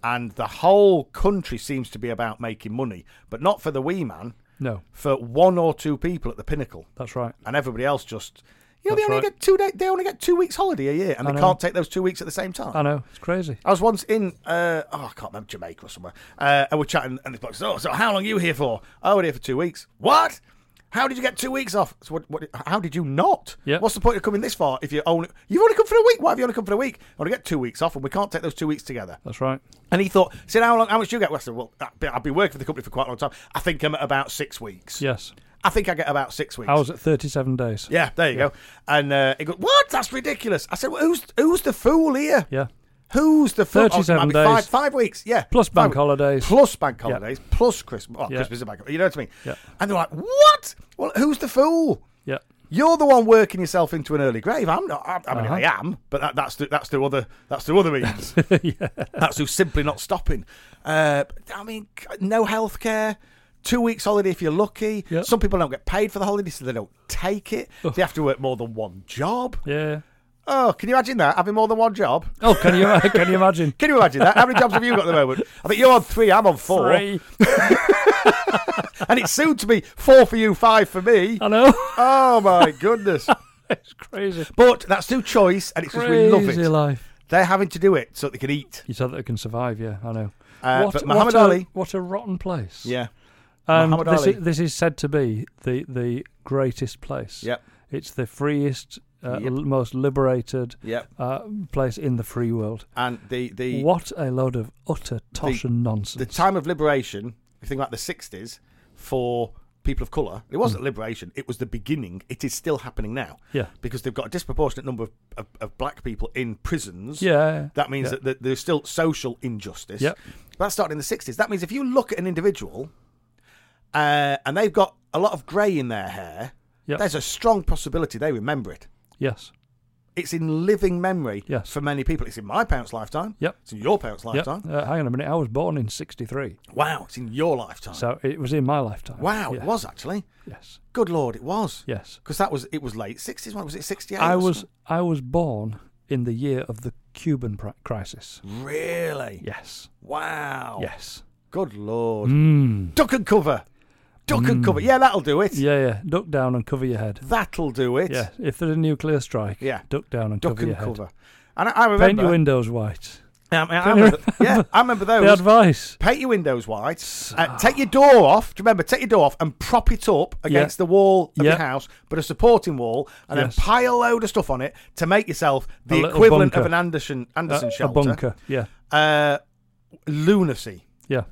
C: And the whole country seems to be about making money, but not for the wee man,
B: No,
C: for one or two people at the pinnacle.
B: that's right.
C: And everybody else just you know, they
B: That's
C: only
B: right.
C: get two day, they only get two weeks holiday a year and
B: I
C: they
B: know.
C: can't take those two weeks at the same time.
B: I know it's crazy.
C: I was once in, uh, oh, I can't remember, Jamaica or somewhere, uh, and we're chatting, and this bloke says, oh, so how long are you here for? Oh, we're here for two weeks. What? How did you get two weeks off? So what, what, how did you not?
B: Yeah.
C: What's the point of coming this far if you only, you've only come for a week? Why have you only come for a week? I want to get two weeks off, and we can't take those two weeks together.
B: That's right.
C: And he thought, said, how long, how much do you get? Well, I said, well, I've been- I've been working for the company for quite a long time. I think I'm at about six weeks.
B: Yes.
C: I think I get about six weeks.
B: I was at 37 days.
C: yeah, there you go. And uh, he goes, what? That's ridiculous. I said, well, who's, who's the fool here?
B: Yeah.
C: Who's the fool?
B: 37
C: might be Five,
B: days.
C: five weeks, yeah.
B: Plus
C: Five
B: bank
C: weeks.
B: holidays.
C: Plus bank holidays. Plus Christmas. Oh,
B: Yeah.
C: Christmas is a bank holiday. You know what I mean?
B: Yeah.
C: And they're like, what? Well, who's the fool?
B: Yeah.
C: You're the one working yourself into an early grave. I'm not. I, I mean,
B: Uh-huh.
C: I am, but that, that's the, that's the other that's the
B: <laughs>
C: other means. That's who's simply not stopping. Uh, I mean, c- no healthcare, two weeks holiday if you're lucky.
B: Yep.
C: Some people don't get paid for the holiday, so they don't take it. They have to work more than one job.
B: Yeah.
C: Oh, can you imagine that? Having more than one job.
B: Oh, can you <laughs> can you imagine?
C: Can you imagine that? How many jobs have you got at the moment? I think you're on three, I'm on four.
B: Three.
C: And it's soon to be four for you, five for me.
B: I know. <laughs>
C: Oh my goodness.
B: it's crazy.
C: But that's still choice and it's just we
B: Crazy
C: love it.
B: life.
C: They're having to do it so that they can eat.
B: You said that it can survive. Yeah, I know.
C: Uh, but Muhammad
B: what a,
C: Ali-
B: What a rotten place.
C: Yeah.
B: And
C: Muhammad
B: Um, this,
C: Ali.
B: Is, this is said to be the the greatest place.
C: Yep.
B: It's the freest, uh,
C: Yep.
B: l- most liberated
C: Yep.
B: uh, place in the free world.
C: And the the,
B: What a load of utter tosh and
C: the
B: nonsense.
C: time of liberation, if you think about the sixties, for people of colour, it wasn't liberation, it was the beginning. It is still happening now.
B: Hmm. Yeah.
C: Because they've got a disproportionate number of, of, of black people in prisons.
B: yeah.
C: That means
B: Yeah.
C: that- that there's still social injustice.
B: Yep.
C: That started in the 60s. That means if you look at an individual uh, and they've got a lot of grey in their hair,
B: Yep.
C: there's a strong possibility they remember it.
B: Yes.
C: It's in living memory
B: Yes.
C: for many people. It's in my parents' lifetime.
B: Yep.
C: It's in your parents'
B: Yep.
C: lifetime.
B: Uh, hang on a minute. I was born in '63,
C: Wow. It's in your lifetime.
B: so it was in my lifetime.
C: wow,
B: Yeah.
C: it was actually.
B: Yes.
C: Good Lord, it was.
B: Yes.
C: Because that was, it was late 60s. What was it, 68?
B: I
C: or
B: was
C: something?
B: I was born in the year of the Cuban pri crisis.
C: Really?
B: Yes.
C: Wow.
B: Yes.
C: Good
B: Mm.
C: lord. Duck and cover. Duck and cover. Yeah, that'll do it.
B: Yeah, yeah. Duck down and cover your head.
C: That'll do it.
B: Yeah. If there's a nuclear strike,
C: Yeah.
B: duck down and
C: Duck
B: cover
C: and
B: your head.
C: cover. And I, I remember.
B: Paint your windows white.
C: I mean, I
B: Can you
C: remember
B: <laughs>
C: yeah, I remember those.
B: The advice.
C: Paint your windows white.
B: Ah.
C: Uh, take your door off. Do you remember? Take your door off and prop it up against the wall of
B: Yeah.
C: your house, but a supporting wall, and
B: Yes.
C: then pile a load of stuff on it to make yourself
B: A
C: the
B: little
C: equivalent of
B: bunker.
C: an Anderson
B: A,
C: Anderson
B: a
C: shelter.
B: bunker. Yeah.
C: Uh, lunacy.
B: Yeah.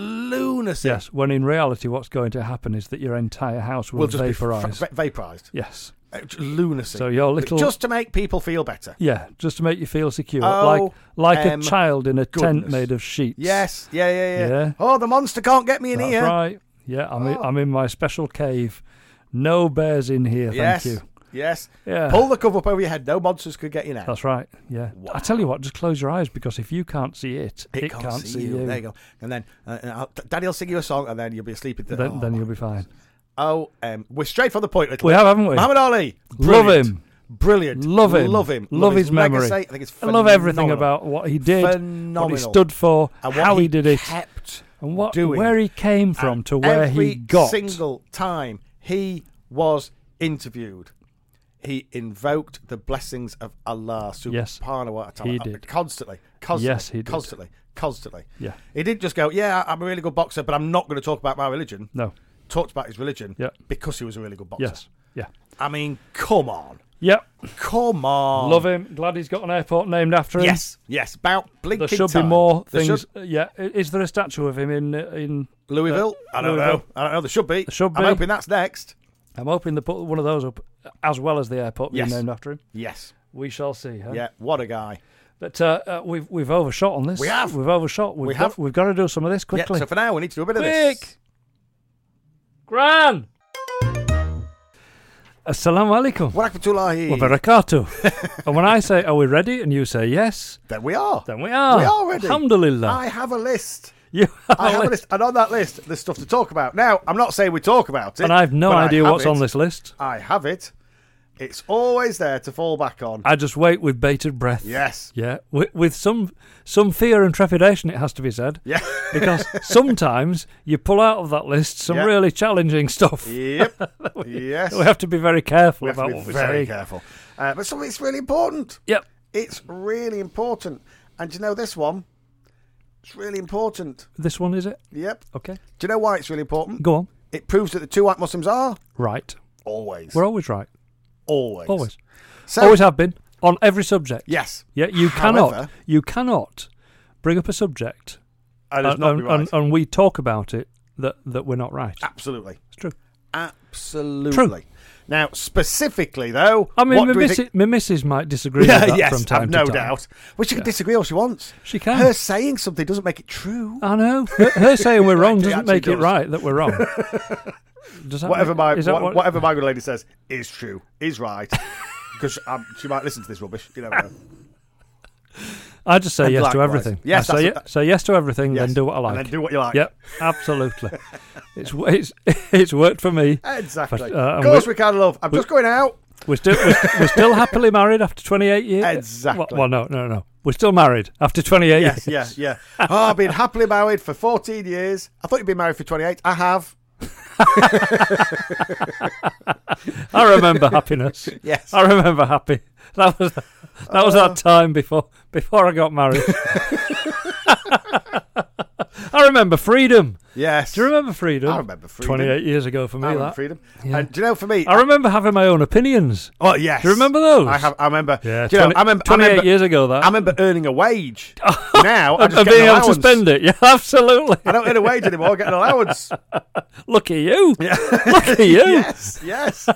C: Lunacy.
B: Yes. When in reality, what's going to happen is that your entire house will
C: We'll just be
B: vaporize.
C: fra- va- vaporized.
B: yes.
C: Uh, j- lunacy.
B: So your little-
C: just to make people feel better.
B: Yeah. Just to make you feel secure,
C: Oh,
B: like like
C: um,
B: a child in a tent
C: goodness.
B: made of sheets.
C: Yes. Yeah, yeah, yeah.
B: Yeah.
C: Oh, the monster can't get me in
B: That's
C: here.
B: right. Yeah. I'm in,
C: Oh.
B: I'm in my special cave. No bears in here.
C: Yes.
B: Thank you.
C: Yes.
B: Yeah.
C: Pull the cover up over your head. No monsters could get you now.
B: That's right. Yeah. I tell you what, just close your eyes because if you can't see it, it, can't, see, you.
C: There you go. And then uh, and I'll, Daddy'll sing you a song, and then you'll be asleep. At the,
B: Then,
C: oh,
B: then
C: my-
B: you'll be fine.
C: Oh, um, we're straight from the point. little
B: We
C: bit.
B: have, haven't we?
C: Muhammad Ali.
B: Love
C: brilliant.
B: him.
C: Brilliant.
B: Love him.
C: Love him.
B: Love his memory.
C: legacy. I think it's
B: I love everything
C: phenomenal.
B: about what he did, what he
C: Phenomenal.
B: stood for,
C: and what
B: how he,
C: he
B: did it,
C: Kept
B: and what
C: doing.
B: where he came from to where
C: every
B: he got.
C: single time he was interviewed, he invoked the blessings of Allah
B: Yes.
C: subhanahu wa ta'ala. Uh,
B: He did.
C: Constantly. Constantly.
B: Yes, he did.
C: Constantly. Constantly.
B: Yeah.
C: He didn't just go, Yeah, I'm a really good boxer, but I'm not going to talk about my religion.
B: No.
C: Talked about his religion
B: Yeah.
C: because he was a really good boxer.
B: Yes. Yeah.
C: I mean, come on.
B: Yep.
C: Come on.
B: Love him. Glad he's got an airport named after him.
C: Oh. Yes, yes. About blinking
B: There should
C: time.
B: be more
C: There
B: things.
C: should-
B: Uh, Yeah. I- Is there a statue of him in uh, in?
C: Louisville? I don't know.
B: Louisville.
C: I don't know. There should be.
B: There should
C: I'm
B: be.
C: hoping that's next.
B: I'm hoping they put one of those up uh, as well as the airport being
C: Yes.
B: named after him.
C: Yes.
B: We shall see. Huh?
C: Yeah, what a guy.
B: But uh, uh, we've we've overshot on this.
C: We have.
B: We've overshot. We've
C: We
B: got,
C: have.
B: We've got to do some of this
C: Yeah,
B: quickly.
C: so for now, we need to do a bit of this.
B: Quick. Gran. Assalamu alaikum.
C: Wa rahmatullahi.
B: Wa barakatuh. and when I say, are we ready? And you say, yes,
C: Then we are.
B: then we are.
C: We are ready.
B: Alhamdulillah. Oh,
C: I have a list.
B: you
C: I have a
B: it.
C: list. And on that list, there's stuff to talk about. Now, I'm not saying we talk about it.
B: And I have no
C: but
B: idea
C: have
B: what's
C: it.
B: on this list.
C: I have it. It's always there to fall back on.
B: I just wait with bated breath.
C: yes.
B: Yeah. With, with some some fear and trepidation, it has to be said.
C: Yeah. <laughs>
B: Because sometimes you pull out of that list some
C: Yeah.
B: really challenging stuff. <laughs>
C: yep. yes.
B: We have to be very careful
C: We have
B: about
C: to be
B: what we
C: very
B: say.
C: careful. Uh, but something that's really important.
B: Yep.
C: It's really important. And do you know this one? It's really important.
B: This one is it?
C: Yep.
B: Okay.
C: Do you know why it's really important?
B: Go on.
C: It proves that the two white Muslims are
B: Right.
C: always.
B: We're always right.
C: always.
B: Always.
C: So,
B: always have been on every subject.
C: Yes.
B: Yeah, you cannot
C: However-
B: you cannot bring up a subject uh,
C: And it's
B: and,
C: not
B: and,
C: right. Ah.
B: and, and we talk about it that, that we're not right.
C: Absolutely.
B: It's true.
C: Absolutely.
B: True.
C: Now, specifically though,
B: I mean,
C: what
B: my,
C: do we
B: missus,
C: think?
B: my missus might disagree with that
C: <laughs> yes,
B: from time
C: I've
B: to
C: no
B: time.
C: doubt. Well, she can disagree all she wants.
B: She can. Uh,
C: Her saying something doesn't make it true.
B: I know. Her, her saying
C: <laughs>
B: we're wrong
C: actually
B: doesn't make it
C: does.
B: right that we're wrong.
C: <laughs>
B: Does that
C: whatever
B: make-
C: my
B: is that
C: wha-
B: what-
C: whatever my good lady says is true, is
B: <laughs>
C: right. Because she might listen to this rubbish. You never know.
B: I just say
C: And
B: yes to
C: likewise.
B: everything.
C: Yes,
B: I say,
C: that's-
B: ye- say yes to everything,
C: Yes,
B: then do what I
C: and
B: like.
C: then do what you like.
B: Yep, absolutely. <laughs> it's w- it's it's worked for
C: <laughs>
B: me.
C: Exactly.
B: But, uh,
C: of
B: and
C: course
B: we-
C: we, can love. I'm just
B: <laughs>
C: going out.
B: We're still we're, we're still happily married after 28 years.
C: Exactly.
B: Well, well, no, no, no. We're still married after 28
C: Yes, yeah,
B: years.
C: yeah. Oh, I've been happily married for 14 years. I thought you'd been married for 28. I have.
B: I remember happiness.
C: <laughs> Yes. Uh.
B: I remember happy. That was that was our time before before I got married. <laughs> I remember freedom.
C: Yes.
B: Do you remember freedom?
C: I remember freedom.
B: 28 years ago for me.
C: I remember
B: that.
C: freedom.
B: Yeah.
C: And do you know, for me,
B: I remember having my own opinions.
C: oh yes,
B: Do you remember those?
C: I have. I remember.
B: Yeah,
C: do you know,
B: 20
C: I remember.
B: 28
C: I remember,
B: years ago that.
C: I remember earning a <laughs> wage. now I
B: and
C: just
B: and
C: get an
B: being able to
C: allowance.
B: spend it. <laughs> Yeah, absolutely.
C: I don't earn a wage anymore. I get an allowance.
B: Look at you. Look at you.
C: <laughs> yes, yes.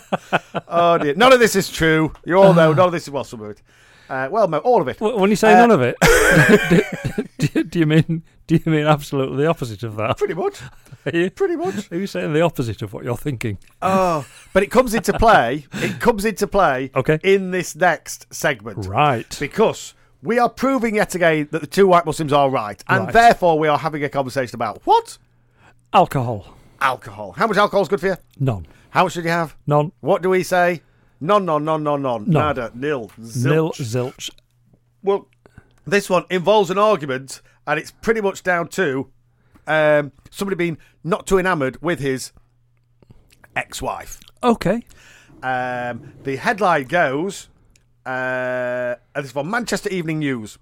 C: Oh dear. None of this is true. You all know. None of this is well, some of it. Uh, well, no, all of it.
B: W- When you say
C: Uh,
B: none of it, <laughs> do, do- do you mean do you mean absolutely the opposite of that?
C: Pretty much.
B: Are you,
C: Pretty much.
B: are you saying the opposite of what you're thinking?
C: Oh, but it comes into play. It comes into play.
B: Okay.
C: In this next segment,
B: Right.
C: because we are proving yet again that the two white Muslims are right, and
B: Right.
C: therefore we are having a conversation about what
B: Alcohol.
C: alcohol. How much alcohol is good for you?
B: None.
C: How much should you have?
B: None.
C: What do we say? None, none, none, none, none. Nada, nil, zilch.
B: Nil. Zilch.
C: Well, This one involves an argument, and it's pretty much down to um, somebody being not too enamoured with his ex-wife.
B: Okay.
C: Um, the headline goes, uh, and this is from Manchester Evening News,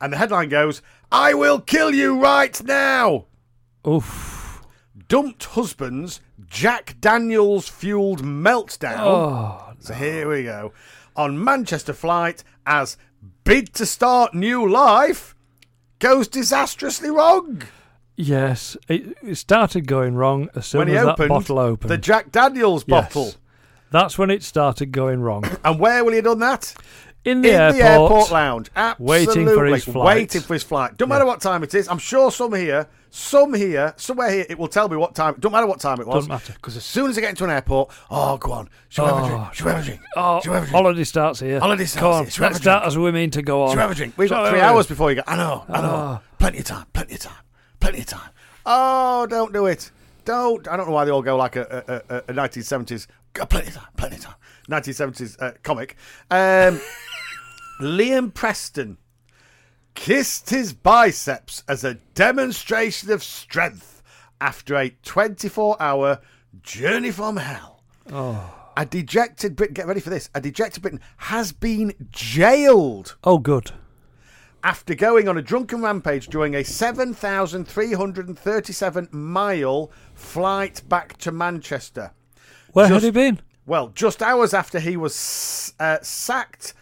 C: and the headline goes, "I will kill you right now."
B: Oof.
C: Dumped husbands, Jack Daniels fueled meltdown.
B: Oh,
C: So here we go. On Manchester flight, as bid to start new life goes disastrously wrong.
B: yes. It, it started going wrong as soon
C: when he
B: as
C: opened,
B: that bottle opened.
C: the Jack Daniels
B: Yes.
C: bottle.
B: That's when it started going
C: <coughs>
B: wrong.
C: And where will he have done that?
B: In the,
C: in
B: airport,
C: the airport lounge. Absolutely.
B: waiting for his flight.
C: Waiting for his flight. Don't matter what time it is. I'm sure some here, some here, somewhere here, it will tell me what time. Don't matter what time it was.
B: Doesn't matter.
C: Because as soon as I get into an airport, oh, go on. Shall we have a drink? Shall we have a drink?
B: Oh,
C: Shall we have a drink?
B: holiday starts here.
C: Holiday
B: Come
C: starts
B: on,
C: here. Shall we have
B: let's
C: a drink?
B: start as women to go on.
C: Shall we have a drink? We've
B: Shall
C: got
B: we
C: three
B: have a
C: hours
B: drink? Ah.
C: before you go. I know, I know. Plenty of time, plenty of time, plenty of time. Oh, don't do it. Don't. I don't know why they all go like a, a, a, a 1970s. Got plenty of time, plenty of time. 1970s uh, comic.
B: <laughs>
C: Um, Liam Preston kissed his biceps as a demonstration of strength after a 24 hour journey from hell.
B: Oh.
C: A dejected Britain, get ready for this. A dejected Britain has been jailed
B: Oh, good.
C: after going on a drunken rampage during a 7,337 mile flight back to Manchester.
B: Where
C: Just-
B: had he been?
C: Well, just hours after he was uh, sacked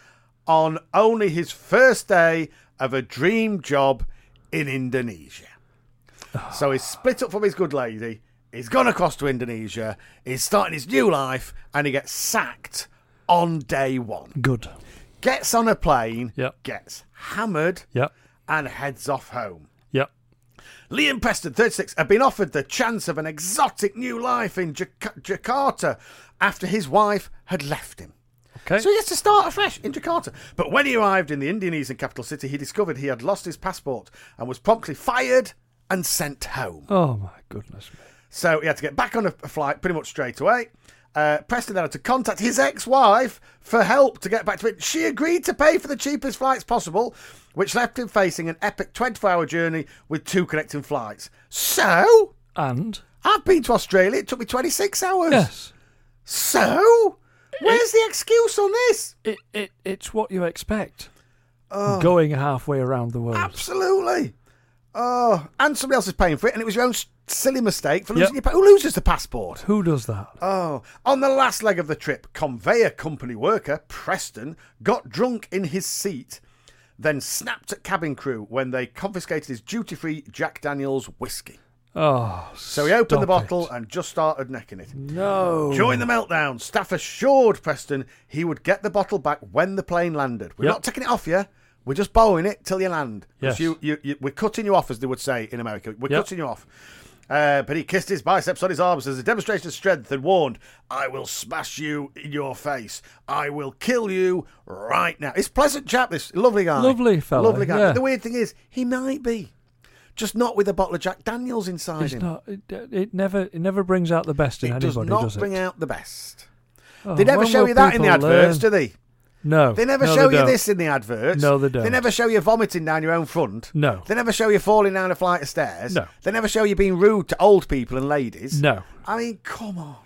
C: on only his first day of a dream job in Indonesia. So he's split up from his good lady, he's gone across to Indonesia, he's starting his new life, and he gets sacked on day one.
B: Good.
C: Gets on a plane,
B: Yep.
C: gets hammered,
B: Yep.
C: and heads off home.
B: Yep.
C: Liam Preston, 36, had been offered the chance of an exotic new life in Jak- Jakarta after his wife had left him.
B: Okay.
C: So he has to start afresh in Jakarta. But when he arrived in the Indonesian capital city, he discovered he had lost his passport and was promptly fired and sent home.
B: oh my goodness me.
C: So he had to get back on a a flight pretty much straight away. Uh, Preston then had to contact his ex-wife for help to get back to it. She agreed to pay for the cheapest flights possible, which left him facing an epic 24-hour journey with two connecting flights. So
B: And
C: I've been to Australia. It took me 26 hours.
B: yes,
C: So where's the excuse on this?
B: it, it it's what you expect.
C: Oh.
B: Going halfway around the world.
C: Absolutely. Oh, and somebody else is paying for it, and it was your own s- silly mistake for losing
B: Yep.
C: your. Pa- who loses the passport?
B: Who does that?
C: Oh, on the last leg of the trip, conveyor company worker Preston got drunk in his seat, then snapped at cabin crew when they confiscated his duty free Jack Daniels whiskey.
B: Oh,
C: So he opened the bottle and just started necking it.
B: No.
C: During the meltdown, staff assured Preston he would get the bottle back when the plane landed. We're
B: Yep.
C: not taking it off you. We're just borrowing it till you land.
B: Yes.
C: 'Cause You, you, you, we're cutting you off, as they would say in America. We're
B: Yep.
C: cutting you off. Uh, but he kissed his biceps on his arms as a demonstration of strength and warned, I will smash you in your face. I will kill you right now. It's pleasant chap, this lovely guy.
B: Lovely fella,
C: Lovely guy.
B: yeah.
C: The weird thing is, he might be. Just not with a bottle of Jack Daniels inside
B: It's
C: him
B: not. It, it never. It never brings out the best in
C: it
B: anybody,
C: does not
B: does it?
C: bring out the best.
B: Oh,
C: they never
B: when
C: show
B: will
C: you that in the
B: people
C: adverts,
B: learn?
C: do they?
B: No.
C: They never
B: no,
C: show you
B: don't.
C: this in the adverts.
B: No, they
C: They
B: don't.
C: never show you vomiting down your own front.
B: No.
C: They never show you falling down a flight of stairs.
B: No.
C: They never show you being rude to old people and ladies.
B: No.
C: I mean, come on.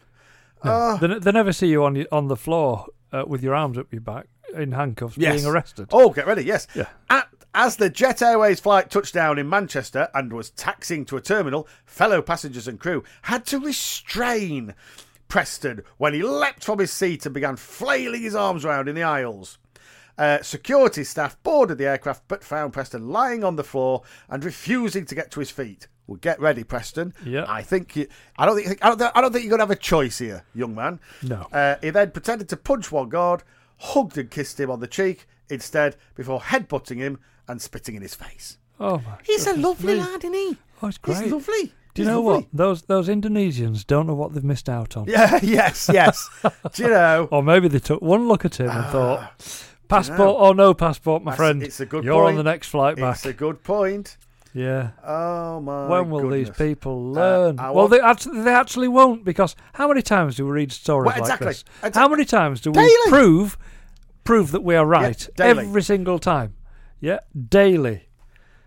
C: Oh.
B: No. They, they never see you on y- on the floor uh, with your arms up your back in handcuffs being arrested.
C: Oh, get ready, yes.
B: Yeah.
C: At, as the Jet Airways flight touched down in Manchester and was taxiing to a terminal, fellow passengers and crew had to restrain Preston when he leapt from his seat and began flailing his arms around in the aisles. Uh, security staff boarded the aircraft but found Preston lying on the floor and refusing to get to his feet. Well, get ready, Preston.
B: Yeah.
C: I think you, I don't think I don't, I don't think you're gonna have a choice here, young man.
B: No.
C: Uh, he then pretended to punch one guard, hugged and kissed him on the cheek instead, before headbutting him and spitting in his face.
B: Oh my.
C: He's a
B: goodness
C: lovely
B: me.
C: lad, isn't he?
B: Oh, it's
C: He's
B: great.
C: lovely.
B: Do you know what? Those those Indonesians don't know what they've missed out on.
C: Yeah. <laughs> Yes. Yes. Do you know?
B: Or maybe they took one look at him and thought, passport or no passport, my
C: Ah, That's-
B: friend.
C: it's a good
B: You're
C: point.
B: on the next flight back.
C: It's a good point.
B: yeah.
C: Oh my.
B: when will
C: goodness. Uh,
B: these people learn?
C: I
B: well,
C: want-
B: they actually, they actually won't because how many times do we read stories
C: Well,
B: like
C: exactly.
B: this?
C: Exact-
B: How many times do we
C: Daily.
B: prove prove that we are right
C: daily.
B: every single time? Yeah, daily.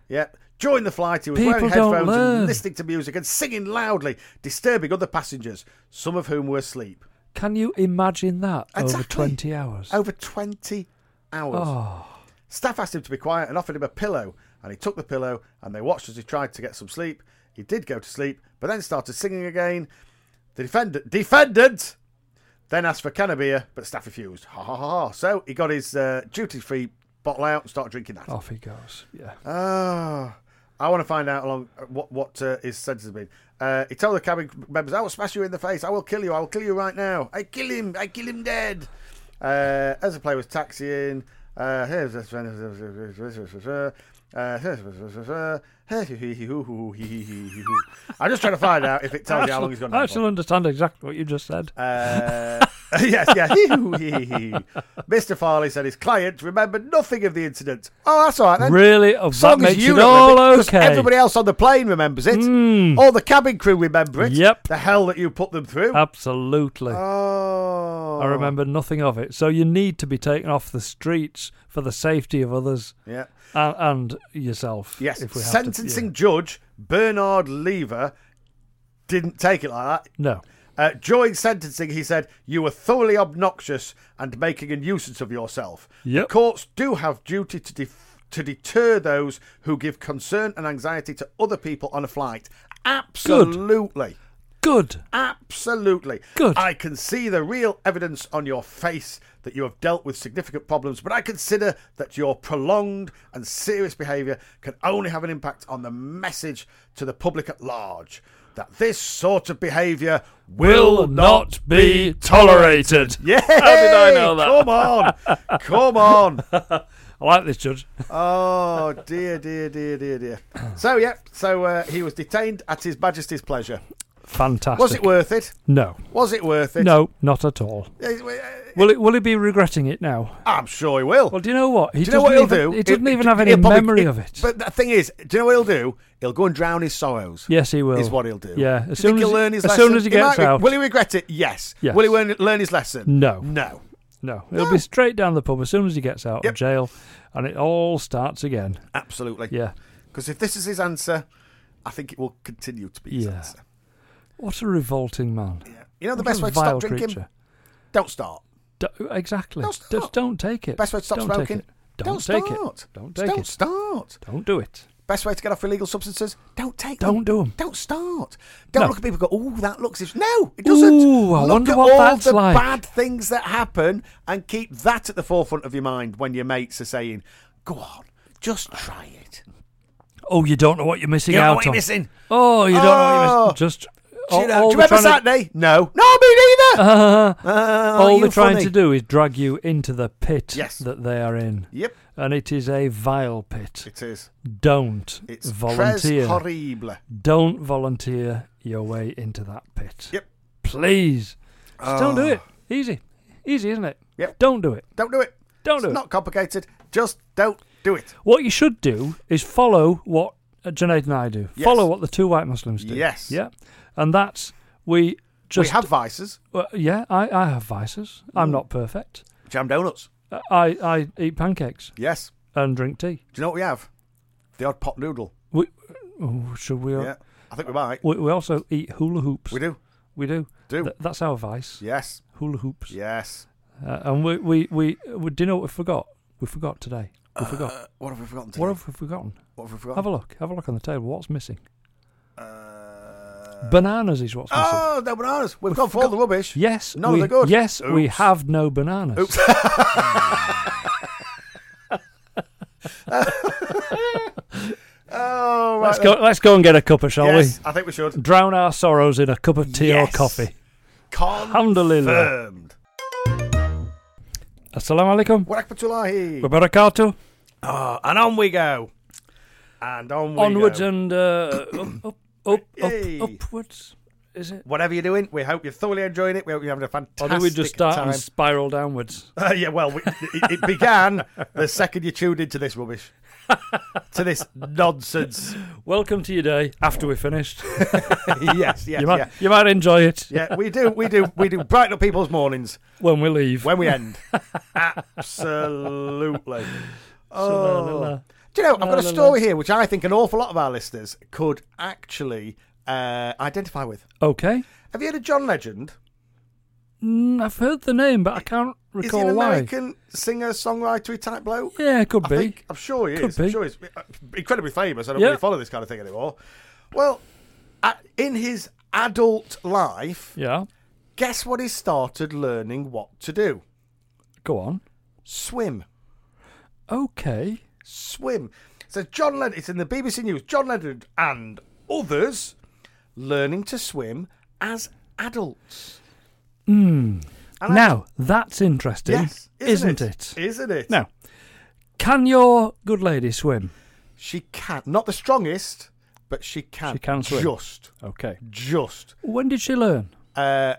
C: Yeah. During the flight, he was
B: People
C: wearing
B: don't
C: headphones
B: learn.
C: and listening to music and singing loudly, disturbing other passengers, some of whom were asleep.
B: Can you imagine that over
C: Exactly. Oh.
B: 20 hours?
C: Over 20
B: Oh,
C: hours. Staff asked him to be quiet and offered him a pillow, and he took the pillow and they watched as he tried to get some sleep. He did go to sleep, but then started singing again. The defendant, defendant, then asked for can of beer, but staff refused. Ha ha ha! ha. So he got his uh, duty free bottle out and started drinking that.
B: Off he goes. Yeah.
C: Ah, I want to find out how long what what uh, his sentence has been. Uh, he told the cabin members, "I will smash you in the face. I will kill you. I will kill you right now. I kill him. I kill him dead." Uh, as the player was taxiing, uh, <laughs> I'm just trying to find out if it tells you how long he's gone.
B: I shall understand exactly what you just said.
C: Uh, <laughs> yes, yeah. Mr. Farley said his client remembered nothing of the incident. Oh, that's all right then.
B: Really? Oh,
C: As long
B: that
C: as
B: makes
C: you
B: it all
C: remember it, 'cause
B: okay. Hmm.
C: everybody else on the plane remembers it. All the cabin crew remember it.
B: Yep.
C: The hell that you put them through.
B: Absolutely.
C: oh.
B: I remember nothing of it. So you need to be taken off the streets for the safety of others
C: Yeah.
B: and, and yourself.
C: Yes.
B: If we have to-
C: Sentencing judge Bernard Lever didn't take it like that.
B: yeah. No.
C: Uh, during sentencing, he said, You were thoroughly obnoxious and making a nuisance of yourself.
B: Yep.
C: The courts do have duty to, def- to deter those who give concern and anxiety to other people on a flight. Absolutely.
B: Good.
C: Absolutely.
B: Good.
C: I can see the real evidence on your face that you have dealt with significant problems, but I consider that your prolonged and serious behaviour can only have an impact on the message to the public at large that this sort of behaviour will,
B: tolerated.
C: Yeah,
B: How did I know that?
C: Come on,
B: <laughs>
C: come on.
B: I like this judge.
C: Oh dear, dear, dear, dear, dear. So yeah, so uh, he was detained at His Majesty's pleasure.
B: Fantastic.
C: Was it worth it?
B: No.
C: Was it worth it?
B: No, not at all.
C: Uh,
B: Will it? Will he be regretting it now?
C: I'm sure he will.
B: Well, do you know what? He
C: do you know what
B: doesn't
C: he'll
B: even,
C: do?
B: He doesn't
C: It-
B: even
C: it-
B: have any
C: he'll probably-
B: memory of it.
C: But the thing is, do you know what he'll do? He'll go and drown his sorrows.
B: yes, he will.
C: Is what he'll do.
B: Yeah.
C: Do you
B: As soon
C: think
B: as,
C: he'll
B: he-
C: learn his
B: as
C: lesson.
B: soon as he gets
C: might re-
B: out.
C: will he regret it? Yes.
B: Yes.
C: Will he learn, learn his lesson?
B: No.
C: No.
B: No, he'll be straight down the pub as soon as he gets out
C: Yep.
B: of jail, and it all starts again.
C: Absolutely.
B: Yeah.
C: Because if this is his answer, I think it will continue to be his
B: Yeah.
C: answer.
B: What a revolting man.
C: Yeah. You know the
B: What
C: best
B: a
C: way to
B: vile
C: stop drinking?
B: creature.
C: Don't start.
B: D- exactly.
C: Don't stop.
B: Just don't take it.
C: Best way to stop
B: Don't take
C: smoking?
B: it. Don't,
C: start.
B: take it. Don't take
C: Don't
B: it.
C: start.
B: Don't do it.
C: Best way to get off illegal substances? Don't take
B: Don't
C: them.
B: do 'em.
C: Don't start. Don't
B: No.
C: look at people and go, oh, that looks. If-. No, it doesn't.
B: Ooh, I
C: look
B: wonder
C: at
B: what
C: all
B: that's
C: the
B: like.
C: bad things that happen and keep that at the forefront of your mind when your mates are saying, go on, just try it.
B: Oh, you don't know what you're missing
C: You know
B: out
C: what you're
B: on.
C: missing.
B: Oh, you don't know what you're
C: Oh.
B: missing. Just.
C: Do
B: all,
C: you, know,
B: all
C: do you
B: they're
C: remember
B: trying to-
C: Saturday? No. No, me neither.
B: <laughs>
C: Oh,
B: all
C: you
B: they're trying to
C: funny.
B: do is drag you into the pit
C: Yes.
B: that they are in.
C: Yep,
B: And it is a vile pit.
C: it is.
B: Don't
C: It's
B: volunteer.
C: tres horrible.
B: Don't volunteer your way into that pit.
C: Yep.
B: Please. Just don't do
C: Oh.
B: it. Easy. Easy, isn't it?
C: Yep.
B: Don't do it.
C: Don't do it.
B: Don't
C: It's
B: do it.
C: not complicated. Just don't do it.
B: What you should do is follow what uh, Junaid and I do.
C: Yes.
B: Follow what the two white Muslims do.
C: Yes.
B: Yeah. And that's we just
C: we have Mm. vices.
B: uh, yeah. I, I have vices. I'm not perfect.
C: Jam donuts.
B: Uh, I I eat pancakes
C: Yes.
B: and drink tea.
C: Do you know what we have? The odd pot noodle.
B: We oh, should we,
C: Yeah. I think we might.
B: we we also eat hula hoops.
C: We do.
B: We do.
C: Do.
B: Th- that's our vice.
C: Yes.
B: Hula hoops.
C: Yes.
B: Uh, and we, we, we, we, do you know what we forgot? We forgot today. We forgot.
C: Uh, what have we forgotten? Today?
B: What have we forgotten?
C: What have we forgotten?
B: Have a look. Have a look on the table. What's missing?
C: uh,
B: Bananas is what's missing.
C: oh, no bananas. We've gone for all the rubbish.
B: Yes,
C: None of
B: we,
C: the good.
B: Yes, we
C: Oops.
B: have no bananas.
C: Oh, right.
B: Let's go. Let's go and get a cup of, shall
C: Yes, I think we
B: we?
C: should.
B: Drown our sorrows in a cup of tea
C: Yes.
B: or coffee. Alhamdulillah.
C: Confirmed.
B: Assalamu alaikum.
C: Wa rahmatullahi.
B: Wa barakatuh.
C: Ah, and on we go. And on we
B: Onwards
C: go.
B: and uh,
C: <coughs>
B: up, up, up, up,
C: Yay.
B: upwards. Is it?
C: Whatever you're doing, we hope you're thoroughly enjoying it. We hope you're having a
B: Or
C: fantastic
B: do Oh, we just start
C: time.
B: and spiral
C: <laughs>
B: downwards?
C: Uh, yeah, well, we, it, it began the second you tuned into this rubbish, to this
B: <laughs>
C: nonsense.
B: Welcome to your day after we
C: <laughs>
B: finished.
C: yes, yes,
B: you, might,
C: yeah.
B: you might enjoy it
C: Yeah, we do, we do, we do brighten up people's mornings
B: when we leave. <laughs>
C: when we end. Absolutely. Oh.
B: So, la, la, la.
C: Do you know, I've
B: No,
C: got a
B: no, no.
C: story here which I think an awful lot of our listeners could actually uh, identify with.
B: Okay.
C: Have you heard of John Legend?
B: Mm, I've heard the name, but I can't
C: Is he an
B: recall why.
C: American singer, songwriter type bloke?
B: Yeah, it could
C: I
B: be.
C: think, I'm sure he
B: Could
C: is. I'm
B: be.
C: sure he's uh, incredibly famous. I don't
B: Yeah.
C: really follow this kind of thing anymore. Well, uh, in his adult life,
B: Yeah.
C: guess what he started learning what to do?
B: Go on.
C: Swim.
B: Okay.
C: swim. So John Leonard, it's in the BBC News. John Leonard and others learning to swim as adults. And I-
B: Now, that's interesting,
C: yes, isn't,
B: it?
C: it? Isn't it?
B: Now, can your good lady swim?
C: she can. Not the strongest, but she can.
B: She can swim.
C: Just,
B: Okay.
C: just.
B: When did she learn?
C: Uh,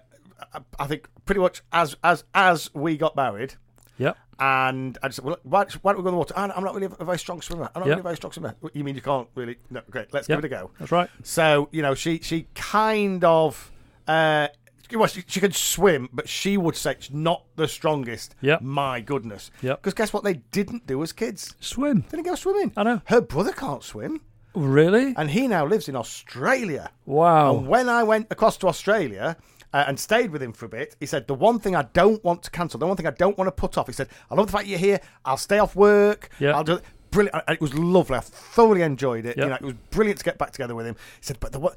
C: I- I think pretty much as as as we got married.
B: Yep.
C: And I just said, well, why, why don't we go in the water? "Ah, I'm not really a very strong swimmer. I'm not
B: Yeah.
C: really a very strong swimmer. You mean you can't really? No, great. Let's
B: yep.
C: give it a go.
B: That's right.
C: So you know, she she kind of uh, well, she, she could swim, but she would say she's not the strongest.
B: Yep.
C: My goodness.
B: Yep.
C: Because guess what they didn't do as kids?
B: Swim.
C: Didn't go swimming.
B: I know.
C: Her brother can't swim,
B: Really?
C: and he now lives in Australia. And
B: Wow.
C: when I went across to Australia. Uh, and stayed with him for a bit. He said, "The one thing I don't want to cancel, the one thing I don't want to put off." He said, "I love the fact you're here. I'll stay off work.
B: Yeah.
C: I'll do it." brilliant. And It was lovely. I thoroughly enjoyed it.
B: Yeah.
C: You know, it was brilliant to get back together with him. He said, "But the what?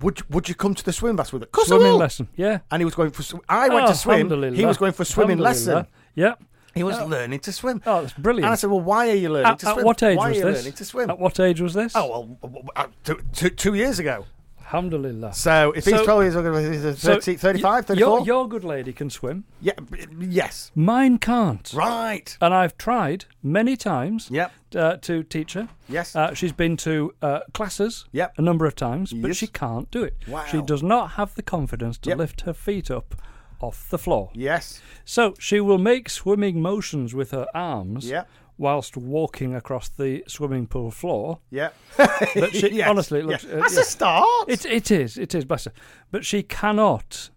C: Would would you come to the swim class with it? Course I
B: Swimming
C: will."
B: lesson. Yeah. Ah,
C: And he was going for. sw- I went to swim. He
B: Alhamdulillah.
C: was going for a swimming lesson.
B: Alhamdulillah. Yep.
C: He was learning to swim.
B: Oh, that's brilliant.
C: And I said, "Well, why are you learning
B: At,
C: to
B: at
C: swim?
B: what age
C: why
B: was
C: are you
B: this?
C: learning to swim?"
B: At what age was this?
C: Oh well, w- w- uh, two, two, two years ago.
B: Alhamdulillah.
C: So if he's
B: So-
C: 12 years old, he's a 30, 35,
B: y-
C: 34?
B: Your, your good lady can swim.
C: yeah, b- yes.
B: Mine can't.
C: Right.
B: And I've tried many times
C: Yep.
B: uh, to teach her.
C: Yes.
B: Uh, she's been to uh, classes
C: Yep.
B: a number of times, but
C: Yes.
B: she can't do it.
C: Wow.
B: She does not have the confidence to
C: Yep.
B: lift her feet up off the floor.
C: yes.
B: So she will make swimming motions with her arms
C: Yep.
B: whilst walking across the swimming pool floor.
C: Yeah.
B: <laughs> But
C: <laughs>
B: she,
C: Yes,
B: honestly, it
C: yes.
B: looks, uh,
C: that's
B: yeah.
C: a start.
B: It, it is, it is, bless her. But she cannot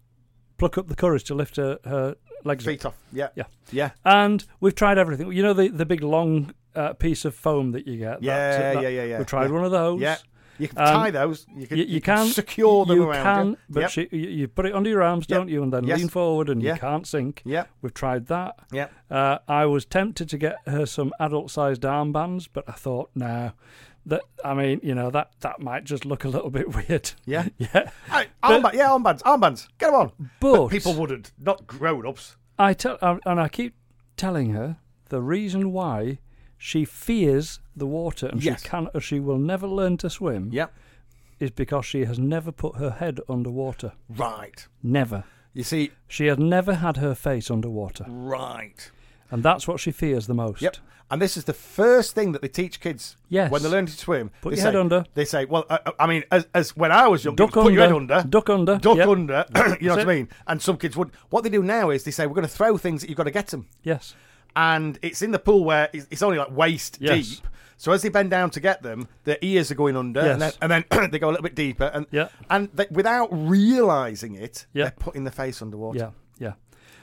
B: pluck up the courage to lift her, her legs up.
C: feet off. Yeah.
B: Yeah.
C: Yeah.
B: And we've tried everything. You know the, the big long uh, piece of foam that you get?
C: Yeah,
B: That- that-
C: yeah, yeah, yeah.
B: We've tried
C: Yeah.
B: one of those.
C: Yeah. You can
B: Um,
C: tie those. You can,
B: You, you can
C: secure them
B: you
C: around
B: can,
C: you.
B: but
C: Yep.
B: she, you, you put it under your arms,
C: Yep.
B: don't you? And then
C: Yes.
B: lean forward and
C: Yeah.
B: you can't sink.
C: Yep.
B: We've tried that.
C: Yep.
B: Uh, I was tempted to get her some adult-sized armbands, but I thought, no, that I mean, you know, that that might just look a little bit <laughs> weird.
C: Yeah.
B: yeah.
C: Hey, armband, yeah, armbands, armbands. Get them on.
B: But-
C: people wouldn't, not grown-ups.
B: I tell um, and I keep telling her the reason why she fears the water and
C: Yes.
B: she can or she will never learn to swim
C: Yep.
B: is because she has never put her head underwater.
C: Right.
B: Never.
C: You see,
B: She has never had her face underwater,
C: right.
B: and that's what she fears the most.
C: Yep. And this is the first thing that they teach kids
B: Yes.
C: when they learn to swim.
B: Put
C: they
B: your
C: say,
B: head under.
C: They say, well, uh, uh, I mean, as, as when I was young,
B: Duck
C: it was put your head
B: under,
C: under.
B: duck under,
C: Duck
B: yep.
C: under. <clears throat> you know
B: That's
C: what I mean? And some kids would. What they do now is they say, we're going to throw things that you've got to get them.
B: Yes.
C: And it's in the pool where it's it's only like waist
B: Yes.
C: deep. So as they bend down to get them, their ears are going under,
B: Yes.
C: and then, and then <clears throat> they go a little bit deeper, and
B: Yeah.
C: and they, without realizing it,
B: Yeah.
C: they're putting their face underwater.
B: Yeah. Yeah.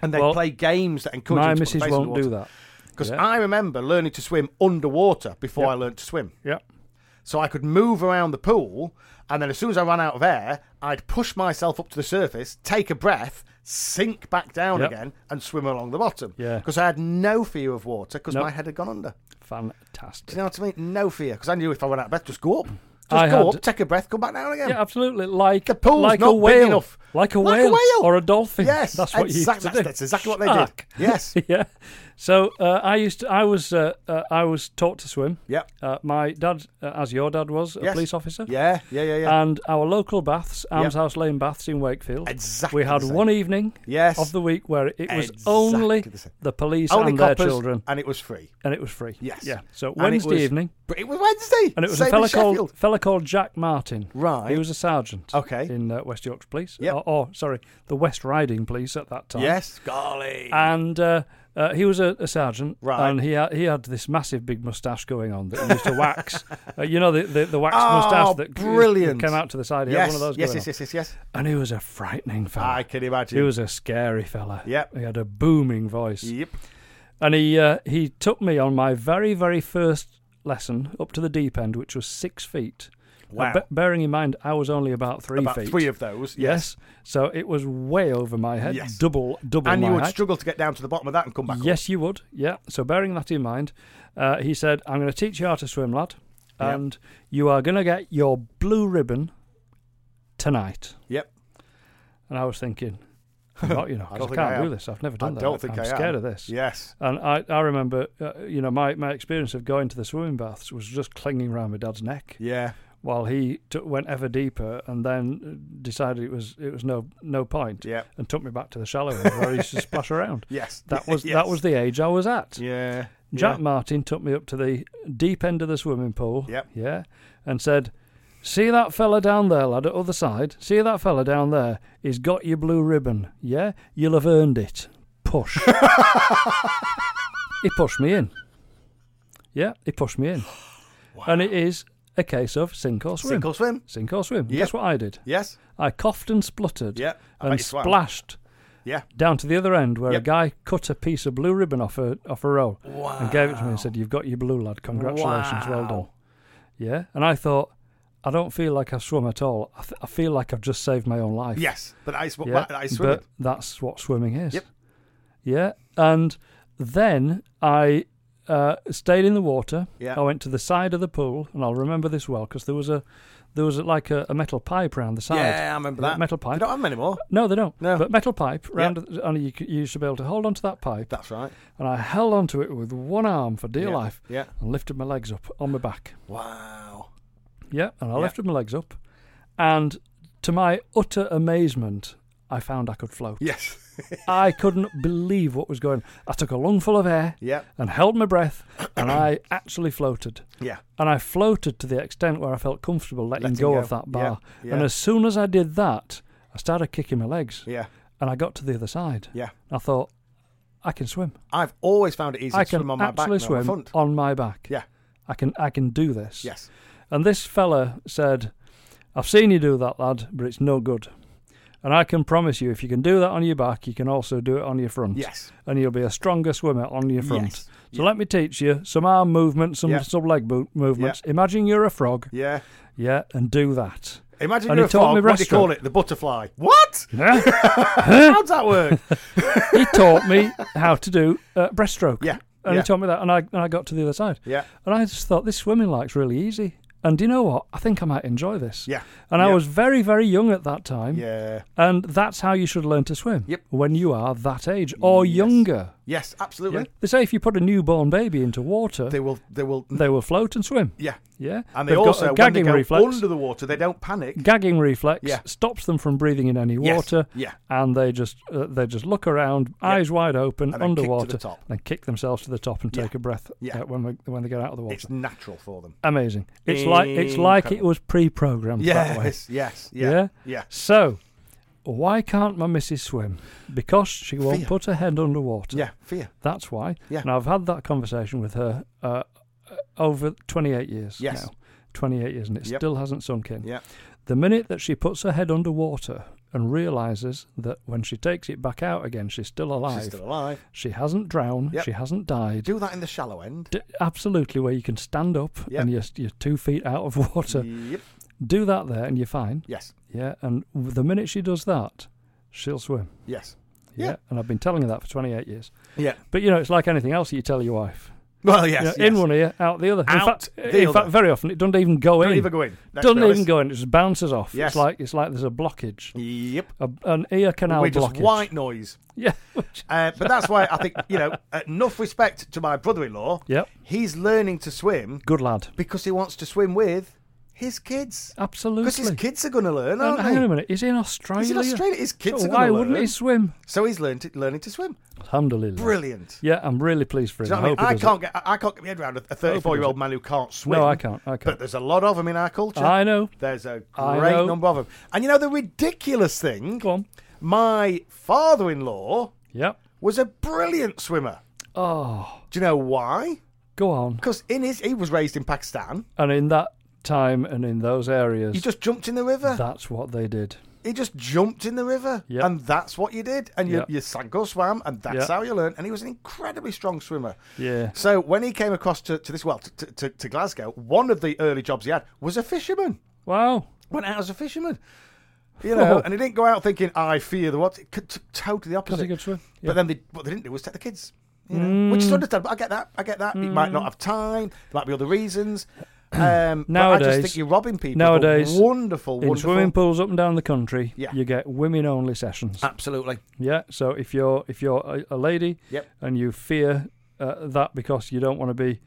C: And they
B: Well,
C: play games that encourage
B: My
C: them to put
B: missus
C: their face
B: won't do that.
C: Because
B: Yeah.
C: I remember learning to swim underwater before
B: Yeah.
C: I learned to swim.
B: Yeah.
C: So I could move around the pool, and then as soon as I ran out of air, I'd push myself up to the surface, take a breath, sink back down
B: Yep.
C: again, and swim along the bottom.
B: Yeah.
C: Because I had no fear of water because
B: Nope.
C: my head had gone under. Do
B: Fantastic.
C: you know what I mean? No fear. Because I knew if I went out of breath, just go up. Just
B: I
C: go
B: had-
C: up, take a breath, come back down again.
B: Yeah, absolutely. Like
C: The pool's
B: like
C: not
B: a
C: big
B: whale,
C: enough.
B: like a
C: Like a
B: whale,
C: whale.
B: or a dolphin.
C: Yes,
B: that's what you used
C: exact-
B: to
C: that's-
B: do.
C: that's exactly what they did.
B: Shark.
C: Yes.
B: <laughs> yeah. So uh, I used to, I was uh, uh, I was taught to swim.
C: Yep.
B: Uh, my dad, uh, as your dad was, a
C: Yes.
B: police officer. Uh,
C: Yeah, yeah, yeah, yeah.
B: And our local baths, Almshouse Lane baths in Wakefield.
C: Exactly
B: We had
C: the same.
B: one evening
C: Yes.
B: of the week where it was
C: Exactly
B: only
C: the same.
B: the police
C: Only
B: and
C: coppers,
B: their children,
C: and it was free.
B: and it was free.
C: Yes.
B: Yeah. So
C: And it
B: Wednesday
C: was-
B: evening,
C: But it was Wednesday,
B: and it was
C: same
B: a fella
C: in Sheffield.
B: called fella called Jack Martin.
C: Right.
B: He was a sergeant.
C: Okay.
B: In uh, West Yorkshire Police.
C: Yep.
B: Or, or, sorry, the West Riding Police at that time.
C: Yes, golly.
B: And uh, uh, he was a, a sergeant.
C: Right.
B: And he had, he had this massive big moustache going on that he used to
C: <laughs>
B: wax. Uh, you know the the, the wax
C: Oh,
B: moustache that c-
C: brilliant.
B: came out to the side. He had
C: yes,
B: one of those.
C: yes,
B: going
C: yes,
B: on.
C: yes, yes, yes.
B: And he was a frightening fella.
C: I can imagine.
B: he was a scary fella.
C: Yep.
B: He had a booming voice.
C: Yep.
B: And he uh, he took me on my very very first lesson up to the deep end, which was six feet. Now,
C: Wow.
B: be- bearing in mind, I was only about three
C: About
B: feet.
C: three of those.
B: yes.
C: Yes.
B: So it was way over my head.
C: Yes.
B: Double double
C: And
B: my
C: you would
B: height.
C: struggle to get down to the bottom of that and come back. up.
B: Yes, you would. Yeah. So bearing that in mind, uh, he said, "I'm going to teach you how to swim, lad,
C: Yep.
B: and you are going to get your blue ribbon tonight."
C: Yep.
B: And I was thinking, I'm not,
C: <laughs>
B: you know, I,
C: don't
B: just
C: think I
B: can't do
C: am.
B: this. I've never
C: I
B: done that.
C: don't think
B: I'm
C: I am.
B: scared of this.
C: Yes.
B: And I, I remember, uh, you know, my, my experience of going to the swimming baths was just clinging around my dad's neck
C: Yeah.
B: while he took, went ever deeper and then uh, decided it was it was no no point
C: Yeah.
B: and took me back to the shallow end where I used to splash
C: <laughs>
B: around.
C: Yes.
B: That was
C: Yes.
B: that was the age I was at.
C: <laughs> Yeah.
B: Jack
C: Yeah.
B: Martin took me up to the deep end of the swimming pool.
C: Yep.
B: Yeah. And said, See that fella down there, lad, at other side? See that fella down there? He's got your blue ribbon. Yeah? You'll have earned it.
C: <laughs>
B: Push. he pushed me in. Yeah, he pushed
C: <gasps>
B: me in. And it is a case of sink or swim.
C: Sink or swim.
B: Sink or swim.
C: Yep.
B: Guess what I did?
C: Yes.
B: I coughed and spluttered
C: Yeah. I bet
B: and
C: you swam.
B: splashed
C: Yeah.
B: down to the other end where
C: Yep.
B: a guy cut a piece of blue ribbon off a off a roll and gave it to me and said, "You've got your blue lad. Congratulations, well done."
C: Wow.
B: Yeah, and I thought, I don't feel like I've swum at all. I, th- I feel like I've just saved my own life.
C: Yes. But I sw-
B: yeah,
C: I swim.
B: but that's what swimming is.
C: Yep.
B: Yeah, and then I uh, stayed in the water.
C: Yeah.
B: I went to the side of the pool, and I'll remember this well because there was a there was like a, a metal pipe round the side.
C: Yeah, I remember
B: Yeah,
C: that.
B: metal
C: I
B: pipe.
C: don't have them anymore.
B: No, they don't.
C: No.
B: But metal pipe round, and you, c- you used to be able to hold onto that pipe,
C: That's right.
B: and I held onto it with one arm for dear
C: Yeah.
B: life,
C: Yeah.
B: and lifted my legs up on my back.
C: Wow.
B: Yeah, and I
C: Yeah.
B: lifted my legs up, and to my utter amazement, I found I could float.
C: Yes. <laughs>
B: I couldn't believe what was going. I took a lungful of air
C: yeah.
B: and held my breath, and
C: <coughs>
B: I actually floated.
C: Yeah.
B: And I floated to the extent where I felt comfortable letting,
C: Letting
B: go,
C: go.
B: of that
C: Yeah,
B: bar.
C: yeah.
B: And as soon as I did that, I started kicking my legs,
C: Yeah.
B: and I got to the other side.
C: Yeah.
B: I thought, I can swim.
C: I've always found it easy
B: I
C: to
B: can
C: swim on my back,
B: actually
C: than on my
B: swim
C: front.
B: on my back.
C: Yeah.
B: I can I can do this.
C: Yes.
B: And this fella said, I've seen you do that, lad, but it's no good. And I can promise you, if you can do that on your back, you can also do it on your front.
C: Yes.
B: And you'll be a stronger swimmer on your front.
C: Yes.
B: So let me teach you some arm movements, some
C: Yeah.
B: sub leg bo- movements. Imagine you're a frog,
C: Yeah.
B: yeah, and do that.
C: Imagine
B: And
C: you're
B: he
C: a
B: taught
C: frog.
B: me
C: What do you
B: restaurant.
C: call it? The butterfly. What?
B: Yeah?
C: How's that work?
B: <laughs> he taught me how to do uh, breaststroke.
C: Yeah,
B: And
C: yeah.
B: he taught me that, and I, and I got to the other side.
C: Yeah.
B: And I just thought, this swimming like's really easy. And do you know what? I think I might enjoy this.
C: Yeah,
B: And I
C: yeah.
B: was very, very young at that time.
C: yeah.
B: And that's how you should learn to swim.
C: Yep.
B: When you are that age or younger.
C: Yes. Absolutely.
B: Yeah? They say if you put a newborn baby into water,
C: They
B: they,
C: will. They will.
B: will float and swim.
C: Yeah.
B: Yeah.
C: And they
B: They've got
C: also
B: a
C: when they
B: gagging
C: go
B: reflex.
C: under the water, they don't panic.
B: gagging reflex
C: Yeah.
B: stops them from breathing in any
C: Yes,
B: water.
C: yeah.
B: And they just uh, they just look around, eyes wide open,
C: And then kick to the
B: underwater,
C: top.
B: and then kick themselves to the top and take a breath
C: yeah.
B: uh, when we, when they get out of the water.
C: It's natural for them.
B: Amazing. It's like it's like it
C: Incredible.
B: was pre-programmed that way.
C: Yes. Yes. Yeah. Yeah.
B: So, why can't my missus swim? Because she won't
C: Fear.
B: put her head underwater.
C: Yeah. Fear.
B: That's why.
C: Yeah.
B: And I've had that conversation with her uh, over 28 years
C: Yes.
B: now. 28 years, and it
C: Yep.
B: still hasn't sunk in.
C: Yeah.
B: The minute that she puts her head underwater and realizes that when she takes it back out again, she's still alive.
C: She's still alive.
B: She hasn't drowned.
C: Yep.
B: She hasn't died.
C: Do that in the shallow end.
B: D- absolutely, where you can stand up
C: Yep.
B: and you're, you're two feet out of water.
C: Yep.
B: Do that there, and you're fine.
C: Yes.
B: Yeah, and w- the minute she does that, she'll swim.
C: Yes.
B: Yeah,
C: Yeah.
B: and I've been telling her that for 28 years.
C: Yeah.
B: But you know, it's like anything else that you tell your wife.
C: Well, yes.
B: You know,
C: yes.
B: In one ear, out the other. in
C: Out
B: fact,
C: the
B: in fact,
C: other.
B: very often it doesn't even go
C: Don't
B: in.
C: even go in. Let's
B: doesn't
C: be
B: even
C: honest.
B: go in. It just bounces off.
C: Yes.
B: It's like it's like there's a blockage,
C: Yep.
B: a, an ear canal
C: We're just
B: blockage.
C: white noise.
B: <laughs> Yeah.
C: Uh, but that's why I think, you know, enough respect to my brother in law.
B: Yep.
C: He's learning to swim
B: Good lad.
C: because he wants to swim with his kids. Because his
B: Absolutely.
C: kids are going to learn,
B: And
C: aren't
B: hang on a
C: they?
B: minute. He's in Australia.
C: He's in Australia. His kids
B: So
C: are
B: why
C: going to learn.
B: wouldn't he swim?
C: So he's learned to, learning to swim.
B: Alhamdulillah.
C: Brilliant.
B: Yeah, I'm really pleased for him.
C: Do you know
B: I, hope
C: what I mean? I
B: he does it.
C: can't get I I can't get my head around a 34 year old man who can't swim.
B: No, I can't. I
C: But
B: can't.
C: there's a lot of them in our culture.
B: I know.
C: There's a
B: I
C: great
B: know.
C: number of them. And you know the ridiculous thing?
B: Go on.
C: My father-in-law
B: Yep.
C: was a brilliant swimmer.
B: Oh,
C: Do you know why?
B: go on.
C: Because in his he was raised in Pakistan.
B: And in that time and in those areas,
C: He just jumped in the river.
B: that's what they did.
C: He just jumped in the river,
B: Yep.
C: and that's what you did. And you,
B: Yep.
C: you sank or swam, and
B: Yep.
C: that's how you learned. And he was an incredibly strong swimmer.
B: Yeah.
C: So when he came across to, to this, well, to, to, to Glasgow, one of the early jobs he had was a fisherman.
B: Wow.
C: Went out as a fisherman. You know,
B: Oh.
C: and he didn't go out thinking, I fear the what. It could t- totally the
B: That's
C: opposite.
B: a good swim. Yeah. Mm.
C: But then they, what they didn't do was take the kids. You know, Which is understandable. I get that. I get that. You might not have time. There might be other reasons. Um, but I just
B: Nowadays-
C: think you're robbing people. of
B: nowadays,
C: wonderful,
B: in
C: wonderful.
B: swimming pools up and down the country,
C: Yeah. Ah.
B: you get women-only sessions.
C: Absolutely.
B: Yeah. So if you're if you're a, a lady
C: Yep.
B: and you fear uh, that because you don't want to be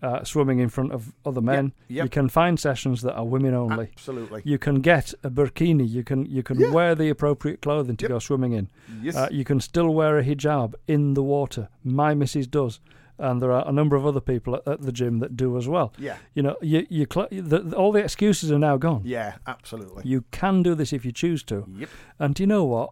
B: uh, swimming in front of other men,
C: Yep.
B: you can find sessions that are women only.
C: Absolutely.
B: You can get a burkini. You can you can
C: Ah. Yeah.
B: wear the appropriate clothing to
C: Yep.
B: go swimming in.
C: Yes.
B: Uh, you can still wear a hijab in the water. My missus does, and there are a number of other people at, at the gym that do as well.
C: Yeah.
B: You know, you you cl- the, the- all the excuses are now gone.
C: yeah. Absolutely.
B: You can do this if you choose to.
C: Yep.
B: And do you know what?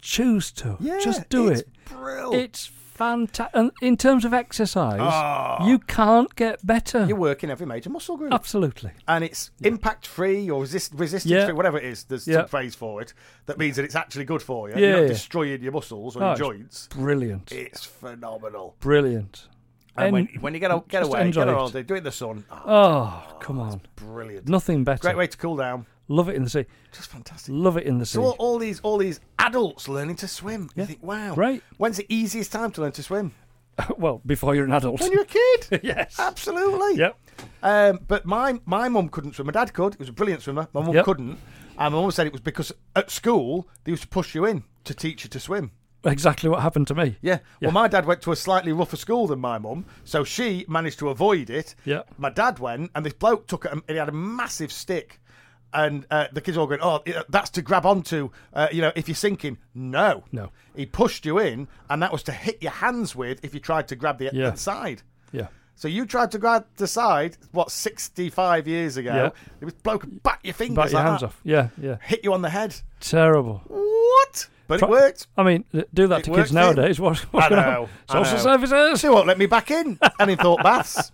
B: Choose to.
C: Yeah,
B: Just do
C: it's
B: it.
C: Brill.
B: It's fantastic. And in terms of exercise,
C: Ah.
B: you can't get better.
C: You're working every major muscle group,
B: Absolutely.
C: and it's impact free or resist, resistance
B: Yeah.
C: free, whatever it is. There's
B: Yeah.
C: some phrase for it that means that it's actually good for you.
B: Yeah,
C: you're not
B: yeah.
C: destroying your muscles or
B: Oh,
C: your
B: it's
C: joints.
B: Brilliant.
C: It's phenomenal.
B: Brilliant.
C: And when,
B: En-
C: when you get out, get
B: just
C: away,
B: enjoy
C: get on
B: it.
C: holiday, do it in the sun. Oh,
B: Oh, come on.
C: brilliant.
B: Nothing better.
C: Great way to cool down.
B: Love it in the sea.
C: Just fantastic.
B: Love it in the sea.
C: So all, all these all these adults learning to swim. You think, wow.
B: Right.
C: When's the easiest time to learn to swim?
B: <laughs> well, before you're an adult.
C: When you're Ah. a kid.
B: <laughs> yes.
C: Absolutely.
B: Yep.
C: Um, but my my mum couldn't swim. My dad could. He was a brilliant swimmer. My mum
B: Yep.
C: couldn't. And my mum said it was because at school they used to push you in to teach you to swim.
B: Exactly what happened to me.
C: Yeah. Well, my dad went to a slightly rougher school than my mum, so she managed to avoid it.
B: Yeah.
C: My dad went, and this bloke took it, and he had a massive stick. And uh, the kids all going, oh, yeah, that's to grab onto, uh, you know, if you're sinking. No.
B: No.
C: He pushed you in, and that was to hit your hands with if you tried to grab the
B: Yeah.
C: the side.
B: Yeah.
C: So you tried to grab the side, what, 65 years ago?
B: Yeah.
C: It was bloke would bat your fingers
B: Back your
C: like
B: hands
C: that,
B: off. Yeah, yeah.
C: hit you on the head.
B: Terrible.
C: What? But
B: Pro-
C: it worked.
B: I mean, th- do that
C: It
B: to
C: works,
B: kids nowadays. <laughs> What's, what's
C: I
B: going
C: know,
B: on?
C: I
B: Social
C: know.
B: services.
C: They won't let me back in. And he
B: <laughs>
C: thought baths.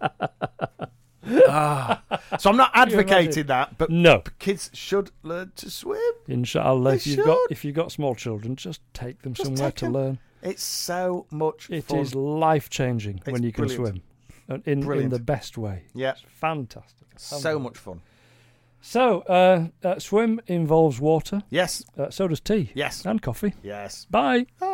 C: Ah. So I'm not
B: you imagine?
C: advocating that, but
B: No.
C: kids should learn to swim.
B: Inshallah,
C: They
B: if you've got
C: should.
B: if you've got small children, just take them
C: Just
B: somewhere
C: take
B: to
C: 'em.
B: learn.
C: It's so much
B: It is
C: fun.
B: life changing when
C: It's
B: you can
C: brilliant.
B: swim, and in, in
C: Brilliant.
B: the best way.
C: Yeah,
B: It's fantastic.
C: so much fun.
B: So, uh, uh, swim involves water.
C: Yes,
B: Uh, so does tea
C: yes,
B: and coffee.
C: yes.
B: Bye.
C: Bye.